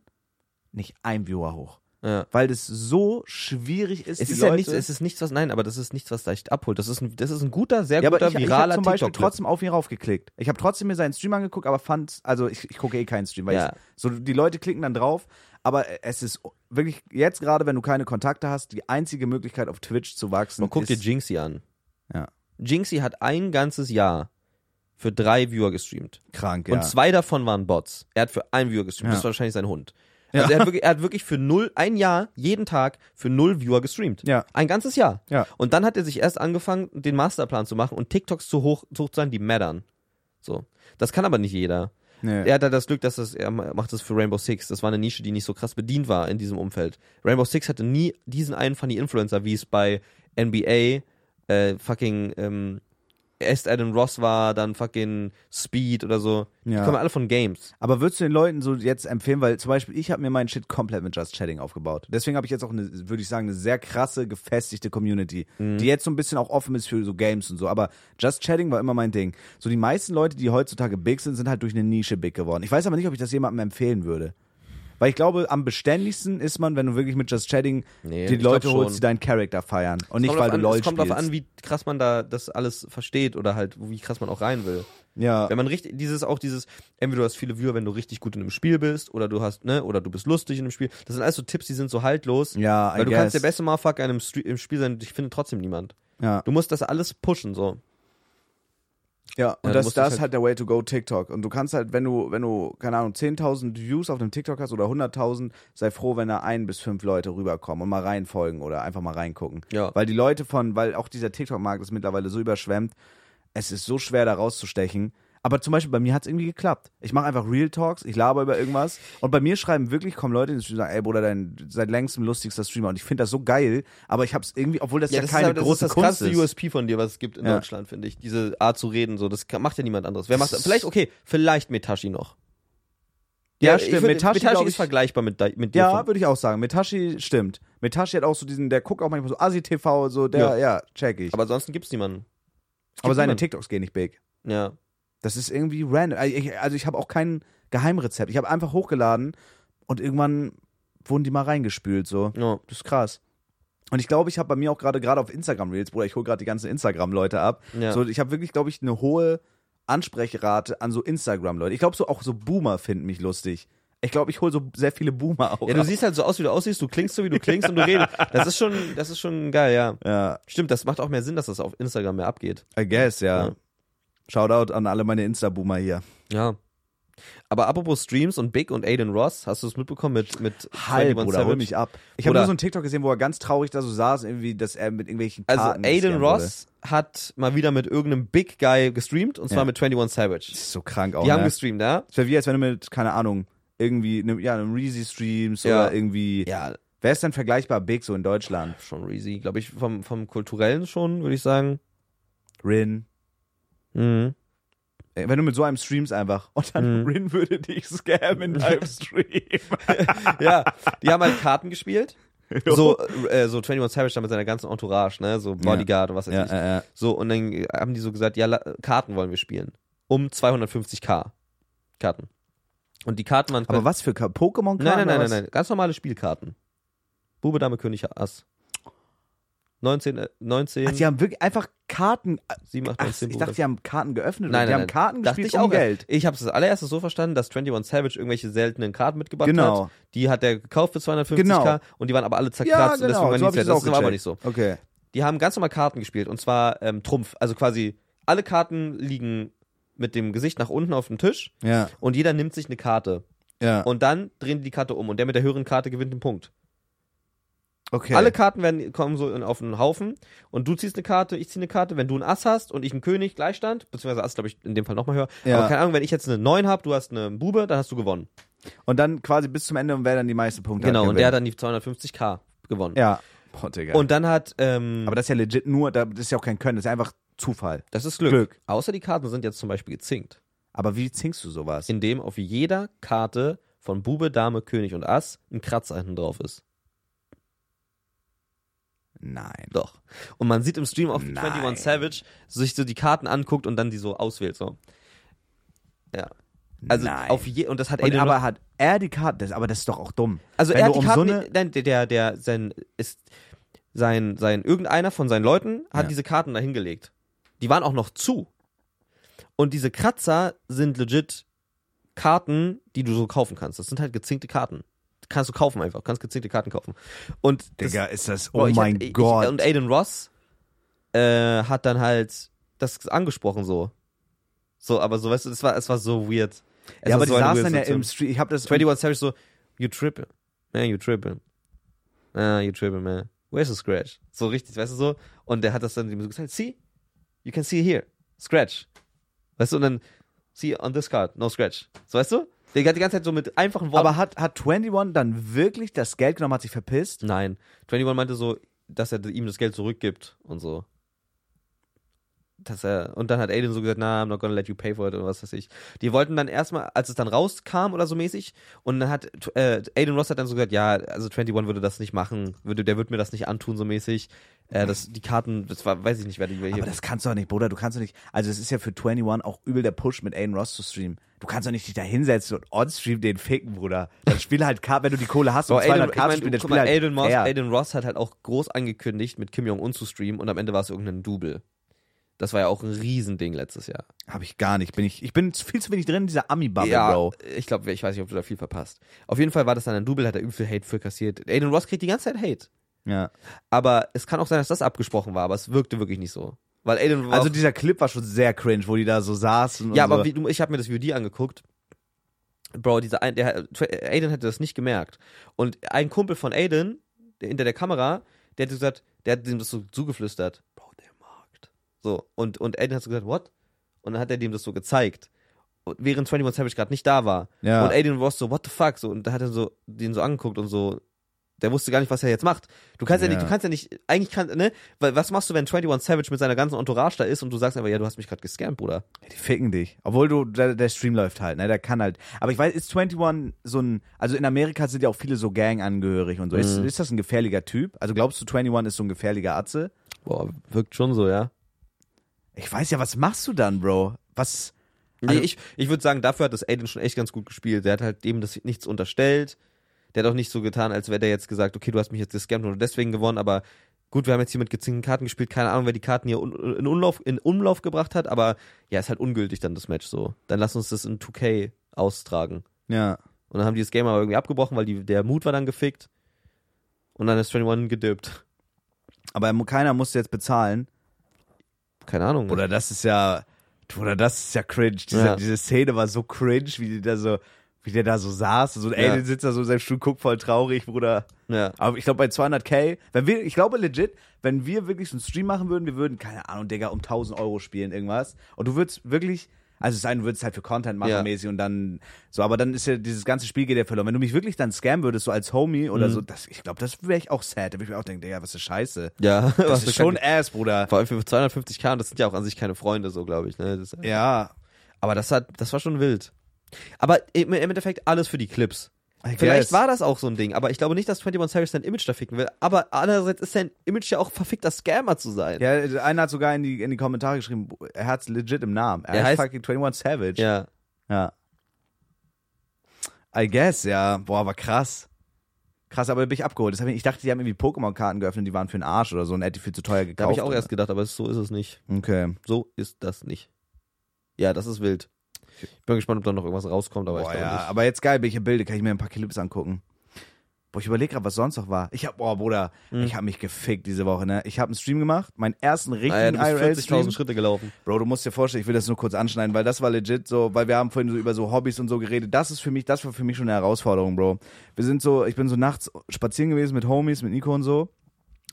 Speaker 1: nicht ein Viewer hoch.
Speaker 2: Ja.
Speaker 1: Weil das so schwierig ist,
Speaker 2: Es
Speaker 1: die
Speaker 2: ist
Speaker 1: Leute.
Speaker 2: ja nichts, es ist nichts, was, nein, aber das ist nichts, was leicht abholt. Das ist ein, das ist ein guter, sehr
Speaker 1: ja, aber
Speaker 2: guter,
Speaker 1: ich, ich habe
Speaker 2: viraler
Speaker 1: zum Beispiel
Speaker 2: TikTok-Clip.
Speaker 1: trotzdem auf ihn raufgeklickt. Ich habe trotzdem mir seinen Stream angeguckt, aber fand, also ich, ich gucke eh keinen Stream, weil
Speaker 2: Ja.
Speaker 1: ich, so die Leute klicken dann drauf, aber es ist wirklich jetzt gerade, wenn du keine Kontakte hast, die einzige Möglichkeit auf Twitch zu wachsen.
Speaker 2: Man guckt dir
Speaker 1: ist,
Speaker 2: Jinxie an.
Speaker 1: Ja.
Speaker 2: Jinxie hat ein ganzes Jahr für drei Viewer gestreamt.
Speaker 1: krank,
Speaker 2: Und
Speaker 1: ja.
Speaker 2: zwei davon waren Bots. Er hat für einen Viewer gestreamt.
Speaker 1: Ja.
Speaker 2: Das war wahrscheinlich sein Hund. Also er,
Speaker 1: [LAUGHS]
Speaker 2: hat wirklich, er hat wirklich für null, ein Jahr, jeden Tag für null Viewer gestreamt.
Speaker 1: Ja.
Speaker 2: Ein ganzes Jahr.
Speaker 1: Ja.
Speaker 2: Und dann hat er sich erst angefangen, den Masterplan zu machen und TikToks zu hoch, zu hoch zu sagen, die mattern. So. Das kann aber nicht jeder.
Speaker 1: Nee.
Speaker 2: Er hat halt das Glück, dass das, er macht das für Rainbow Six. Das war eine Nische, die nicht so krass bedient war in diesem Umfeld. Rainbow Six hatte nie diesen einen funny Influencer, wie es bei NBA, äh, fucking, ähm, erst Adam Ross war, dann fucking Speed oder so.
Speaker 1: Ja.
Speaker 2: Die kommen alle von Games.
Speaker 1: Aber würdest du den Leuten so jetzt empfehlen, weil zum Beispiel ich habe mir meinen Shit komplett mit Just Chatting aufgebaut. Deswegen habe ich jetzt auch eine, würde ich sagen, eine sehr krasse, gefestigte Community,
Speaker 2: Mhm.
Speaker 1: die jetzt so ein bisschen auch offen ist für so Games und so. Aber Just Chatting war immer mein Ding. So die meisten Leute, die heutzutage big sind, sind halt durch eine Nische big geworden. Ich weiß aber nicht, ob ich das jemandem empfehlen würde. Weil ich glaube, am beständigsten ist man, wenn du wirklich mit Just Chatting
Speaker 2: Nee,
Speaker 1: die
Speaker 2: ich glaub
Speaker 1: Leute
Speaker 2: schon.
Speaker 1: holst, die deinen Charakter feiern. Und nicht,
Speaker 2: Kommt
Speaker 1: weil
Speaker 2: drauf
Speaker 1: du
Speaker 2: an,
Speaker 1: LOL
Speaker 2: Es kommt
Speaker 1: spielst.
Speaker 2: darauf an, wie krass man da das alles versteht oder halt, wie krass man auch rein will.
Speaker 1: ja.
Speaker 2: Wenn man richtig, dieses auch dieses, entweder du hast viele Viewer, wenn du richtig gut in einem Spiel bist, oder du hast, ne, oder du bist lustig in einem Spiel. Das sind alles so Tipps, die sind so haltlos.
Speaker 1: Ja, I
Speaker 2: Weil du
Speaker 1: guess.
Speaker 2: kannst der beste Motherfucker in einem Stre im Spiel sein, dich findet trotzdem niemand.
Speaker 1: ja.
Speaker 2: Du musst das alles pushen, so.
Speaker 1: Ja, und
Speaker 2: du
Speaker 1: das,
Speaker 2: musst
Speaker 1: das
Speaker 2: es
Speaker 1: ist
Speaker 2: halt-
Speaker 1: halt der Way to go TikTok. Und du kannst halt, wenn du, wenn du, keine Ahnung, 10.000 Views auf einem TikTok hast oder 100.000, sei froh, wenn da ein bis fünf Leute rüberkommen und mal reinfolgen oder einfach mal reingucken.
Speaker 2: Ja.
Speaker 1: Weil die Leute von, weil auch dieser TikTok-Markt ist mittlerweile so überschwemmt, es ist so schwer da rauszustechen. Aber zum Beispiel bei mir hat es irgendwie geklappt. Ich mache einfach Real Talks, ich laber über irgendwas. Und bei mir schreiben wirklich, kommen Leute, die sagen, ey Bruder, dein seit längstem lustigster Streamer. Und ich finde das so geil, aber ich habe es irgendwie, obwohl das ja,
Speaker 2: das
Speaker 1: keine
Speaker 2: ist, aber-
Speaker 1: große
Speaker 2: das ist das
Speaker 1: Kunst
Speaker 2: krasseste
Speaker 1: ist.
Speaker 2: USP von dir, was es gibt in
Speaker 1: Ja.
Speaker 2: Deutschland, finde ich. Diese Art zu reden, so, das kann, macht ja niemand anderes. Wer macht
Speaker 1: Das ist-
Speaker 2: vielleicht, okay, vielleicht Metashi noch.
Speaker 1: Ja,
Speaker 2: ich
Speaker 1: stimmt,
Speaker 2: Würde,
Speaker 1: Metashi,
Speaker 2: Metashi,
Speaker 1: glaub
Speaker 2: ist
Speaker 1: ich-
Speaker 2: vergleichbar mit, dei- mit dir.
Speaker 1: Ja,
Speaker 2: von-
Speaker 1: würde ich auch sagen. Metashi stimmt. Metashi hat auch so diesen, der guckt auch manchmal so Asi-TV, so der, ja,
Speaker 2: Ja.
Speaker 1: check ich.
Speaker 2: aber ansonsten gibt's niemanden. Es
Speaker 1: Aber
Speaker 2: gibt
Speaker 1: seine
Speaker 2: niemanden.
Speaker 1: TikToks gehen nicht big.
Speaker 2: Ja.
Speaker 1: Das ist irgendwie random. Also ich, also ich habe auch kein Geheimrezept. Ich habe einfach hochgeladen und irgendwann wurden die mal reingespült, so.
Speaker 2: ja.
Speaker 1: Das ist krass. Und ich glaube, ich habe bei mir auch gerade gerade auf Instagram Reels, Bruder, ich hole gerade die ganzen Instagram Leute ab.
Speaker 2: Ja.
Speaker 1: So, ich habe wirklich, glaube ich, eine hohe Ansprechrate an so Instagram Leute. Ich glaube, so auch so Boomer finden mich lustig. Ich glaube, ich hole so sehr viele Boomer auch.
Speaker 2: Ja, du
Speaker 1: ab.
Speaker 2: siehst halt so aus, wie du aussiehst, du klingst so, wie du klingst und du redest. Das ist schon, das ist schon geil, ja.
Speaker 1: ja,
Speaker 2: Stimmt, das macht auch mehr Sinn, dass das auf Instagram mehr abgeht.
Speaker 1: I guess, ja.
Speaker 2: Ja.
Speaker 1: Shoutout an alle meine Insta-Boomer hier.
Speaker 2: Ja. Aber apropos Streams und Big und Aiden Ross, hast du es mitbekommen mit, mit
Speaker 1: Halb,
Speaker 2: 21
Speaker 1: Bruder, hol
Speaker 2: Savage?
Speaker 1: mich ab. Ich habe
Speaker 2: Bruder.
Speaker 1: nur so einen TikTok gesehen, wo er ganz traurig da so saß, irgendwie, dass er mit irgendwelchen
Speaker 2: Also
Speaker 1: Karten
Speaker 2: Aiden
Speaker 1: gescammt wurde.
Speaker 2: Ross hat mal wieder mit irgendeinem Big Guy gestreamt und zwar
Speaker 1: Ja.
Speaker 2: mit 21 Savage.
Speaker 1: Das ist so krank auch,
Speaker 2: Die haben
Speaker 1: ne?
Speaker 2: gestreamt, ja?
Speaker 1: Das wäre wie, als wenn du mit, keine Ahnung, irgendwie, einem, ja, einem Reezy streams
Speaker 2: Ja.
Speaker 1: oder irgendwie.
Speaker 2: Ja,
Speaker 1: Wer ist denn vergleichbar big so in Deutschland?
Speaker 2: schon Reezy, glaube ich, vom, vom Kulturellen schon, würde ich sagen.
Speaker 1: Rin.
Speaker 2: Mhm.
Speaker 1: Äh, Wenn du mit so einem streamst einfach [LAUGHS] und dann
Speaker 2: Mhm.
Speaker 1: Rin würde dich scammen in deinem Stream.
Speaker 2: Ja, die haben halt Karten gespielt. [LAUGHS]
Speaker 1: [LAUGHS]
Speaker 2: So, äh, so 21 Savage da mit seiner ganzen Entourage, ne? So Bodyguard und was weiß ich.
Speaker 1: ja,
Speaker 2: So, und dann haben die so gesagt, ja, la- Karten wollen wir spielen. Um 250k Karten. Und die Karten waren...
Speaker 1: Aber was für Ka- Pokémon-Karten?
Speaker 2: nein, nein, nein,
Speaker 1: oder
Speaker 2: nein,
Speaker 1: was?
Speaker 2: nein, ganz normale Spielkarten. Bube, Dame, König, Ass. 19, äh, 19,
Speaker 1: Ach, die haben wirklich einfach Karten
Speaker 2: 7, 8,
Speaker 1: Ach,
Speaker 2: 19,
Speaker 1: ich
Speaker 2: Bube,
Speaker 1: dachte, die haben Karten geöffnet.
Speaker 2: Nein,
Speaker 1: Nein, die
Speaker 2: nein,
Speaker 1: haben
Speaker 2: nein.
Speaker 1: Karten
Speaker 2: Dachte
Speaker 1: gespielt
Speaker 2: ich
Speaker 1: um
Speaker 2: auch erst.
Speaker 1: Geld.
Speaker 2: Ich habe es als allererstes so verstanden, dass 21 Savage irgendwelche seltenen Karten mitgebracht
Speaker 1: Genau.
Speaker 2: hat. Die hat er gekauft für 250k
Speaker 1: Genau.
Speaker 2: und die waren aber alle zerkratzt und deswegen waren die
Speaker 1: hab
Speaker 2: nicht
Speaker 1: ich
Speaker 2: wert. Das war aber
Speaker 1: gecheckt.
Speaker 2: nicht so.
Speaker 1: Okay.
Speaker 2: Die haben ganz normal Karten gespielt und zwar ähm, Trumpf. Also quasi alle Karten liegen mit dem Gesicht nach unten auf dem Tisch
Speaker 1: Ja,
Speaker 2: und jeder nimmt sich eine Karte.
Speaker 1: ja.
Speaker 2: Und dann drehen die die Karte um und der mit der höheren Karte gewinnt den Punkt.
Speaker 1: Okay.
Speaker 2: Alle Karten werden, kommen so in, auf einen Haufen und du ziehst eine Karte, ich ziehe eine Karte. Wenn du einen Ass hast und ich einen König, Gleichstand, beziehungsweise Ass, glaube ich, in dem Fall nochmal höher.
Speaker 1: Ja.
Speaker 2: Aber keine Ahnung, wenn ich jetzt eine 9 habe, du hast eine Bube, dann hast du gewonnen.
Speaker 1: und dann quasi bis zum Ende und wer dann die meisten Punkte
Speaker 2: genau,
Speaker 1: hat.
Speaker 2: und der hat
Speaker 1: gewinnt.
Speaker 2: dann die 250k gewonnen.
Speaker 1: Ja. Boah, Digga.
Speaker 2: Und dann hat, ähm,
Speaker 1: Aber das ist ja legit nur, da- das ist ja auch kein Können, das ist einfach Zufall.
Speaker 2: das ist Glück.
Speaker 1: Glück.
Speaker 2: Außer die Karten sind jetzt zum Beispiel gezinkt,
Speaker 1: Aber wie zinkst du sowas?
Speaker 2: indem auf jeder Karte von Bube, Dame, König und Ass ein Kratzer hinten drauf ist.
Speaker 1: Nein.
Speaker 2: Doch. Und man sieht im Stream auf
Speaker 1: Nein.
Speaker 2: 21 Savage sich so die Karten anguckt und dann die so auswählt. So. Ja. Also
Speaker 1: Nein.
Speaker 2: auf je und das hat
Speaker 1: und,
Speaker 2: Aiden
Speaker 1: aber hat er die Karte, das, aber das ist doch auch dumm.
Speaker 2: Also
Speaker 1: Wenn
Speaker 2: er hat
Speaker 1: du
Speaker 2: die
Speaker 1: um
Speaker 2: Karten,
Speaker 1: so eine-
Speaker 2: nein, der, der, der, sein, ist, sein, sein, irgendeiner von seinen Leuten hat
Speaker 1: Ja.
Speaker 2: diese Karten da hingelegt. Die waren auch noch zu. Und diese Kratzer sind legit Karten, die du so kaufen kannst. Das sind halt gezinkte Karten. Kannst du kaufen einfach, kannst gezinkte Karten kaufen. Und das,
Speaker 1: Digga, ist das,
Speaker 2: boah,
Speaker 1: oh
Speaker 2: ich
Speaker 1: mein
Speaker 2: hab- ich-
Speaker 1: Gott.
Speaker 2: Ich, und Aiden Ross äh, hat dann halt das angesprochen so. So, aber so, weißt du, es war, es war so weird.
Speaker 1: ja,
Speaker 2: Es war
Speaker 1: aber
Speaker 2: so
Speaker 1: die
Speaker 2: eine
Speaker 1: saßen
Speaker 2: weirde
Speaker 1: dann ja
Speaker 2: Situation.
Speaker 1: im Stream, ich hab das,
Speaker 2: 21 Savage so, you tripping. Man, you tripping. Ah, you tripping, man. Where's the scratch? So richtig, weißt du so? Und der hat das dann ihm so gesagt, see? You can see here. Scratch. Weißt du, und dann, see on this card, no scratch. So, weißt du? Der hat die ganze Zeit so mit einfachen Worten.
Speaker 1: aber hat, hat 21 dann wirklich das Geld genommen, hat sich verpisst?
Speaker 2: Nein. 21 meinte so, dass er ihm das Geld zurückgibt und so. Dass er, und dann hat Aiden so gesagt, na, I'm not gonna let you pay for it oder was weiß ich. Die wollten dann erstmal, als es dann rauskam oder so mäßig, und dann hat äh, Aiden Ross hat dann so gesagt, ja, also 21 würde das nicht machen, würde, der würde mir das nicht antun, so mäßig. Äh, das, die Karten, das war, weiß ich nicht, wer die
Speaker 1: Aber
Speaker 2: hier.
Speaker 1: das kannst du doch nicht, Bruder, du kannst doch nicht, also es ist ja für 21 auch übel der Push mit Aiden Ross zu streamen. Du kannst doch nicht dich da hinsetzen und on-stream den ficken, Bruder. Dann spiel halt Karten, wenn du die Kohle hast und
Speaker 2: Boah,
Speaker 1: 200
Speaker 2: Aiden, ich
Speaker 1: Karten
Speaker 2: mein,
Speaker 1: spielen,
Speaker 2: du-
Speaker 1: dann
Speaker 2: guck
Speaker 1: spiel
Speaker 2: mal,
Speaker 1: halt
Speaker 2: Aiden Ross,
Speaker 1: fair.
Speaker 2: Aiden Ross hat halt auch groß angekündigt, mit Kim Jong-un zu streamen und am Ende war es irgendein Double. Das war ja auch ein Riesending letztes Jahr.
Speaker 1: Hab ich gar nicht. Bin ich, ich bin viel zu wenig drin in dieser Ami-Bubble,
Speaker 2: ja,
Speaker 1: Bro.
Speaker 2: Ich glaube, ich weiß nicht, ob du da viel verpasst. Auf jeden Fall war das dann ein Double, hat er übel viel Hate für kassiert. Aiden Ross kriegt die ganze Zeit Hate.
Speaker 1: Ja.
Speaker 2: Aber es kann auch sein, dass das abgesprochen war, aber es wirkte wirklich nicht so. Weil Aiden war
Speaker 1: Also
Speaker 2: auch,
Speaker 1: dieser Clip war schon sehr cringe, wo die da so saßen.
Speaker 2: Ja,
Speaker 1: und so.
Speaker 2: aber wie, du- ich habe mir das VOD angeguckt. Bro, dieser ein, der, Aiden hätte das nicht gemerkt. Und ein Kumpel von Aiden, der hinter der Kamera, der hat so gesagt, der hat dem das so zugeflüstert. Bro, der Markt. So, und, und Aiden hat so gesagt, what? Und dann hat er dem das so gezeigt. Und während 21 Savage gerade nicht da war.
Speaker 1: Ja.
Speaker 2: Und Aiden Ross so, what the fuck? So, und da hat er so den so angeguckt und so, der wusste gar nicht, was er jetzt macht. Du kannst ja,
Speaker 1: Ja.
Speaker 2: nicht, du kannst ja nicht, eigentlich kann, ne? Weil was machst du, wenn 21 Savage mit seiner ganzen Entourage da ist und du sagst einfach, ja, du hast mich gerade gescampt, Bruder?
Speaker 1: Die ficken dich. Obwohl du, der, der Stream läuft halt, ne? Der kann halt. Aber ich weiß, ist 21 so ein. Also in Amerika sind ja auch viele so Gang-Angehörig und so.
Speaker 2: Mhm.
Speaker 1: Ist, ist das ein gefährlicher Typ? Also glaubst du, 21 ist so ein gefährlicher Atze?
Speaker 2: Boah, wirkt schon so, ja.
Speaker 1: Ich weiß ja, was machst du dann, Bro? Was.
Speaker 2: Nee,
Speaker 1: Also-
Speaker 2: ich, ich würde sagen, dafür hat das Aiden schon echt ganz gut gespielt. Der hat halt dem das nichts unterstellt. Der hat auch nicht so getan, als wäre der jetzt gesagt, okay, du hast mich jetzt gescampt oder deswegen gewonnen, aber gut, wir haben jetzt hier mit gezinkten Karten gespielt, keine Ahnung, wer die Karten hier un in, Umlauf, in Umlauf gebracht hat, aber ja, ist halt ungültig dann das Match so. Dann lass uns das in 2K austragen.
Speaker 1: Ja.
Speaker 2: Und dann haben die das Game aber irgendwie abgebrochen, weil die, der Mut war dann gefickt. Und dann ist 21 gedippt.
Speaker 1: Aber mu- keiner musste jetzt bezahlen.
Speaker 2: Keine Ahnung.
Speaker 1: Oder das ist ja. Oder das ist ja cringe. Diese,
Speaker 2: Ja.
Speaker 1: diese Szene war so cringe, wie die da so. Wie der da so saß. So ein
Speaker 2: Ja.
Speaker 1: Alien sitzt da so in seinem Stuhl, guckt voll traurig, Bruder.
Speaker 2: ja.
Speaker 1: Aber ich glaube, bei 200k, wenn wir, ich glaube legit, wenn wir wirklich so einen Stream machen würden, wir würden, keine Ahnung, Digga, um 1000 Euro spielen, irgendwas. Und du würdest wirklich, also es sei denn, du würdest halt für Content machen
Speaker 2: Ja.
Speaker 1: mäßig und dann so, aber dann ist ja dieses ganze Spiel geht ja verloren. Wenn du mich wirklich dann scammen würdest, so als Homie
Speaker 2: Mhm.
Speaker 1: oder so, das, ich glaube, das wäre ich auch sad. Da würde ich mir auch denken, Digga, was ist
Speaker 2: [LAUGHS]
Speaker 1: Scheiße.
Speaker 2: Ja,
Speaker 1: Das ist schon ass, Bruder.
Speaker 2: Vor allem für 250k, und das sind ja auch an sich keine Freunde, so glaube ich. Ne? Das,
Speaker 1: Ja.
Speaker 2: Aber das, hat, das war schon wild. Aber im im Endeffekt alles für die Clips.
Speaker 1: I
Speaker 2: Vielleicht
Speaker 1: guess.
Speaker 2: war das auch so ein Ding, aber ich glaube nicht, dass 21 Savage sein Image da ficken will. Aber andererseits ist sein Image ja auch verfickter Scammer zu sein.
Speaker 1: Ja, also einer hat sogar in die, in die Kommentare geschrieben, er hat's legit im Namen. Er
Speaker 2: Er
Speaker 1: heißt
Speaker 2: heißt-
Speaker 1: fucking 21 Savage.
Speaker 2: ja.
Speaker 1: Ja. I guess, ja. Boah, aber krass. Krass, aber da bin ich abgeholt. Das hab ich, ich dachte, die haben irgendwie Pokémon-Karten geöffnet, die waren für den Arsch oder so und er hat die viel zu teuer gekauft.
Speaker 2: Da habe ich auch erst gedacht, aber so ist es nicht.
Speaker 1: Okay.
Speaker 2: So ist das nicht. Ja, das ist wild. Ich bin gespannt, ob da noch irgendwas rauskommt, aber
Speaker 1: Boah,
Speaker 2: ich glaube
Speaker 1: ja.
Speaker 2: nicht.
Speaker 1: Aber jetzt geil, bin ich im Bilde, kann ich mir ein paar Clips angucken. Boah, ich überlege gerade, was sonst noch war. Ich hab, boah, Bruder,
Speaker 2: Mhm.
Speaker 1: ich hab mich gefickt diese Woche, ne? Ich hab einen Stream gemacht, meinen ersten
Speaker 2: Naja,
Speaker 1: richtigen
Speaker 2: Ah du bist
Speaker 1: IRL-Stream.
Speaker 2: 40.000 Schritte gelaufen.
Speaker 1: Bro, du musst dir vorstellen, ich will das nur kurz anschneiden, weil das war legit so, weil wir haben vorhin so über so Hobbys und so geredet. Das ist für mich, das war für mich schon eine Herausforderung, Bro. Wir sind so, ich bin so nachts spazieren gewesen mit Homies, mit Nico und so.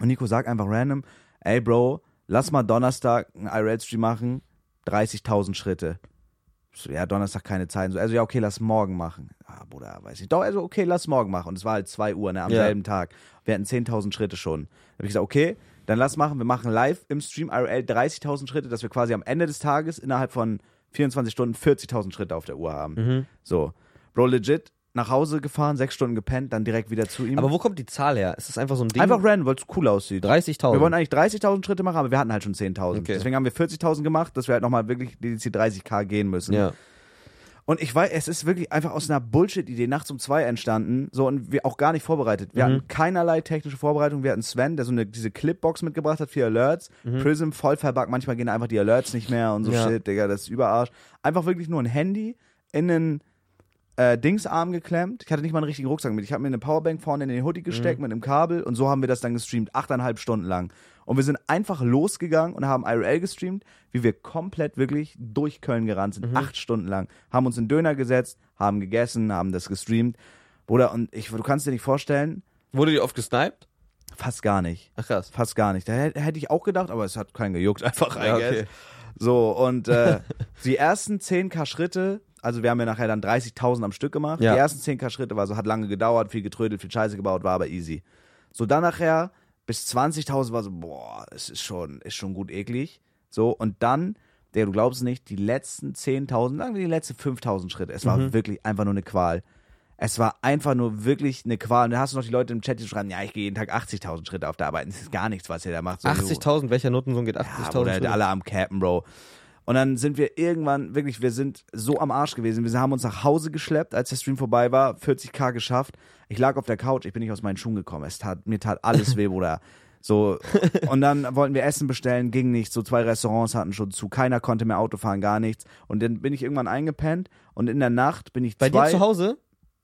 Speaker 1: Und Nico sagt einfach random, ey Bro, lass mal Donnerstag einen IRL-Stream machen, 30.000 Schritte. Ich So, ja, Donnerstag keine Zeit. Und So, also ja, okay, lass morgen machen. Ah, Bruder, weiß nicht. Doch, also okay, lass morgen machen. Und es war halt 2 Uhr, ne, am
Speaker 2: Ja.
Speaker 1: selben Tag. Wir hatten 10.000 Schritte schon. Da habe ich gesagt, okay, dann lass machen. Wir machen live im Stream IRL 30.000 Schritte, dass wir quasi am Ende des Tages innerhalb von 24 Stunden 40.000 Schritte auf der Uhr haben.
Speaker 2: Mhm.
Speaker 1: So. Bro, legit, nach Hause gefahren, sechs Stunden gepennt, dann direkt wieder zu ihm.
Speaker 2: Aber wo kommt die Zahl her? Ist das einfach so ein Ding?
Speaker 1: Einfach random, weil es cool aussieht.
Speaker 2: 30.000.
Speaker 1: Wir wollen eigentlich 30.000 Schritte machen, aber wir hatten halt schon 10.000.
Speaker 2: Okay.
Speaker 1: Deswegen haben wir 40.000 gemacht, dass wir halt nochmal wirklich dediziert 30k gehen müssen.
Speaker 2: ja.
Speaker 1: Und ich weiß, es ist wirklich einfach aus einer Bullshit-Idee nachts um zwei entstanden, so und wir auch gar nicht vorbereitet. Wir hatten keinerlei technische Vorbereitung. Wir hatten Sven, der so eine, diese Clipbox mitgebracht hat, vier Alerts. Prism voll verbuggt. Manchmal gehen einfach die Alerts nicht mehr und so
Speaker 2: Ja.
Speaker 1: shit, Digga, das ist überarsch. Einfach wirklich nur ein Handy in einen äh, Dingsarm geklemmt. Ich hatte nicht mal einen richtigen Rucksack mit. Ich habe mir eine Powerbank vorne in den Hoodie gesteckt mit einem Kabel und so haben wir das dann gestreamt, achteinhalb Stunden lang. Und wir sind einfach losgegangen und haben IRL gestreamt, wie wir komplett wirklich durch Köln gerannt sind, acht Stunden lang. Haben uns in Döner gesetzt, haben gegessen, haben das gestreamt. Bruder, und ich, du kannst dir nicht vorstellen,
Speaker 3: Wurde dir oft gesniped?
Speaker 1: fast gar nicht.
Speaker 3: Ach krass.
Speaker 1: Fast gar nicht. Da hätte hätte ich auch gedacht, aber es hat keinen gejuckt, [LAUGHS] einfach
Speaker 3: Ja,
Speaker 1: I guess.
Speaker 3: okay.
Speaker 1: So, und äh, die ersten 10k Schritte, also wir haben ja nachher dann 30.000 am Stück gemacht.
Speaker 2: Ja.
Speaker 1: Die ersten 10k Schritte war so, hat lange gedauert, viel getrödelt, viel Scheiße gebaut, war aber easy. So, dann nachher bis 20.000 war so, boah, es ist schon, ist schon gut eklig. So, und dann, der, du glaubst nicht, die letzten 10.000, sagen wir die letzten 5.000 Schritte, es war wirklich einfach nur eine Qual. Es war einfach nur wirklich eine Qual. Und dann hast du noch die Leute im Chat, die schreiben, ja, ich gehe jeden Tag 80.000 Schritte auf der Arbeit. Das ist gar nichts, was ihr da macht. So,
Speaker 2: 80.000, welcher Notensohn geht
Speaker 1: ja,
Speaker 2: 80.000?
Speaker 1: Bruder, halt
Speaker 2: Schritte?
Speaker 1: alle am Capen, Bro. Und dann sind wir irgendwann, wirklich, wir sind so am Arsch gewesen. Wir haben uns nach Hause geschleppt, als der Stream vorbei war, 40k geschafft. Ich lag auf der Couch, ich bin nicht aus meinen Schuhen gekommen. Es tat, mir tat alles weh, Bruder.
Speaker 2: [LAUGHS]
Speaker 1: So, und dann wollten wir Essen bestellen, ging nicht. So zwei Restaurants hatten schon zu. Keiner konnte mehr Auto fahren, gar nichts. Und dann bin ich irgendwann eingepennt und in der Nacht bin ich
Speaker 2: Bei
Speaker 1: zwei
Speaker 2: dir zu Hause?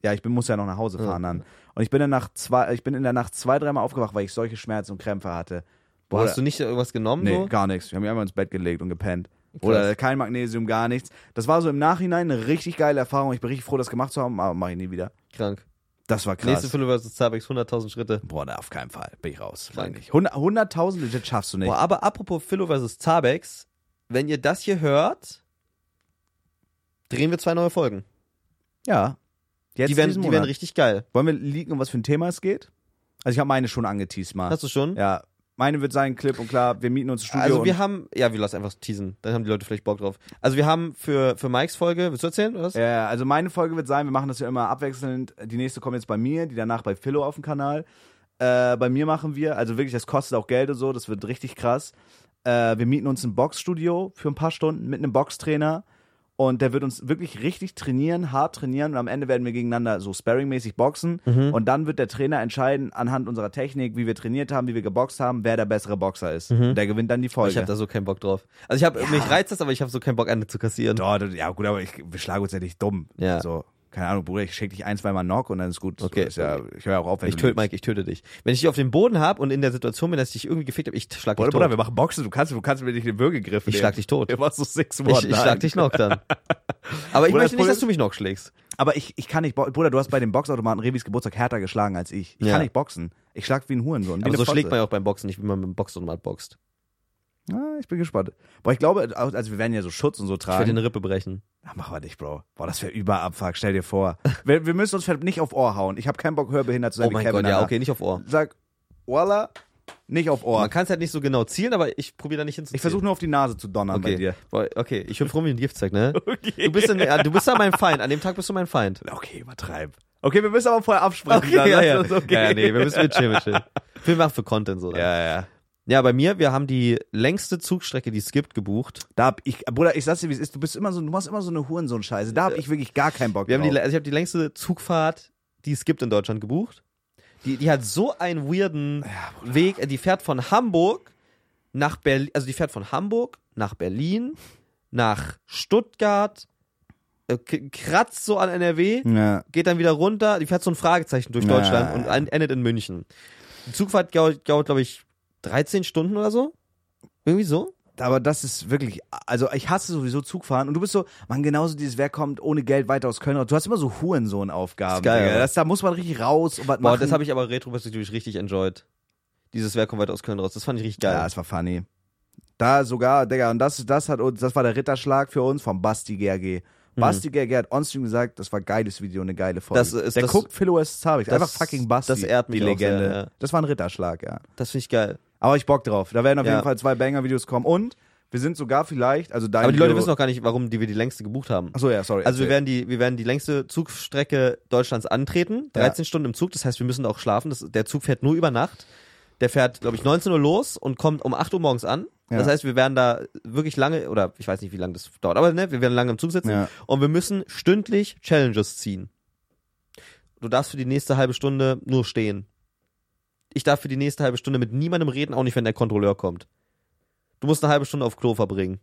Speaker 1: ja, ich bin, muss ja noch nach Hause fahren dann. Und ich bin, dann nach zwei, ich bin in der Nacht zwei, dreimal aufgewacht, weil ich solche Schmerzen und Krämpfe hatte.
Speaker 2: Boah, hast du nicht irgendwas genommen?
Speaker 1: Nee,
Speaker 2: so?
Speaker 1: gar nichts. Ich habe mich einfach ins Bett gelegt und gepennt. Oder kein Magnesium, gar nichts. Das war so im Nachhinein eine richtig geile Erfahrung. Ich bin richtig froh, das gemacht zu haben, aber mache ich nie wieder.
Speaker 2: Krank.
Speaker 1: Das war krass.
Speaker 2: Nächste Fülle versus Zabex, 100.000 Schritte.
Speaker 1: Boah, da auf keinen Fall. Bin ich raus.
Speaker 2: Krank.
Speaker 1: Wirklich. Hund- 100.000 legit schaffst du nicht.
Speaker 2: Boah, aber apropos Philo versus Zabex, wenn ihr das hier hört, drehen wir zwei neue Folgen.
Speaker 1: Ja. Jetzt
Speaker 2: Die werden,
Speaker 1: diesen
Speaker 2: die werden
Speaker 1: Monat.
Speaker 2: richtig geil.
Speaker 1: Wollen wir liegen, um was für ein Thema es geht? Also ich habe meine schon angeteased mal.
Speaker 2: Hast du schon?
Speaker 1: Ah. ja. Meine wird sein, klipp und klar, wir mieten uns ein Studio.
Speaker 2: Also wir
Speaker 1: und,
Speaker 2: haben, ja, wir lassen einfach teasen, dann haben die Leute vielleicht Bock drauf. Also wir haben für, für Mikes Folge, willst du erzählen oder was?
Speaker 1: ja, also meine Folge wird sein, wir machen das ja immer abwechselnd. Die nächste kommt jetzt bei mir, die danach bei Philo auf dem Kanal. Äh, bei mir machen wir, also wirklich, das kostet auch Geld und so, das wird richtig krass. Äh, wir mieten uns ein Boxstudio für ein paar Stunden mit einem Boxtrainer und der wird uns wirklich richtig trainieren, hart trainieren und am Ende werden wir gegeneinander so sparringmäßig boxen und dann wird der Trainer entscheiden anhand unserer Technik, wie wir trainiert haben, wie wir geboxt haben, wer der bessere Boxer ist. Und der gewinnt dann die Folge.
Speaker 2: Ich habe da so keinen Bock drauf. Also ich habe, mich reizt das, aber ich habe so keinen Bock, eine zu kassieren.
Speaker 1: Doch, das- ja gut, aber ich, wir schlagen uns ja nicht dumm.
Speaker 2: Ja.
Speaker 1: So, keine Ahnung, Bruder, ich schicke dich ein, zweimal Knock und dann ist gut.
Speaker 2: Okay.
Speaker 1: So, ist ja, ich höre ja auch auf, wenn
Speaker 2: Ich
Speaker 1: du
Speaker 2: töte,
Speaker 1: liegst.
Speaker 2: Mike, ich töte dich. Wenn ich dich auf dem Boden habe und in der Situation bin, dass ich dich irgendwie gefickt habe, ich schlag dich
Speaker 1: Bruder, Bruder,
Speaker 2: tot.
Speaker 1: wir machen Boxen, du kannst, du kannst mir nicht den Würgegriff
Speaker 2: Ich
Speaker 1: nehmen.
Speaker 2: schlag dich tot.
Speaker 1: Wir machen so six one
Speaker 2: Ich, ich schlag dich noch dann. [LAUGHS] Aber
Speaker 1: Bruder, das
Speaker 2: ich möchte nicht,
Speaker 1: Problem
Speaker 2: dass
Speaker 1: ist-
Speaker 2: du mich noch schlägst.
Speaker 1: Aber ich, ich kann nicht, bo- Bruder, du hast bei dem Boxautomaten Revis Geburtstag härter geschlagen als ich. Ich
Speaker 2: Ja.
Speaker 1: kann nicht boxen. Ich schlag wie ein Hurensohn. wie
Speaker 2: Aber
Speaker 1: eine
Speaker 2: so schlägt
Speaker 1: Fotze.
Speaker 2: man ja auch beim Boxen nicht, wenn man mit dem Boxautomat boxt.
Speaker 1: Ah, ich bin gespannt. Boah, ich glaube, also wir werden ja so Schutz und so
Speaker 2: Ich
Speaker 1: tragen.
Speaker 2: werde eine Rippe brechen.
Speaker 1: Ach, machen wir nicht, Bro. Boah, das wäre Überabfuck, stell dir vor. [LAUGHS] wir, wir müssen uns vielleicht nicht auf Ohr hauen. Ich habe keinen Bock, hörbehindert zu sein
Speaker 2: Oh
Speaker 1: wie
Speaker 2: mein
Speaker 1: Kevin
Speaker 2: Gott, ja,
Speaker 1: Alter.
Speaker 2: okay, nicht auf Ohr.
Speaker 1: Sag, voila, nicht auf Ohr.
Speaker 2: Man kann es halt nicht so genau zielen, aber ich probiere da nicht hinzuzielen.
Speaker 1: Ich versuche nur auf die Nase zu donnern
Speaker 2: okay.
Speaker 1: bei [LAUGHS] dir.
Speaker 2: Boah, Okay, ich hüpf rum wie ein Giftzeug, ne? [LAUGHS] Okay. Du bist, in, ja, du bist da mein Feind. An dem Tag bist du mein Feind.
Speaker 1: Okay, übertreib. Okay, wir müssen aber vorher absprechen. dann.
Speaker 2: ja, ja.
Speaker 1: Das ist okay.
Speaker 2: ja, ja, nee, wir müssen mit chillen, mit [LAUGHS] chillen. Wir machen für Content so.
Speaker 1: [LAUGHS]
Speaker 2: Dann.
Speaker 1: Ja, ja.
Speaker 2: ja, bei mir, wir haben die längste Zugstrecke, die es gibt, gebucht.
Speaker 1: Da hab ich, Bruder, ich sag's dir, wie es ist. Du bist immer so, du machst immer so eine Hurensohn-Scheiße. Da hab ich wirklich gar keinen Bock
Speaker 2: Wir haben die,
Speaker 1: drauf.
Speaker 2: also ich habe die längste Zugfahrt, die es gibt in Deutschland, gebucht. Die, die hat so einen weirden Weg. Äh, Die fährt von Hamburg nach Berlin, also die fährt von Hamburg nach Berlin, nach Stuttgart, äh, k- kratzt so an NRW,
Speaker 1: Ja.
Speaker 2: geht dann wieder runter, die fährt so ein Fragezeichen durch
Speaker 1: Hm. Ja.
Speaker 2: Deutschland und en- endet in München. Die Zugfahrt gau- dauert, glaube ich, 13 Stunden oder so. Irgendwie so.
Speaker 1: Aber das ist wirklich, also ich hasse sowieso Zugfahren und du bist so, man, genauso dieses, wer kommt ohne Geld weiter aus Köln raus. Du hast immer so Hurensohn-Aufgaben.
Speaker 2: Ist geil,
Speaker 1: Digga.
Speaker 2: oder?
Speaker 1: das, da muss man richtig raus und was
Speaker 2: Boah,
Speaker 1: machen.
Speaker 2: das habe ich aber retroperspektivisch richtig enjoyed. Dieses Werk kommt weiter aus Köln raus. Das fand ich richtig geil.
Speaker 1: Ja, es war funny. Da sogar, Digga, und das, das hat uns, das war der Ritterschlag für uns vom Basti GRG. Basti GRG hat onstream gesagt, das war ein geiles Video, eine geile Folge.
Speaker 2: Mhm. Das ist-
Speaker 1: der
Speaker 2: das-
Speaker 1: guckt Philo S. Zabig,
Speaker 2: das-
Speaker 1: einfach fucking Basti.
Speaker 2: das ehrt mich
Speaker 1: die
Speaker 2: auch sehr,
Speaker 1: Legende.
Speaker 2: ja.
Speaker 1: Das war ein Ritterschlag, ja.
Speaker 2: das finde ich geil.
Speaker 1: Aber ich Bock drauf. Da werden auf
Speaker 2: Ja.
Speaker 1: jeden Fall zwei Banger-Videos kommen und wir sind sogar vielleicht, also dein
Speaker 2: Aber die Leute
Speaker 1: Video-
Speaker 2: wissen auch gar nicht, warum die, wir die längste gebucht haben.
Speaker 1: Achso, ja, sorry.
Speaker 2: Also wir
Speaker 1: erzähl.
Speaker 2: werden die, wir werden die längste Zugstrecke Deutschlands antreten. 13 Stunden im Zug, das heißt, wir müssen auch schlafen. Das, der Zug fährt nur über Nacht. Der fährt, glaube ich, 19 Uhr los und kommt um 8 Uhr morgens an.
Speaker 1: Ja.
Speaker 2: Das heißt, wir werden da wirklich lange, oder ich weiß nicht, wie lange das dauert, aber ne, wir werden lange im Zug sitzen
Speaker 1: Ja.
Speaker 2: und wir müssen stündlich Challenges ziehen. Du darfst für die nächste halbe Stunde nur stehen. Ich darf für die nächste halbe Stunde mit niemandem reden, auch nicht, wenn der Kontrolleur kommt. Du musst eine halbe Stunde auf Klo verbringen.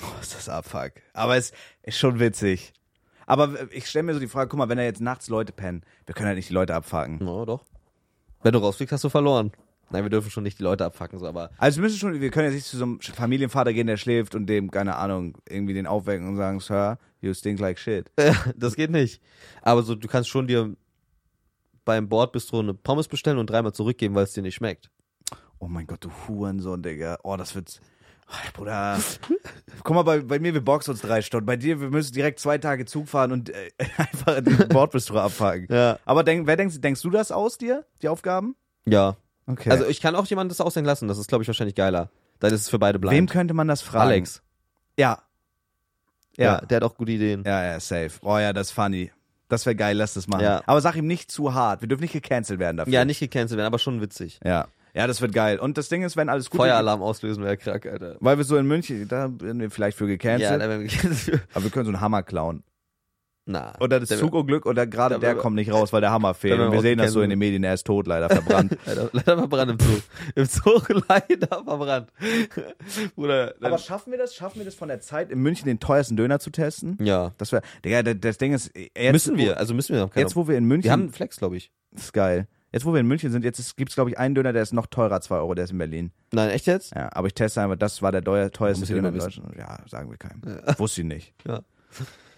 Speaker 1: Oh, ist das Abfuck. Aber es ist schon witzig. Aber ich stelle mir so die Frage, guck mal, wenn da jetzt nachts Leute pennen, wir können halt nicht die Leute abfacken.
Speaker 2: Na, doch. Wenn du rausfliegst, hast du verloren. Nein, wir dürfen schon nicht die Leute abfacken, so, aber
Speaker 1: Also wir müssen schon, wir können jetzt nicht zu so einem Familienvater gehen, der schläft und dem, keine Ahnung, irgendwie den aufwecken und sagen, Sir, you stink like shit.
Speaker 2: äh, [LAUGHS] das geht nicht. Aber so, du kannst schon dir beim Bordbistro eine Pommes bestellen und dreimal zurückgeben, weil es dir nicht schmeckt.
Speaker 1: Oh mein Gott, du Hurensohn, Digga. Oh, das wird's. Ach, Bruder. Guck mal, bei, bei mir, wir boxen uns drei Stunden. Bei dir, wir müssen direkt zwei Tage Zug fahren und äh, [LAUGHS] einfach den Bordbistro abfacken.
Speaker 2: Ja.
Speaker 1: Aber denk, wer denkst, denkst du das aus dir, die Aufgaben?
Speaker 2: Ja.
Speaker 1: Okay.
Speaker 2: Also ich kann auch jemanden das aussehen lassen, das ist, glaube ich, wahrscheinlich geiler. Dann ist es für beide
Speaker 1: Wem
Speaker 2: blind.
Speaker 1: könnte man das fragen?
Speaker 2: Alex.
Speaker 1: Ja.
Speaker 2: Ja.
Speaker 1: Ja.
Speaker 2: der hat auch gute Ideen.
Speaker 1: Ja, ja, safe. Oh ja, das ist funny. Das wäre geil, lass das machen.
Speaker 2: Ja.
Speaker 1: Aber sag ihm nicht zu hart. Wir dürfen nicht gecancelt werden dafür.
Speaker 2: Ja, nicht gecancelt werden, aber schon witzig.
Speaker 1: Ja. Ja, das wird geil. Und das Ding ist, wenn alles gut
Speaker 2: Feueralarm auslösen wäre krank, Alter.
Speaker 1: weil wir so in München, da werden wir vielleicht für
Speaker 2: Ja,
Speaker 1: gecancelt,
Speaker 2: da werden wir gecancelt. [LAUGHS]
Speaker 1: aber wir können so einen Hammer klauen.
Speaker 2: Na.
Speaker 1: Oder das
Speaker 2: Da-
Speaker 1: Zugunglück oder gerade
Speaker 2: da-
Speaker 1: der kommt nicht raus, weil der Hammer fehlt.
Speaker 2: Da-
Speaker 1: Und wir sehen das so in den Medien, er ist tot, leider
Speaker 2: [LAUGHS]
Speaker 1: verbrannt.
Speaker 2: Leider, leider verbrannt im Zug. Im Zug [LAUGHS] leider verbrannt. Bruder. dann-
Speaker 1: aber schaffen wir das? Schaffen wir das von der Zeit, in München den teuersten Döner zu testen?
Speaker 2: ja.
Speaker 1: Das wäre, Digga, das- das Ding ist, jetzt,
Speaker 2: müssen wir, also müssen wir noch
Speaker 1: Wo,
Speaker 2: keine.
Speaker 1: jetzt, wo wir in München,
Speaker 2: wir haben einen Flex, glaube ich.
Speaker 1: das ist geil. Jetzt, wo wir in München sind, jetzt gibt es, glaube ich, einen Döner, der ist noch teurer, 2 Euro, der ist in Berlin.
Speaker 2: Nein, echt jetzt?
Speaker 1: Ja, aber ich teste einfach, das war der teuer, teuerste
Speaker 2: Muss ich
Speaker 1: Döner in
Speaker 2: immer
Speaker 1: Deutschland. Ja, sagen wir keinem. [LAUGHS] Wusste ich nicht.
Speaker 2: Ja.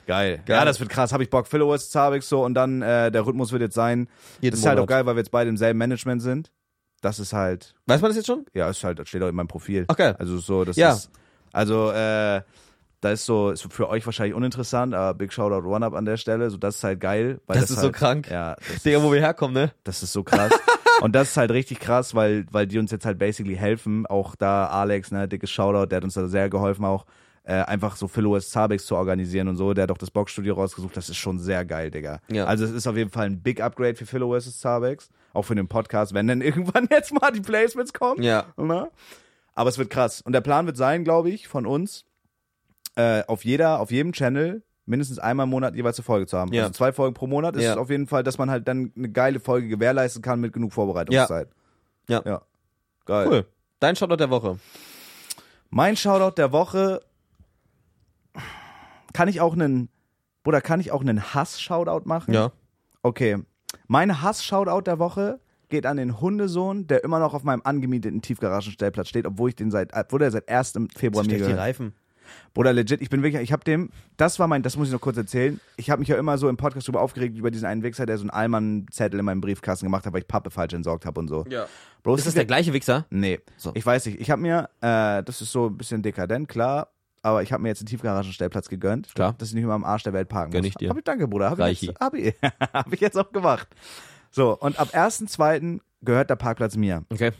Speaker 1: Geil.
Speaker 2: Geil.
Speaker 1: Ja, das wird krass. Hab ich Bock. Philo ist Zabik so und dann äh, der Rhythmus wird jetzt sein.
Speaker 2: Jeden
Speaker 1: das ist halt
Speaker 2: Monat.
Speaker 1: auch geil, weil wir jetzt beide im selben Management sind. Das ist halt,
Speaker 2: Weiß man das jetzt schon?
Speaker 1: ja, ist halt, das steht auch in meinem Profil.
Speaker 2: Ach, geil.
Speaker 1: Also so, das
Speaker 2: Ja.
Speaker 1: ist, also äh, da ist so, ist für euch wahrscheinlich uninteressant, aber Big Shoutout One Up an der Stelle. So, das ist halt geil. Weil
Speaker 2: Das
Speaker 1: das,
Speaker 2: ist so
Speaker 1: halt,
Speaker 2: krank.
Speaker 1: Ja, das
Speaker 2: Digga,
Speaker 1: ist,
Speaker 2: wo wir herkommen, ne?
Speaker 1: das ist so
Speaker 2: [LAUGHS]
Speaker 1: krass. Und das ist halt richtig krass, weil, weil die uns jetzt halt basically helfen. Auch da Alex, ne, dickes Shoutout, der hat uns da sehr geholfen auch. Äh, einfach so Philo S. Zabex zu organisieren und so, der hat auch das Boxstudio rausgesucht, das ist schon sehr geil, Digga.
Speaker 2: Ja.
Speaker 1: Also es ist auf jeden Fall ein Big Upgrade für Philo S. Zabex, auch für den Podcast, wenn dann [LAUGHS] irgendwann jetzt mal die Placements kommen.
Speaker 2: Ja.
Speaker 1: [LAUGHS] Ne? Aber es wird krass. Und der Plan wird sein, glaube ich, von uns, äh, auf jeder, auf jedem Channel mindestens einmal im Monat jeweils eine Folge zu haben.
Speaker 2: Ja.
Speaker 1: Also zwei Folgen pro Monat ist
Speaker 2: Ja.
Speaker 1: es auf jeden Fall, dass man halt dann eine geile Folge gewährleisten kann mit genug Vorbereitungszeit.
Speaker 2: Ja.
Speaker 1: ja. Geil.
Speaker 2: Cool. Dein Shoutout der Woche.
Speaker 1: Mein Shoutout der Woche. Kann ich auch einen. Bruder, kann ich auch einen Hass-Shoutout machen? Okay. Mein Hass-Shoutout der Woche geht an den Hundesohn, der immer noch auf meinem angemieteten Tiefgaragenstellplatz steht, obwohl ich den seit, äh, obwohl er seit 1. Februar mir
Speaker 2: Versteck die
Speaker 1: gehört.
Speaker 2: Reifen.
Speaker 1: Bruder, legit, ich bin wirklich, ich habe dem, das war mein, das muss ich noch kurz erzählen. Ich habe mich ja immer so im Podcast drüber aufgeregt über diesen einen Wichser, der so einen Allmann-Zettel in meinem Briefkasten gemacht hat, weil ich Pappe falsch entsorgt habe und so.
Speaker 2: Ja.
Speaker 1: Bro,
Speaker 3: Ist das der gleiche Wichser?
Speaker 1: Nee,
Speaker 2: So.
Speaker 1: ich weiß nicht. Ich habe mir, äh, das ist so ein bisschen dekadent, klar, aber ich habe mir jetzt einen Tiefgaragenstellplatz gegönnt,
Speaker 3: Klar.
Speaker 1: dass ich nicht immer am Arsch der Welt parken
Speaker 3: Gönn
Speaker 1: muss.
Speaker 3: ich dir.
Speaker 1: Hab ich, danke, Bruder. Hab ich,
Speaker 3: Reichi.
Speaker 1: jetzt, hab, ich, [LAUGHS] hab ich jetzt auch gemacht. So, und ab 1.2. gehört der Parkplatz mir.
Speaker 3: Okay.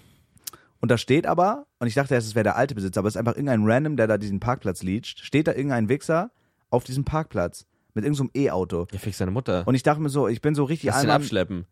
Speaker 1: Und da steht aber, und ich dachte erst, es wäre der alte Besitzer, aber es ist einfach irgendein Random, der da diesen Parkplatz leacht, steht da irgendein Wichser auf diesem Parkplatz mit irgendeinem so E-Auto.
Speaker 3: Ja, fix seine Mutter.
Speaker 1: Und ich dachte mir so, ich bin so richtig
Speaker 3: Lass den
Speaker 1: Allmann-
Speaker 3: abschleppen.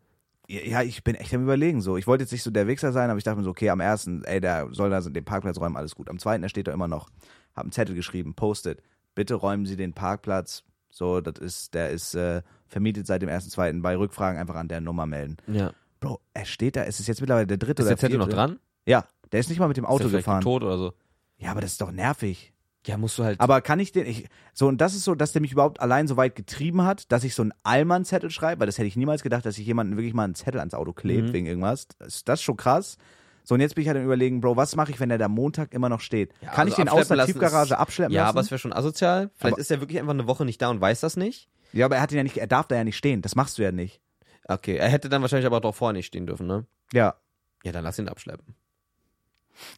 Speaker 1: ja, ja, ich bin echt am überlegen so. Ich wollte jetzt nicht so der Wichser sein, aber ich dachte mir so, okay, am ersten, ey, der soll da so den Parkplatz räumen, alles gut. Am zweiten, der steht da immer noch. Hab einen Zettel geschrieben, postet. Bitte räumen Sie den Parkplatz. So, das ist, der ist äh, vermietet seit dem ersten, zweiten. Bei Rückfragen einfach an der Nummer melden.
Speaker 3: Ja.
Speaker 1: Bro, er steht da, es ist jetzt mittlerweile der dritte
Speaker 3: Ist
Speaker 1: oder
Speaker 3: der Zettel noch
Speaker 1: vierte.
Speaker 3: dran?
Speaker 1: Ja, der ist nicht mal mit dem
Speaker 3: ist
Speaker 1: äh, Auto
Speaker 3: der vielleicht
Speaker 1: gefahren.
Speaker 3: Tot oder so.
Speaker 1: Ja, aber das ist doch nervig.
Speaker 3: Ja, musst du halt.
Speaker 1: Aber kann ich den, ich, so, und das ist so, dass der mich überhaupt allein so weit getrieben hat, dass ich so einen Allmann-Zettel schreibe, weil das hätte ich niemals gedacht, dass ich jemanden wirklich mal einen Zettel ans Auto klebt
Speaker 3: Mhm.
Speaker 1: wegen irgendwas. Das, ist- das ist schon krass. So, und jetzt bin ich halt im Überlegen, Bro, was mache ich, wenn der da Montag immer noch steht?
Speaker 3: Ja,
Speaker 1: kann
Speaker 3: also
Speaker 1: ich den aus
Speaker 3: abschleppen
Speaker 1: der
Speaker 3: lassen
Speaker 1: Tiefgarage
Speaker 3: ist-
Speaker 1: abschleppen
Speaker 3: ja,
Speaker 1: lassen?
Speaker 3: aber es wäre schon asozial. Vielleicht
Speaker 1: Aber-
Speaker 2: ist er wirklich einfach eine Woche nicht da und weiß das nicht?
Speaker 1: ja, aber er hat ihn ja nicht, er darf da ja nicht stehen. Das machst du ja nicht.
Speaker 2: Okay, er hätte dann wahrscheinlich aber auch doch vorher nicht stehen dürfen, ne?
Speaker 1: Ja.
Speaker 2: Ja, dann lass ihn abschleppen.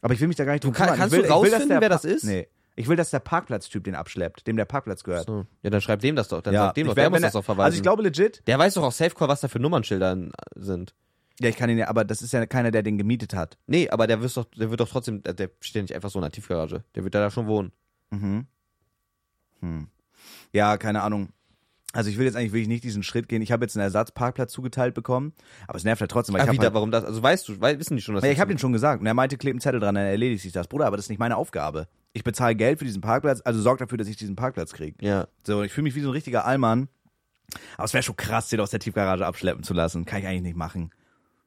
Speaker 1: Aber ich will mich da gar nicht
Speaker 2: Du
Speaker 1: drum
Speaker 2: kann-
Speaker 1: kümmern.
Speaker 2: kannst
Speaker 1: ich will,
Speaker 2: du
Speaker 1: ich will, dass
Speaker 2: rausfinden,
Speaker 1: der
Speaker 2: wer
Speaker 1: Pa-
Speaker 2: das ist?
Speaker 1: Nee. Ich will, dass der Parkplatztyp den abschleppt, dem der Parkplatz gehört.
Speaker 2: So. Ja, dann schreib dem das doch. Dann
Speaker 1: Ja.
Speaker 2: sag dem
Speaker 1: Ich
Speaker 2: doch,
Speaker 1: wär-
Speaker 2: der muss
Speaker 1: wenn er-
Speaker 2: das doch verweisen.
Speaker 1: Also ich glaube legit,
Speaker 2: der weiß doch auch Safecore, was da für Nummernschilder äh, sind.
Speaker 1: ja, ich kann ihn ja, aber das ist ja keiner, der den gemietet hat.
Speaker 2: Nee, aber der, wirst doch, der wird doch trotzdem, der, der steht ja nicht einfach so in der Tiefgarage. Der wird ja da schon wohnen.
Speaker 1: Mhm. Hm. Ja, keine Ahnung. Also ich will jetzt eigentlich wirklich nicht diesen Schritt gehen. Ich habe jetzt einen Ersatzparkplatz zugeteilt bekommen, aber es nervt halt trotzdem, weil
Speaker 2: Ah,
Speaker 1: ich
Speaker 2: wieder,
Speaker 1: habe halt,
Speaker 2: warum das? Also weißt du, wei- wissen die schon, dass
Speaker 1: Nee,
Speaker 2: das
Speaker 1: ich habe
Speaker 2: so-
Speaker 1: den schon gesagt und er meinte, kleb einen Zettel dran, dann erledigt sich das, Bruder. Aber das ist nicht meine Aufgabe. Ich bezahle Geld für diesen Parkplatz, also sorg dafür, dass ich diesen Parkplatz kriege.
Speaker 2: Ja.
Speaker 1: So, ich fühle mich wie so ein richtiger Allmann. Aber es wäre schon krass, den aus der Tiefgarage abschleppen zu lassen. Kann ich eigentlich nicht machen.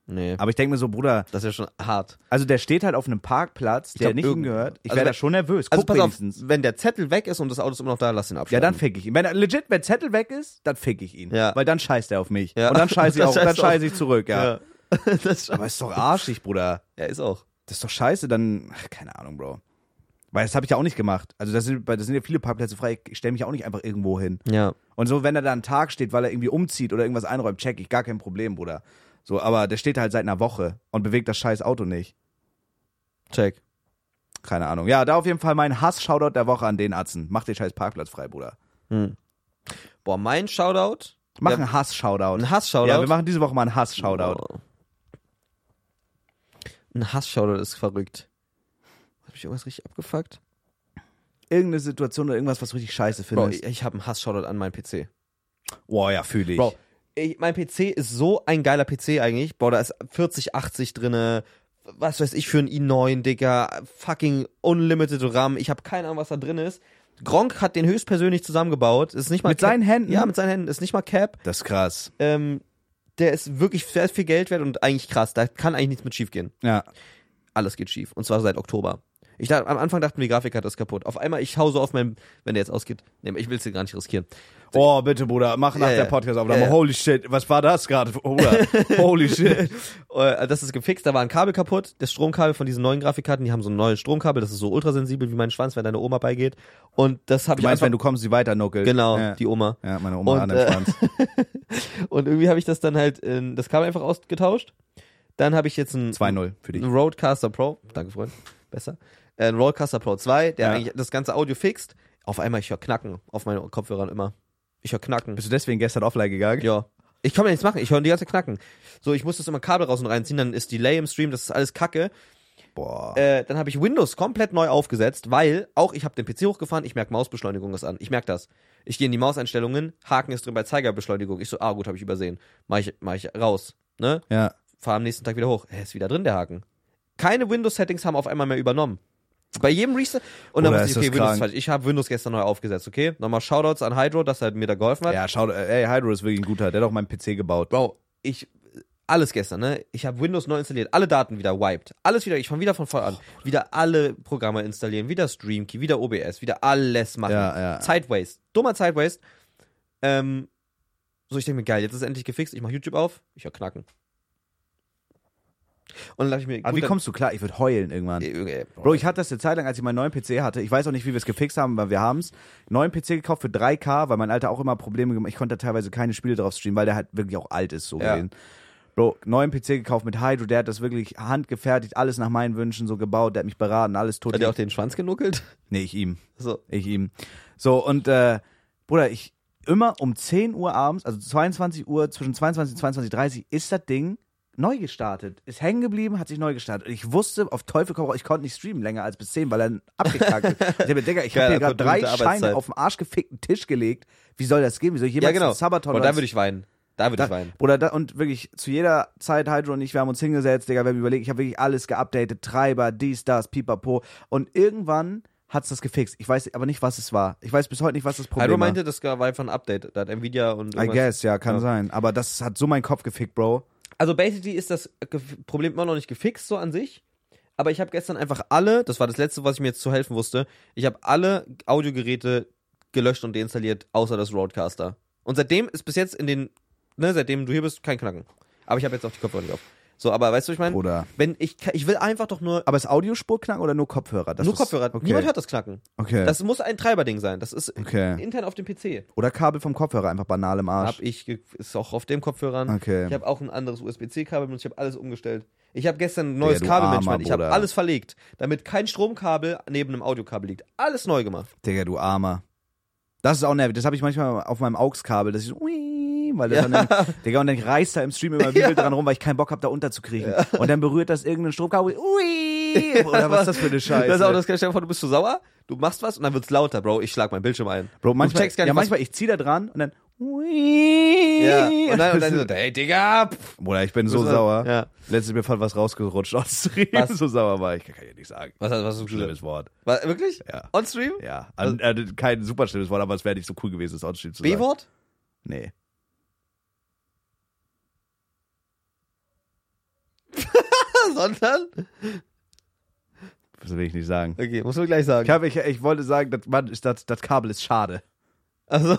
Speaker 2: Nee.
Speaker 1: Aber ich denke mir so, Bruder,
Speaker 2: Das ist ja schon hart.
Speaker 1: also der steht halt auf einem Parkplatz, der
Speaker 2: glaub,
Speaker 1: nicht
Speaker 2: irgend-
Speaker 1: hingehört. Ich
Speaker 2: also
Speaker 1: wäre da
Speaker 2: wenn-
Speaker 1: schon nervös.
Speaker 2: Also
Speaker 1: Guck
Speaker 2: pass auf,
Speaker 1: wenigstens.
Speaker 2: wenn der Zettel weg ist und das Auto ist immer noch da, lass ihn
Speaker 1: Ja,
Speaker 2: abschleppen.
Speaker 1: dann fick ich ihn. Wenn, er- legit, wenn Zettel weg ist, dann fick ich ihn.
Speaker 2: Ja.
Speaker 1: Weil dann scheißt er auf mich.
Speaker 2: Ja.
Speaker 1: Und dann
Speaker 2: [LAUGHS]
Speaker 1: scheiße ich
Speaker 2: Dann
Speaker 1: auch, dann
Speaker 2: scheißt er auf-
Speaker 1: scheiße ich zurück, ja.
Speaker 2: Ja. [LAUGHS] das
Speaker 1: Aber ist doch arschig, Bruder.
Speaker 2: ja, ist auch.
Speaker 1: Das ist doch scheiße, dann, ach, keine Ahnung, Bro. Weil das habe ich ja auch nicht gemacht. Also da sind, da sind ja viele Parkplätze frei. Ich stelle mich auch nicht einfach irgendwo hin.
Speaker 2: Ja.
Speaker 1: Und so, wenn er da einen Tag steht, weil er irgendwie umzieht oder irgendwas einräumt, check ich, gar kein Problem, Bruder. So, aber der steht halt seit einer Woche und bewegt das scheiß Auto nicht.
Speaker 2: Check.
Speaker 1: Keine Ahnung. Ja, da auf jeden Fall mein Hass-Shoutout der Woche an den Atzen. Mach den scheiß Parkplatz frei, Bruder.
Speaker 2: Boah, mein Shoutout.
Speaker 1: Mach
Speaker 2: Ja.
Speaker 1: einen Hass-Shoutout.
Speaker 2: Ein Hass-Shoutout.
Speaker 1: Ja, wir machen diese Woche mal einen Hass-Shoutout.
Speaker 2: Boah. Ein Hass-Shoutout ist verrückt. Hat mich irgendwas richtig abgefuckt?
Speaker 1: Irgendeine Situation oder irgendwas, was du richtig scheiße
Speaker 2: Bro,
Speaker 1: findest.
Speaker 2: ich, ich habe einen Hass-Shoutout an meinen PC.
Speaker 1: Boah, ja, fühle ich.
Speaker 2: Bro, ich, mein PC ist so ein geiler PC eigentlich. Bro, da ist 4080 drinne. Was weiß ich für ein i9, Digga. Fucking unlimited RAM. Ich habe keine Ahnung, was da drin ist. Gronk hat den höchstpersönlich zusammengebaut. Ist nicht mal
Speaker 1: Mit
Speaker 2: Cap-
Speaker 1: seinen Händen?
Speaker 2: Ja, mit seinen Händen. Ist nicht mal Cap.
Speaker 1: Das ist krass.
Speaker 2: Ähm, der ist wirklich sehr viel Geld wert und eigentlich krass. Da kann eigentlich nichts mit schief gehen.
Speaker 1: Ja.
Speaker 2: alles geht schief. Und zwar seit Oktober. Ich dachte, am Anfang dachten wir, die Grafikkarte ist kaputt. Auf einmal, ich hau so auf meinem, wenn der jetzt ausgeht, nee, ich will es dir gar nicht riskieren.
Speaker 1: Oh, bitte, Bruder, mach nach
Speaker 2: Ja,
Speaker 1: der
Speaker 2: ja.
Speaker 1: Podcast-Aufnahme.
Speaker 2: Ja, ja.
Speaker 1: Holy shit, was war das gerade, [LAUGHS] Bruder? Holy shit.
Speaker 2: Äh, Das ist gefixt, da war ein Kabel kaputt, das Stromkabel von diesen neuen Grafikkarten, die haben so ein neues Stromkabel, das ist so ultrasensibel wie mein Schwanz, wenn deine Oma beigeht. Und das habe
Speaker 1: Du
Speaker 2: ich
Speaker 1: meinst,
Speaker 2: einfach,
Speaker 1: wenn du kommst, sie weiter nuckelt.
Speaker 2: genau,
Speaker 1: Ja,
Speaker 2: die Oma.
Speaker 1: ja meine Oma
Speaker 2: Und,
Speaker 1: an den
Speaker 2: äh,
Speaker 1: Schwanz.
Speaker 2: [LAUGHS] Und irgendwie habe ich das dann halt, in, das Kabel einfach ausgetauscht. Dann habe ich jetzt ein,
Speaker 1: 2-0 für dich.
Speaker 2: ein Roadcaster Pro, danke Freund, besser, äh, ein Roadcaster Pro 2, der
Speaker 1: Ja.
Speaker 2: eigentlich das ganze Audio fixt. Auf einmal, ich höre Knacken auf meinen Kopfhörern immer. Ich höre Knacken.
Speaker 1: Bist du deswegen gestern offline gegangen?
Speaker 2: Ja. Ich kann mir nichts machen, ich höre die ganze Knacken. So, ich muss das immer Kabel raus und reinziehen, dann ist Delay im Stream, das ist alles Kacke.
Speaker 1: Boah.
Speaker 2: Äh, dann habe ich Windows komplett neu aufgesetzt, weil auch ich habe den PC hochgefahren, ich merke Mausbeschleunigung ist an. Ich merke das. Ich gehe in die Mauseinstellungen, Haken ist drin bei Zeigerbeschleunigung. Ich so, ah gut, habe ich übersehen. Mach ich, mach ich raus. Ne?
Speaker 1: ja.
Speaker 2: Fahr am nächsten Tag wieder hoch. Hä, ist wieder drin der Haken. Keine Windows-Settings haben auf einmal mehr übernommen. Bei jedem Reset. Und dann
Speaker 1: Oder
Speaker 2: wusste ich,
Speaker 1: ist das
Speaker 2: okay, Windows ist
Speaker 1: krank?
Speaker 2: falsch. Ich habe Windows gestern neu aufgesetzt, okay? Nochmal Shoutouts an Hydro, dass er mir da geholfen hat.
Speaker 1: Ja, schau, äh, ey, Hydro ist wirklich ein guter. Der hat auch meinen PC gebaut.
Speaker 2: Bro, ich alles gestern, ne? Ich habe Windows neu installiert, alle Daten wieder wiped, alles wieder, ich fange wieder von vorne an, wieder alle Programme installieren, wieder Streamkey, wieder OBS, wieder alles machen.
Speaker 1: Ja, ja.
Speaker 2: Zeitwaste, dummer Zeitwaste. Ähm, so ich denke mir geil, jetzt ist es endlich gefixt, ich mache YouTube auf, ich hör knacken. Und dann dachte ich mir,
Speaker 1: Aber
Speaker 2: gut,
Speaker 1: wie kommst du klar? Ich würde heulen irgendwann.
Speaker 2: dann, Äh, äh,
Speaker 1: Bro, ich hatte das eine Zeit lang, als ich meinen neuen PC hatte. Ich weiß auch nicht, wie wir es gefixt haben, weil wir haben es. Neuen PC gekauft für 3K, weil mein Alter auch immer Probleme gemacht Ich konnte da teilweise keine Spiele drauf streamen, weil der halt wirklich auch alt ist, so
Speaker 2: Ja.
Speaker 1: gesehen. Bro, neuen PC gekauft mit Hydro, der hat das wirklich handgefertigt, alles nach meinen Wünschen so gebaut, der hat mich beraten, alles tot.
Speaker 2: hat er auch den Schwanz genuckelt? [LAUGHS]
Speaker 1: Nee, ich ihm.
Speaker 2: So.
Speaker 1: Ich ihm. So, und äh, Bruder, ich immer um 10 Uhr abends, also 22 Uhr, zwischen 22 und 22.30 Uhr, ist das Ding neu gestartet. Ist hängen geblieben, hat sich neu gestartet. Und ich wusste, auf Teufel komm raus, ich konnte nicht streamen länger als bis 10, weil er abgekackt ist. Ich hab mir, Digga, ich habe
Speaker 2: Geiler,
Speaker 1: hier gerade drei
Speaker 2: verbrühte
Speaker 1: Steine
Speaker 2: Arbeitszeit.
Speaker 1: auf den arschgefickten Tisch gelegt. Wie soll das gehen? Wie soll ich
Speaker 2: Ja,
Speaker 1: jemals
Speaker 2: genau.
Speaker 1: einen Sabaton
Speaker 2: Und
Speaker 1: oder
Speaker 2: da würde ich weinen. Da würde ich
Speaker 1: da,
Speaker 2: weinen.
Speaker 1: oder da, und wirklich zu jeder Zeit, Hydro und ich, wir haben uns hingesetzt, Digga, wir haben überlegt, ich habe wirklich alles geupdatet, Treiber, dies, das, pipapo. Und irgendwann hat's das gefixt. Ich weiß aber nicht, was es war. Ich weiß bis heute nicht, was das Problem
Speaker 2: Hydro
Speaker 1: war. Ah,
Speaker 2: meinte, das war einfach ein Update, da hat Nvidia und
Speaker 1: I
Speaker 2: irgendwas-
Speaker 1: guess, ja, kann
Speaker 2: Ja.
Speaker 1: sein. Aber das hat so meinen Kopf gefickt, Bro.
Speaker 2: Also basically ist das gef- Problem immer noch nicht gefixt so an sich, aber ich habe gestern einfach alle, das war das Letzte, was ich mir jetzt zu helfen wusste, ich habe alle Audiogeräte gelöscht und deinstalliert, außer das Roadcaster. Und seitdem ist bis jetzt in den, ne, seitdem du hier bist, kein Knacken. Aber ich habe jetzt auch die Kopfhörer nicht auf. So, aber weißt du, was ich meine,
Speaker 1: Oder.
Speaker 2: wenn ich, ka- ich will einfach doch nur,
Speaker 1: Aber ist Audiospur knacken oder nur Kopfhörer? Das
Speaker 2: nur
Speaker 1: ist-
Speaker 2: Kopfhörer.
Speaker 1: Okay.
Speaker 2: Niemand hört das Knacken.
Speaker 1: Okay.
Speaker 2: Das muss ein Treiberding sein. Das ist
Speaker 1: okay.
Speaker 2: intern auf dem PC.
Speaker 1: Oder Kabel vom Kopfhörer, einfach banal im Arsch.
Speaker 2: Hab ich, ge- ist auch auf dem Kopfhörern.
Speaker 1: Okay.
Speaker 2: Ich habe auch ein anderes USB-C-Kabel benutzt, ich habe alles umgestellt. Ich habe gestern ein neues
Speaker 1: du
Speaker 2: Kabelmanagement,
Speaker 1: armer
Speaker 2: ich habe
Speaker 1: Bruder.
Speaker 2: alles verlegt, damit kein Stromkabel neben einem Audiokabel liegt. Alles neu gemacht.
Speaker 1: Digga, du Armer. Das ist auch nervig. Das habe ich manchmal auf meinem AUX-Kabel, dass ich so, ui, weil das
Speaker 2: Ja.
Speaker 1: dann, Digga, und dann reißt da im Stream
Speaker 2: [LAUGHS]
Speaker 1: immer Bibel dran rum, weil ich keinen Bock habe, da unterzukriegen. Und dann berührt das irgendein Stromkabel, ui, oder was ist das für eine Scheiße?
Speaker 2: [LAUGHS] Das ist auch das Stell dir vor, du bist so sauer, du machst was und dann wird's lauter, Bro. Ich schlag meinen Bildschirm ein.
Speaker 1: Bro, manchmal,
Speaker 2: checkst gar nicht,
Speaker 1: ja,
Speaker 2: was-
Speaker 1: manchmal, ich zieh da dran und dann, ui. [LAUGHS]
Speaker 2: Ja. Und dann, und dann so, hey Digga, pff,
Speaker 1: Bruder, ich bin so
Speaker 2: Ja.
Speaker 1: sauer.
Speaker 2: Ja.
Speaker 1: Letztes Mal fand was rausgerutscht aus Stream.
Speaker 2: Was?
Speaker 1: So sauer war ich, kann ich ja nicht sagen.
Speaker 2: Was, was hast du gesagt?
Speaker 1: Schlimmes Wort.
Speaker 2: War, wirklich?
Speaker 1: Ja.
Speaker 2: On Stream?
Speaker 1: Ja, an, äh, kein super schlimmes Wort, aber es wäre nicht so cool gewesen, das Outstream zu sagen.
Speaker 2: B-Wort?
Speaker 1: Nee.
Speaker 2: [LAUGHS] Sondern?
Speaker 1: Das will ich nicht sagen.
Speaker 2: Okay, muss man gleich
Speaker 1: Ich,
Speaker 2: sagen.
Speaker 1: hab, ich, ich wollte sagen, das, Mann, ist das, das Kabel ist schade.
Speaker 2: Also. [LAUGHS]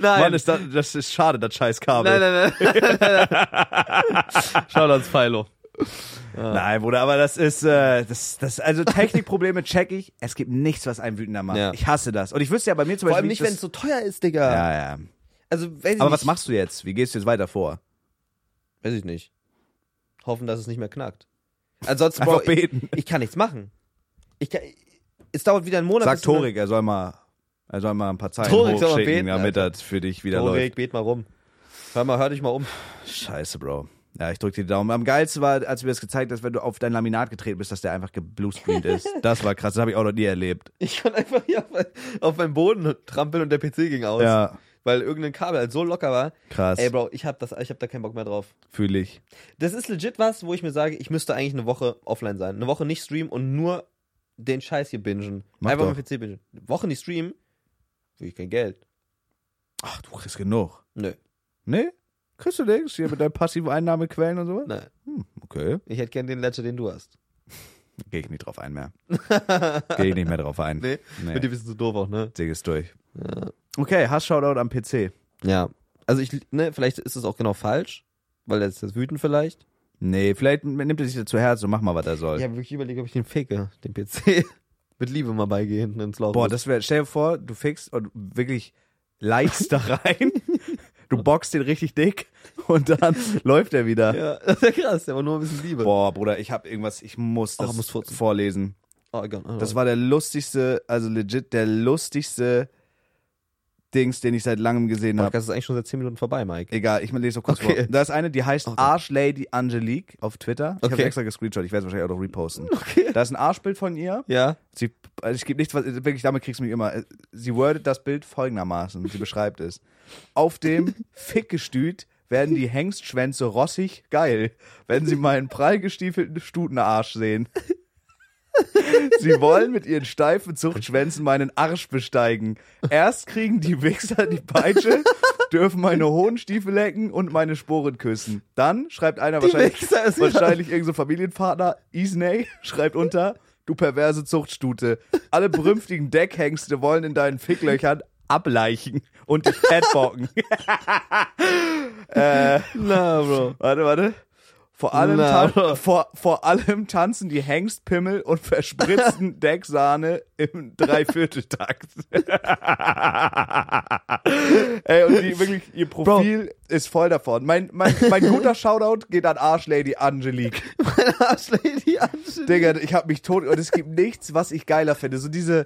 Speaker 2: nein.
Speaker 1: Mann, ist das, das ist schade, das scheiß Kabel.
Speaker 2: nein. Nein, nein,
Speaker 1: [LAUGHS]
Speaker 2: nein. Schau uns Philo.
Speaker 1: Nein, Bruder, aber das ist, äh, das, das, also Technikprobleme check ich. Es gibt nichts, was einen wütender macht.
Speaker 2: Ja.
Speaker 1: Ich hasse das. Und ich wüsste ja bei mir zum
Speaker 2: Vor allem
Speaker 1: Beispiel
Speaker 2: nicht,
Speaker 1: wie ich
Speaker 2: wenn es so teuer ist, Digga.
Speaker 1: das, ja, ja.
Speaker 2: Also, weiß ich
Speaker 1: Aber
Speaker 2: nicht.
Speaker 1: was machst du jetzt? Wie gehst du jetzt weiter vor?
Speaker 2: Weiß ich nicht. Hoffen, dass es nicht mehr knackt. Ansonsten,
Speaker 1: Einfach
Speaker 2: Bro, ich,
Speaker 1: beten.
Speaker 2: ich kann nichts machen. Ich kann, es dauert wieder einen Monat.
Speaker 1: Sag
Speaker 2: bis du-
Speaker 1: Torik, er soll mal, er soll mal ein paar Zeilen
Speaker 2: Torik soll mal
Speaker 1: hochschicken,
Speaker 2: beten,
Speaker 1: damit
Speaker 2: Alter.
Speaker 1: das für dich wieder
Speaker 2: Torik, bet mal rum. Hör mal, hör dich mal um. [LAUGHS]
Speaker 1: läuft. Scheiße, Bro. Ja, ich drück dir die Daumen. Am geilsten war, als du mir das gezeigt hast, wenn du auf dein Laminat getreten bist, dass der einfach gebluescreened
Speaker 2: [LAUGHS]
Speaker 1: ist. Das war krass, das habe ich auch noch nie erlebt.
Speaker 2: Ich konnte einfach hier auf, auf meinem Boden trampeln und der PC ging aus.
Speaker 1: Ja,
Speaker 2: Weil irgendein Kabel halt so locker war.
Speaker 1: krass.
Speaker 2: Ey, Bro, ich hab, das, ich hab da keinen Bock mehr drauf.
Speaker 1: Fühle ich.
Speaker 2: Das ist legit was, wo ich mir sage, ich müsste eigentlich eine Woche offline sein. Eine Woche nicht streamen und nur den Scheiß hier bingen.
Speaker 1: Mach
Speaker 2: Einfach
Speaker 1: doch.
Speaker 2: mit PC bingen. Eine Woche nicht streamen, will ich kein Geld.
Speaker 1: Ach, du kriegst genug.
Speaker 2: Nö,
Speaker 1: Nee? Kriegst du nichts? Hier mit deinen passiven Einnahmequellen und so?
Speaker 2: nein.
Speaker 1: Hm, okay.
Speaker 2: Ich hätte gern den Ledger, den du hast.
Speaker 1: Gehe ich nicht drauf ein
Speaker 2: [LAUGHS]
Speaker 1: mehr. Gehe ich nicht mehr drauf ein.
Speaker 2: Nee,
Speaker 1: Nee.
Speaker 2: Mit dir bist du so doof auch, ne?
Speaker 1: Ding ist durch. Okay, Hass-Shoutout am PC.
Speaker 2: Ja. Also ich, ne, vielleicht ist es auch genau falsch, weil er ist jetzt wütend vielleicht.
Speaker 1: Nee, vielleicht nimmt er sich das zu Herzen und mach mal, was er soll.
Speaker 2: Ich habe wirklich überlegt, ob ich den fake, den PC. [LAUGHS] Mit Liebe mal beigehen ins Laufen.
Speaker 1: Boah, das wäre, stell dir vor, du fickst und wirklich leichst da
Speaker 2: [LAUGHS]
Speaker 1: rein. Du boxst den richtig dick und dann [LAUGHS] läuft er wieder.
Speaker 2: ja, [LAUGHS] das ist ja krass, aber nur ein bisschen Liebe.
Speaker 1: Boah, Bruder, ich hab irgendwas, ich muss
Speaker 2: Oh,
Speaker 1: das
Speaker 2: muss furzen.
Speaker 1: vorlesen.
Speaker 2: Oh, egal. Oh,
Speaker 1: Das war der lustigste, also legit der lustigste Dings, den ich seit langem gesehen habe.
Speaker 2: Podcast ist eigentlich schon seit 10 Minuten vorbei, Mike.
Speaker 1: Egal, ich lese noch kurz
Speaker 2: Okay.
Speaker 1: vor. Da ist eine, die heißt
Speaker 2: Okay.
Speaker 1: Arschlady Angelique auf Twitter. Ich okay.
Speaker 2: Okay.
Speaker 1: habe extra gescreenshot, ich werde es wahrscheinlich auch noch reposten.
Speaker 2: Okay.
Speaker 1: Da ist ein Arschbild von ihr.
Speaker 2: Ja.
Speaker 1: Sie, also ich gebe nichts, was, wirklich, damit kriegst du mich immer. Sie wordet das Bild folgendermaßen, sie beschreibt es. Auf dem Fickgestüt werden die Hengstschwänze rossig geil, wenn sie meinen prall gestiefelten Stutenarsch sehen. Sie wollen mit ihren steifen Zuchtschwänzen meinen Arsch besteigen. Erst kriegen die Wichser die Peitsche, dürfen meine hohen Stiefel lecken und meine Sporen küssen. Dann schreibt einer
Speaker 2: [LAUGHS]
Speaker 1: wahrscheinlich,
Speaker 2: Wichser
Speaker 1: [LAUGHS]
Speaker 2: ist wieder-
Speaker 1: wahrscheinlich irgendein so Familienpartner, Isney, schreibt unter, du perverse Zuchtstute. Alle brünftigen Deckhengste wollen in deinen Ficklöchern ableichen und dich fettbocken.
Speaker 2: Na, Bro.
Speaker 1: Warte, warte. Vor allem,
Speaker 2: Na.
Speaker 1: tan vor, vor allem tanzen die Hengstpimmel und verspritzen Decksahne im Dreivierteltakt. [LAUGHS] Ey, und die, wirklich, ihr Profil ist voll davon. Mein, mein, mein guter Shoutout geht an Arschlady Angelique.
Speaker 2: Arschlady Angel.
Speaker 1: Digga, ich hab mich tot und es
Speaker 2: [LAUGHS]
Speaker 1: gibt nichts, was ich geiler finde. So diese,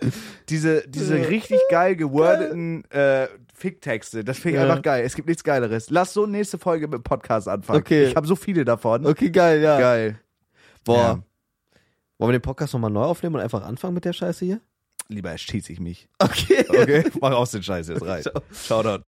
Speaker 1: diese, diese richtig geil gewordeten äh, Ficktexte. Das finde ich
Speaker 2: Ja.
Speaker 1: einfach geil. Es gibt nichts Geileres. Lass so nächste Folge mit dem Podcast anfangen.
Speaker 2: Okay.
Speaker 1: Ich habe so viele davon.
Speaker 2: Okay, geil, ja.
Speaker 1: Geil.
Speaker 2: Boah.
Speaker 1: Ja.
Speaker 2: Wollen wir den Podcast nochmal neu aufnehmen und einfach anfangen mit der Scheiße hier? [LAUGHS]
Speaker 1: Lieber erschieße ich mich.
Speaker 2: Okay.
Speaker 1: [LAUGHS] Okay, mach aus den Scheiß jetzt rein.
Speaker 2: Ciao.
Speaker 1: Shoutout.